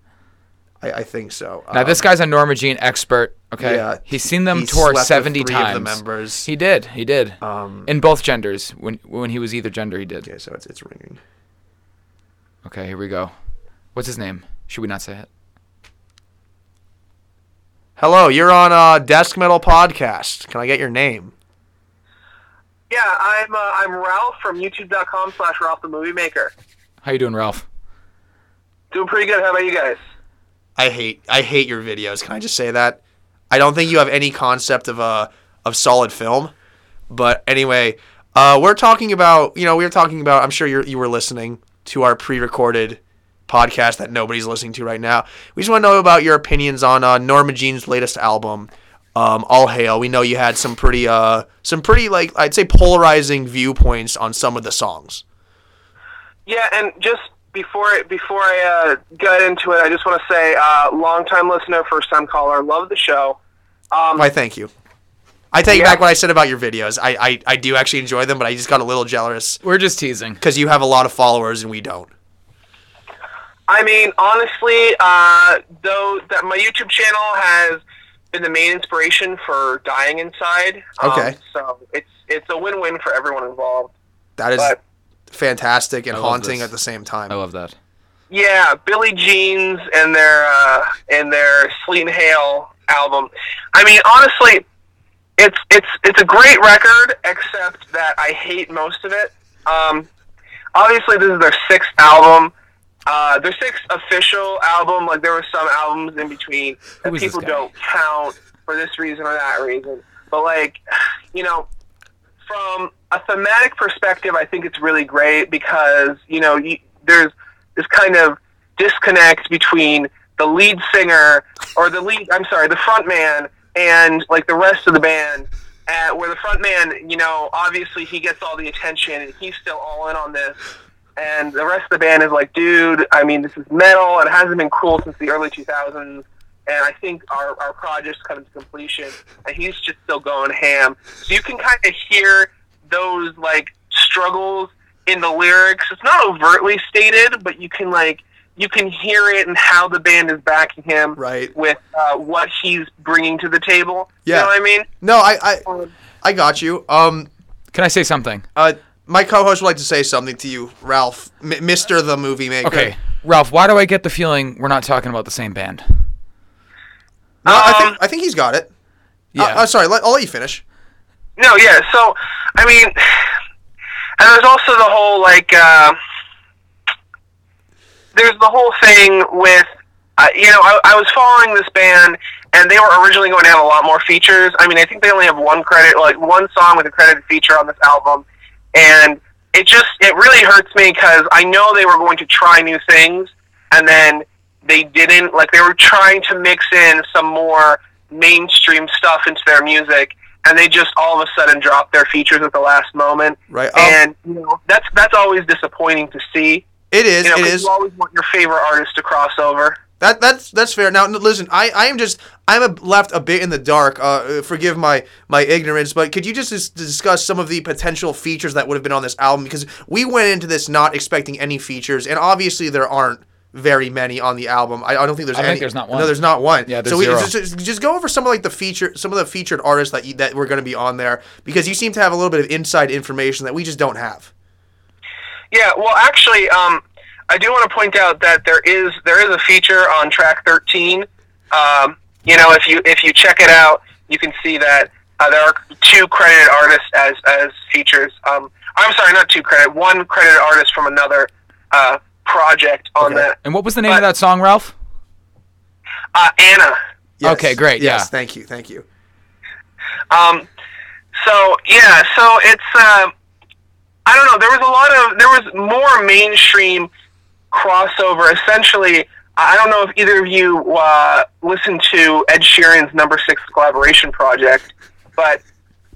Speaker 2: I, I think so.
Speaker 1: Now
Speaker 2: Um,
Speaker 1: this guy's a Norma Jean expert. Okay.
Speaker 2: yeah,
Speaker 1: He's seen them
Speaker 2: he
Speaker 1: tour
Speaker 2: slept with
Speaker 1: seventy
Speaker 2: three of
Speaker 1: times.
Speaker 2: the members.
Speaker 1: He did. He did.
Speaker 2: Um,
Speaker 1: In both genders. When when he was either gender, he did.
Speaker 2: okay, so it's it's ringing.
Speaker 1: Okay. Here we go. What's his name? Should we not say it?
Speaker 2: Hello, you're on uh, Desk Metal Podcast. Can I get your name?
Speaker 3: Yeah, I'm uh, I'm Ralph from YouTube.com slash Ralph the Movie Maker.
Speaker 1: How you doing, Ralph?
Speaker 3: Doing pretty good. How about you guys?
Speaker 2: I hate I hate your videos. Can I just say that? I don't think you have any concept of uh, of solid film. But anyway, uh, we're talking about you know we were talking about I'm sure you you were listening to our pre-recorded podcast that nobody's listening to right now. We just want to know about your opinions on uh, Norma Jean's latest album, um, All Hail. We know you had some pretty uh, some pretty like I'd say polarizing viewpoints on some of the songs.
Speaker 3: Yeah, and just before it, before I uh, get into it, I just want to say, uh, long time listener, first time caller, love the show. Um,
Speaker 2: Why, thank you. I take
Speaker 3: Yeah.
Speaker 2: back what I said about your videos. I, I, I do actually enjoy them, but I just got a little jealous
Speaker 1: We're just teasing.
Speaker 2: because you have a lot of followers and we don't.
Speaker 3: I mean, honestly, uh, though that my YouTube channel has been the main inspiration for dying inside. Um,
Speaker 2: Okay.
Speaker 3: So it's it's a win-win for everyone involved.
Speaker 2: That is
Speaker 3: But
Speaker 2: fantastic and
Speaker 1: I love
Speaker 2: haunting
Speaker 1: this.
Speaker 2: at the same time.
Speaker 1: I love that.
Speaker 3: Yeah, Billy Jeans and their uh, and their Sleet and Hail album. I mean, honestly, it's it's it's a great record, except that I hate most of it. Um, obviously, this is their sixth album. Uh, their sixth official album. Like there were some albums in between that
Speaker 1: Who is this
Speaker 3: people
Speaker 1: guy?
Speaker 3: don't count for this reason or that reason. But like, you know, from a thematic perspective, I think it's really great because you know you, there's this kind of disconnect between the lead singer or the lead I'm sorry the front man and like the rest of the band uh, where the front man you know obviously he gets all the attention and he's still all in on this and the rest of the band is like dude I mean this is metal it hasn't been cool since the early 2000s and I think our, our project's coming to completion and he's just still going ham so you can kind of hear those like struggles in the lyrics. It's not overtly stated, but you can like you can hear it and how the band is backing him
Speaker 2: Right.
Speaker 3: with uh, what he's bringing to the table.
Speaker 2: Yeah.
Speaker 3: You know what I mean?
Speaker 2: No, I, I,
Speaker 3: Um,
Speaker 2: I got you. Um,
Speaker 1: Can I say something?
Speaker 2: uh, my co-host would like to say something to you, Ralph, M- Mister the Movie Maker.
Speaker 1: Okay, Ralph. Why do I get the feeling we're not talking about the same band?
Speaker 2: No, I
Speaker 3: Um,
Speaker 2: think I think he's got it.
Speaker 1: Yeah.
Speaker 2: Uh, uh, sorry, let, I'll let you finish.
Speaker 3: No, yeah. So, I mean, and there's also the whole like, uh, there's the whole thing with, uh, you know, I, I was following this band, and they were originally going to have a lot more features. I mean, I think they only have one credit, like one song with a credited feature on this album, and it, it just it really hurts me because I know they were going to try new things, and then they didn't. Like they were trying to mix in some more mainstream stuff into their music, and they just all of a sudden dropped their features at the last moment.
Speaker 2: Right. Um,
Speaker 3: And you know that's that's always disappointing to see.
Speaker 2: it is.
Speaker 3: You know,
Speaker 2: it
Speaker 3: 'cause
Speaker 2: is.
Speaker 3: you always want your favorite artist to cross over.
Speaker 2: That that's that's fair. Now n- listen, I I am just I'm a, left a bit in the dark. Uh, Uh, forgive my my ignorance, but could you just dis- discuss some of the potential features that would have been on this album? Because we went into this not expecting any features, and obviously there aren't very many on the album. I, I don't think there's
Speaker 1: I
Speaker 2: any.
Speaker 1: think there's not one.
Speaker 2: No, there's not one.
Speaker 1: Yeah, there's
Speaker 2: so we,
Speaker 1: zero.
Speaker 2: Just, just- just go over some of like the feature some of the featured artists that you, that were going to be on there because you seem to have a little bit of inside information that we just don't have.
Speaker 3: Yeah, well, actually, um, I do want to point out that there is there is a feature on track thirteen. Um, you know, if you if you check it out, you can see that uh, there are two credited artists as as features. Um, I'm sorry, not two credit, one credited artist from another uh, project on that.
Speaker 1: And what was the name of
Speaker 3: But-
Speaker 1: that song, Ralph?
Speaker 3: Uh, Anna.
Speaker 2: Yes,
Speaker 1: Okay, great,
Speaker 2: Yes,
Speaker 1: yeah.
Speaker 2: thank you, thank you.
Speaker 3: Um, so yeah, so it's uh, I don't know. There was a lot of there was more mainstream crossover. Essentially, I I don't know if either of you uh, listened to Ed Sheeran's Number Six collaboration project, but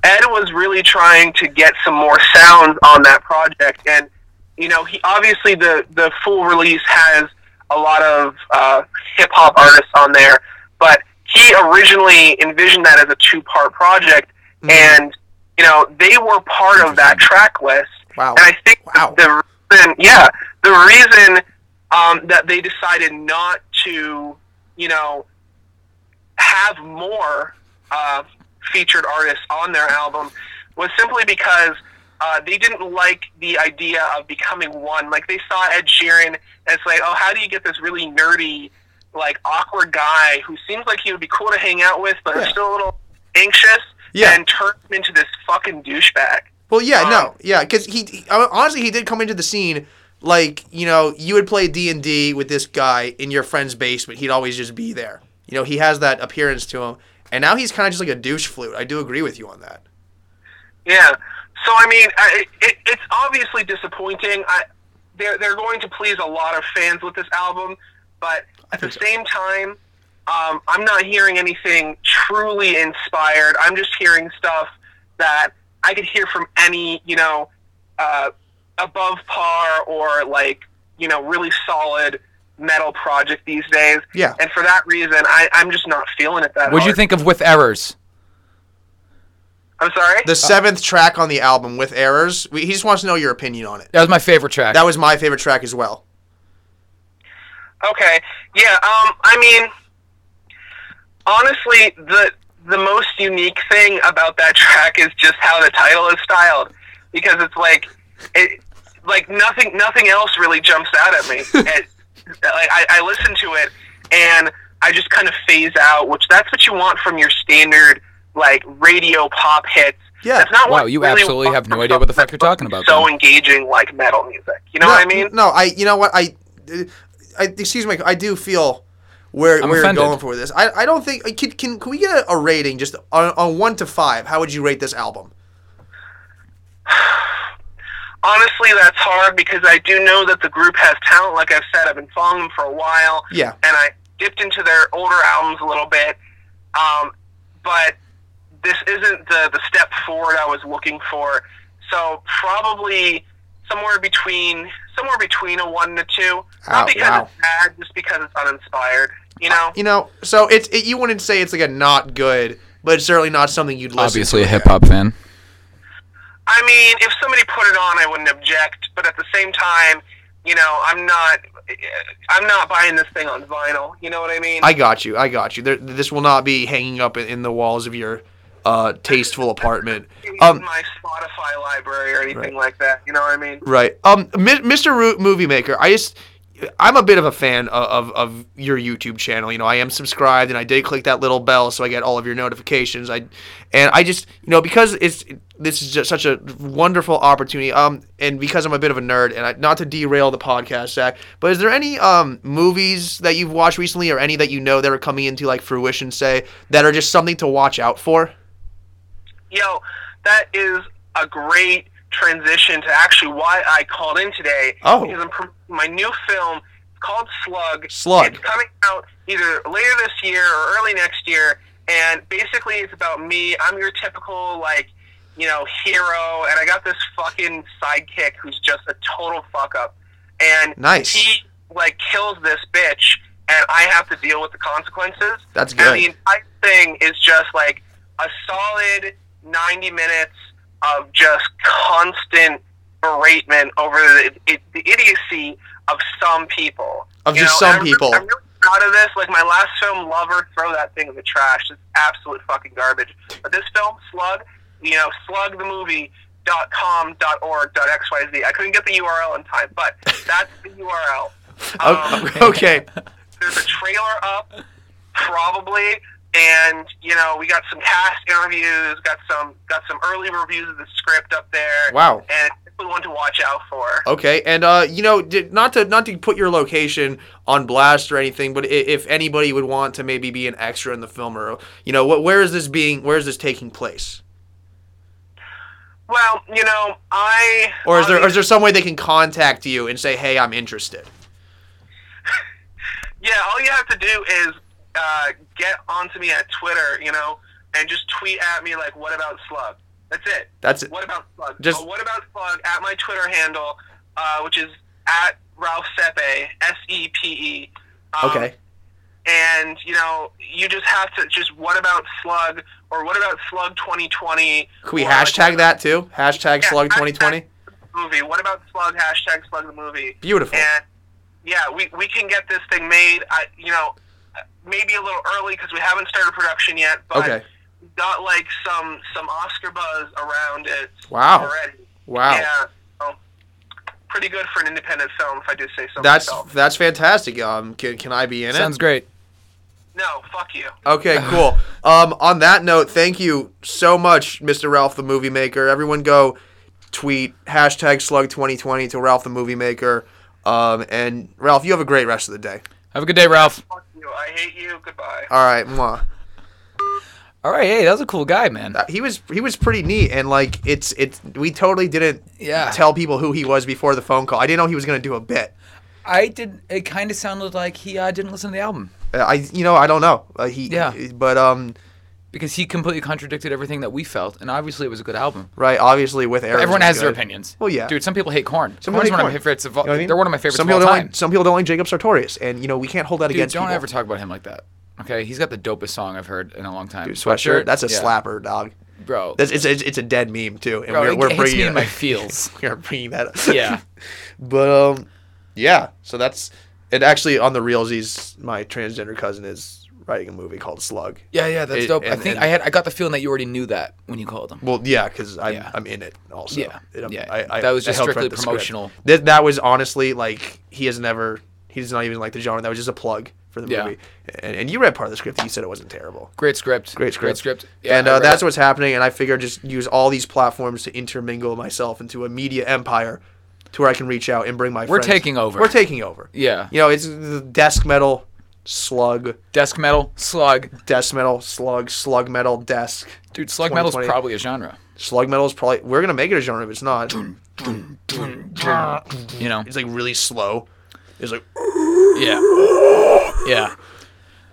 Speaker 3: Ed was really trying to get some more sounds on that project, and you know, he obviously the the full release has a lot of uh, hip hop artists on there, but he originally envisioned that as a two part project, and you know, they were part of that track list.
Speaker 2: Wow.
Speaker 3: And I think
Speaker 2: Wow.
Speaker 3: the reason, yeah, the reason um, that they decided not to, you know, have more uh, featured artists on their album was simply because uh, they didn't like the idea of becoming one. Like they saw Ed Sheeran, and it's like, oh, how do you get this really nerdy, like awkward guy who seems like he would be cool to hang out with, but is
Speaker 2: Yeah.
Speaker 3: still a little anxious,
Speaker 2: Yeah.
Speaker 3: and turn him into this fucking douchebag.
Speaker 2: Well, yeah,
Speaker 3: Um,
Speaker 2: no, yeah, because he, he- uh, honestly he did come into the scene like you know you would play D and D with this guy in your friend's basement. He'd always just be there. You know he has that appearance to him, and now he's kind of just like a douche flute. I do agree with you on that.
Speaker 3: Yeah. So I mean, I, it, it's obviously disappointing. I, they're they're going to please a lot of fans with this album, but at the same time, um, I'm not hearing anything truly inspired. I'm just hearing stuff that I could hear from any you know uh, above par or like you know really solid metal project these days.
Speaker 2: Yeah.
Speaker 3: And for that reason, I, I'm just not feeling it that.
Speaker 1: What'd you
Speaker 3: hard.
Speaker 1: think of With Errors?
Speaker 3: I'm sorry.
Speaker 2: The seventh track on the album with errors. We, he just wants to know your opinion on it.
Speaker 1: That was my favorite track.
Speaker 2: That was my favorite track as well.
Speaker 3: Okay. Yeah. Um. I mean, honestly, the the most unique thing about that track is just how the title is styled, because it's like it like nothing nothing else really jumps out at me. it, like I, I listen to it and I just kind of phase out, which that's what you want from your standard like radio pop hits.
Speaker 2: Yeah.
Speaker 3: That's not
Speaker 1: wow,
Speaker 3: what
Speaker 1: you
Speaker 3: really
Speaker 1: absolutely
Speaker 3: want
Speaker 1: have no
Speaker 3: from
Speaker 1: idea what the fuck you're talking about.
Speaker 3: So
Speaker 1: then.
Speaker 3: engaging like metal music. You know
Speaker 2: no,
Speaker 3: what I mean?
Speaker 2: No, I. You know what? I. I excuse me. I do feel where
Speaker 1: I'm
Speaker 2: where
Speaker 1: offended.
Speaker 2: you're going for this. I, I don't think can, can can we get a, a rating just on, on one to five? How would you rate this album?
Speaker 3: honestly, that's hard because I do know that the group has talent. Like I've said, I've been following them for a while.
Speaker 2: Yeah.
Speaker 3: And I dipped into their older albums a little bit. Um, but this isn't the, the step forward I was looking for. So probably somewhere between somewhere between a one and a two.
Speaker 2: Wow,
Speaker 3: Not because
Speaker 2: wow.
Speaker 3: it's bad, just because it's uninspired. You know?
Speaker 2: you know, so it's it, you wouldn't say it's like a not good, but it's certainly not something you'd listen
Speaker 1: Obviously, a
Speaker 2: to again.
Speaker 1: hip hop fan.
Speaker 3: I mean, if somebody put it on, I wouldn't object. But at the same time, you know, I'm not, I'm not buying this thing on vinyl. You know what I mean?
Speaker 2: I got you. I got you. There, this will not be hanging up in, in the walls of your uh, tasteful apartment.
Speaker 3: In
Speaker 2: Um,
Speaker 3: my Spotify library or anything like that. You know what I mean?
Speaker 2: right. Um, Mi- Mr. Root Movie Maker. I just. I'm a bit of a fan of, of, of your YouTube channel. You know, I am subscribed and I did click that little bell so I get all of your notifications. I and I just, you know, because it's this is just such a wonderful opportunity. Um, and because I'm a bit of a nerd and I, not to derail the podcast, Zach, but is there any um movies that you've watched recently or any that you know that are coming into like fruition, say that are just something to watch out for?
Speaker 3: Yo, that is a great transition to actually why I called in today.
Speaker 2: Oh.
Speaker 3: Because I'm promoting my new film called Slug.
Speaker 2: Slug.
Speaker 3: It's coming out either later this year or early next year, and basically it's about me. I'm your typical like, you know, hero, and I got this fucking sidekick who's just a total fuck up, and
Speaker 2: Nice.
Speaker 3: he like kills this bitch, and I have to deal with the consequences.
Speaker 2: That's
Speaker 3: And
Speaker 2: good.
Speaker 3: the entire thing is just like a solid 90 minutes of just constant beratement over the, it, the idiocy of some people.
Speaker 2: Of just some
Speaker 3: and I'm re-
Speaker 2: people.
Speaker 3: I'm really proud of this. Like my last film, Lover, throw that thing in the trash. It's absolute fucking garbage. But this film, Slug, you know, Slug the movie. Dot com dot org dot xyz. I couldn't get the URL in time, but that's the URL. Um,
Speaker 2: O- okay.
Speaker 3: there's a trailer up, probably, and you know we got some cast interviews, got some got some early reviews of the script up there.
Speaker 2: Wow.
Speaker 3: And it's the one to watch out for.
Speaker 2: Okay, and uh, you know, did, not to not to put your location on blast or anything, but i- if anybody would want to maybe be an extra in the film, or you know, what where is this being? Where is this taking place?
Speaker 3: Well, you know I
Speaker 2: Or is there or is there some way they can contact you and say, hey, I'm interested?
Speaker 3: Yeah, all you have to do is uh, get onto me at Twitter, you know, and just tweet at me like, "What about Slug?" That's it.
Speaker 2: That's it.
Speaker 3: What about Slug?
Speaker 2: Just-
Speaker 3: Oh, what about Slug at my Twitter handle, uh, which is at Ralph Sepe, S E P E. Um,
Speaker 2: Okay,
Speaker 3: and you know you just have to just what about slug or what about slug 2020
Speaker 2: can we
Speaker 3: Or, like,
Speaker 2: hashtag that too? Hashtag
Speaker 3: yeah,
Speaker 2: Slug
Speaker 3: hashtag
Speaker 2: 2020.
Speaker 3: movie what about slug hashtag slug the movie
Speaker 2: Beautiful.
Speaker 3: and yeah we, we can get this thing made I, you know maybe a little early because we haven't started production yet but
Speaker 2: Okay.
Speaker 3: we've got like some some oscar buzz around it
Speaker 2: Wow.
Speaker 3: already
Speaker 2: Wow.
Speaker 3: yeah so, pretty good for an independent film if i do say so
Speaker 2: That's
Speaker 3: myself.
Speaker 2: that's fantastic. Um, can, can I be in it?
Speaker 1: Sounds great.
Speaker 3: no fuck you
Speaker 2: Okay, cool. um, on that note, thank you so much, Mr. Ralph the Movie Maker. Everyone go tweet hashtag slug2020 to Ralph the Movie Maker. Um, and Ralph, you have a great rest of the day.
Speaker 1: Have a good day, Ralph.
Speaker 3: fuck you i hate you goodbye
Speaker 2: All right, mwah. Uh,
Speaker 1: All right, hey, that was a cool guy, man.
Speaker 2: He was he was pretty neat, and like it's it's we totally didn't
Speaker 1: Yeah.
Speaker 2: tell people who he was before the phone call. I didn't know he was gonna do a bit.
Speaker 1: I did. It kind of sounded like he uh, didn't listen to the album
Speaker 2: Uh, I you know I don't know. Uh, he
Speaker 1: Yeah.
Speaker 2: but um
Speaker 1: because he completely contradicted everything that we felt, and obviously it was a good album.
Speaker 2: right obviously with Aaron.
Speaker 1: Everyone has their opinions.
Speaker 2: Well, yeah.
Speaker 1: dude. Some people hate corn.
Speaker 2: Some
Speaker 1: Corn's
Speaker 2: people
Speaker 1: one
Speaker 2: hate
Speaker 1: of my
Speaker 2: corn.
Speaker 1: favorites of all.
Speaker 2: You know what I mean?
Speaker 1: They're one of my favorites
Speaker 2: Some
Speaker 1: of
Speaker 2: people
Speaker 1: all
Speaker 2: don't
Speaker 1: time.
Speaker 2: like some people don't like Jacob Sartorius, and you know we can't hold that
Speaker 1: Dude,
Speaker 2: against.
Speaker 1: don't
Speaker 2: people.
Speaker 1: ever talk about him like that. Okay, he's got the dopest song I've heard in a long time.
Speaker 2: Dude, sweatshirt. That's a
Speaker 1: yeah.
Speaker 2: slapper, dog.
Speaker 1: bro.
Speaker 2: That's, it's, it's it's a dead meme too, and
Speaker 1: bro,
Speaker 2: we're,
Speaker 1: it
Speaker 2: we're
Speaker 1: hits
Speaker 2: bringing
Speaker 1: me in my
Speaker 2: it-
Speaker 1: feels.
Speaker 2: we're bringing that up.
Speaker 1: yeah,
Speaker 2: but um, yeah. So that's it. Actually, on the realsies, my transgender cousin is writing a movie called Slug.
Speaker 1: yeah, yeah. That's
Speaker 2: It-
Speaker 1: dope. I
Speaker 2: and-
Speaker 1: think
Speaker 2: and-
Speaker 1: I had. I got the feeling that you already knew that when you called him.
Speaker 2: Well, yeah, because I'm,
Speaker 1: Yeah.
Speaker 2: I'm in it um, also.
Speaker 1: Yeah,
Speaker 2: And I'm-
Speaker 1: yeah. That was just
Speaker 2: helped
Speaker 1: strictly
Speaker 2: write the script.
Speaker 1: promotional.
Speaker 2: Th- That, was honestly like he has never. He's not even like the genre. That was just a plug for the
Speaker 1: Yeah.
Speaker 2: movie. And, and you read part of the script. You said it wasn't terrible.
Speaker 1: Great script.
Speaker 2: Great script.
Speaker 1: Great script. Yeah,
Speaker 2: and
Speaker 1: I
Speaker 2: uh,
Speaker 1: read
Speaker 2: that's
Speaker 1: it.
Speaker 2: what's happening. And I figure just use all these platforms to intermingle myself into a media empire to where I can reach out and bring my
Speaker 1: We're
Speaker 2: friends.
Speaker 1: taking over.
Speaker 2: We're taking over.
Speaker 1: Yeah.
Speaker 2: You know, it's the desk metal, slug,
Speaker 1: Desk metal, slug.
Speaker 2: desk metal, slug, slug metal, desk.
Speaker 1: Dude, slug metal's
Speaker 2: 2020.
Speaker 1: probably a genre.
Speaker 2: Slug metal is probably, we're going to make it a genre if it's not.
Speaker 1: You know?
Speaker 2: It's like really slow. It's like,
Speaker 1: Yeah. Yeah.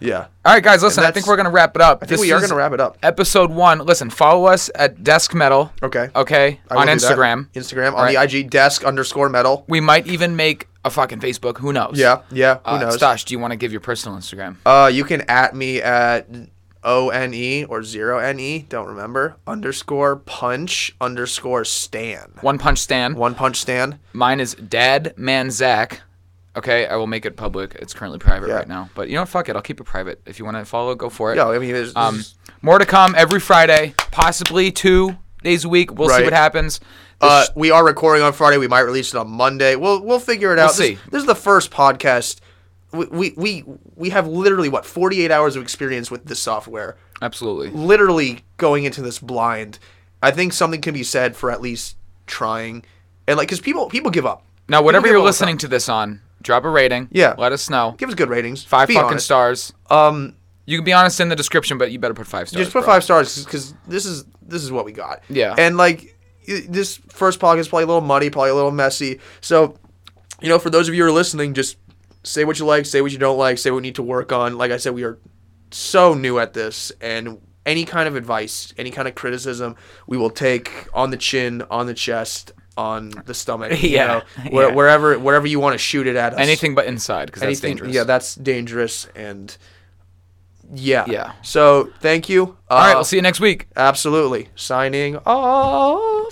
Speaker 2: yeah.
Speaker 1: All right, guys, listen, I think
Speaker 2: that's-
Speaker 1: we're going to wrap it up.
Speaker 2: I think we are going to wrap it up.
Speaker 1: Episode one. Listen, follow us at Desk Metal.
Speaker 2: Okay.
Speaker 1: Okay.
Speaker 2: I will
Speaker 1: on
Speaker 2: do that.
Speaker 1: Instagram.
Speaker 2: Instagram.
Speaker 1: All
Speaker 2: On
Speaker 1: right.
Speaker 2: the IG, desk underscore metal.
Speaker 1: We might even make a fucking Facebook. Who knows?
Speaker 2: Yeah. Yeah. Who
Speaker 1: Uh,
Speaker 2: knows?
Speaker 1: Stash, do you want to give your personal Instagram?
Speaker 2: Uh, you can at me at O N E or zero N E, don't remember. Underscore punch underscore stan.
Speaker 1: One Punch Stan.
Speaker 2: One punch stan.
Speaker 1: Mine is Dad Man Zach. Okay, I will make it public. It's currently private
Speaker 2: Yeah.
Speaker 1: right now. But you know what? Fuck it. I'll keep it private. If you want to follow, go for it.
Speaker 2: No, I mean, there's,
Speaker 1: Um, more to come every Friday, possibly two days a week. We'll see
Speaker 2: Right.
Speaker 1: what happens. The
Speaker 2: uh,
Speaker 1: sh-
Speaker 2: we are recording on Friday. We might release it on Monday. We'll we'll figure it out.
Speaker 1: see.
Speaker 2: This, this is the first podcast. We, we we we have literally what 48 hours of experience with this software.
Speaker 1: Absolutely.
Speaker 2: Literally going into this blind. I think something can be said for at least trying. And like, because people people give up.
Speaker 1: Now, whatever
Speaker 2: give
Speaker 1: you're
Speaker 2: all the
Speaker 1: listening to this on, drop a rating.
Speaker 2: Yeah.
Speaker 1: Let us know.
Speaker 2: Give us good ratings.
Speaker 1: Five
Speaker 2: Be
Speaker 1: fucking
Speaker 2: honest.
Speaker 1: stars.
Speaker 2: Um,
Speaker 1: You can be honest in the description, but you better put five stars.
Speaker 2: just put
Speaker 1: bro.
Speaker 2: five stars because this is this is what we got.
Speaker 1: Yeah.
Speaker 2: and like y- this first podcast is probably a little muddy, probably a little messy. So, you know, for those of you who are listening, just say what you like, say what you don't like, say what we need to work on. Like I said, we are so new at this, and any kind of advice, any kind of criticism, we will take on the chin, on the chest, on the stomach. You
Speaker 1: Yeah,
Speaker 2: know, where-
Speaker 1: yeah.
Speaker 2: wherever wherever you want to shoot it at us.
Speaker 1: Anything but inside, because that's
Speaker 2: Anything-
Speaker 1: dangerous.
Speaker 2: Yeah, that's dangerous, and yeah,
Speaker 1: Yeah.
Speaker 2: So thank you. Uh,
Speaker 1: All right, we'll see you next week.
Speaker 2: Absolutely. Signing off.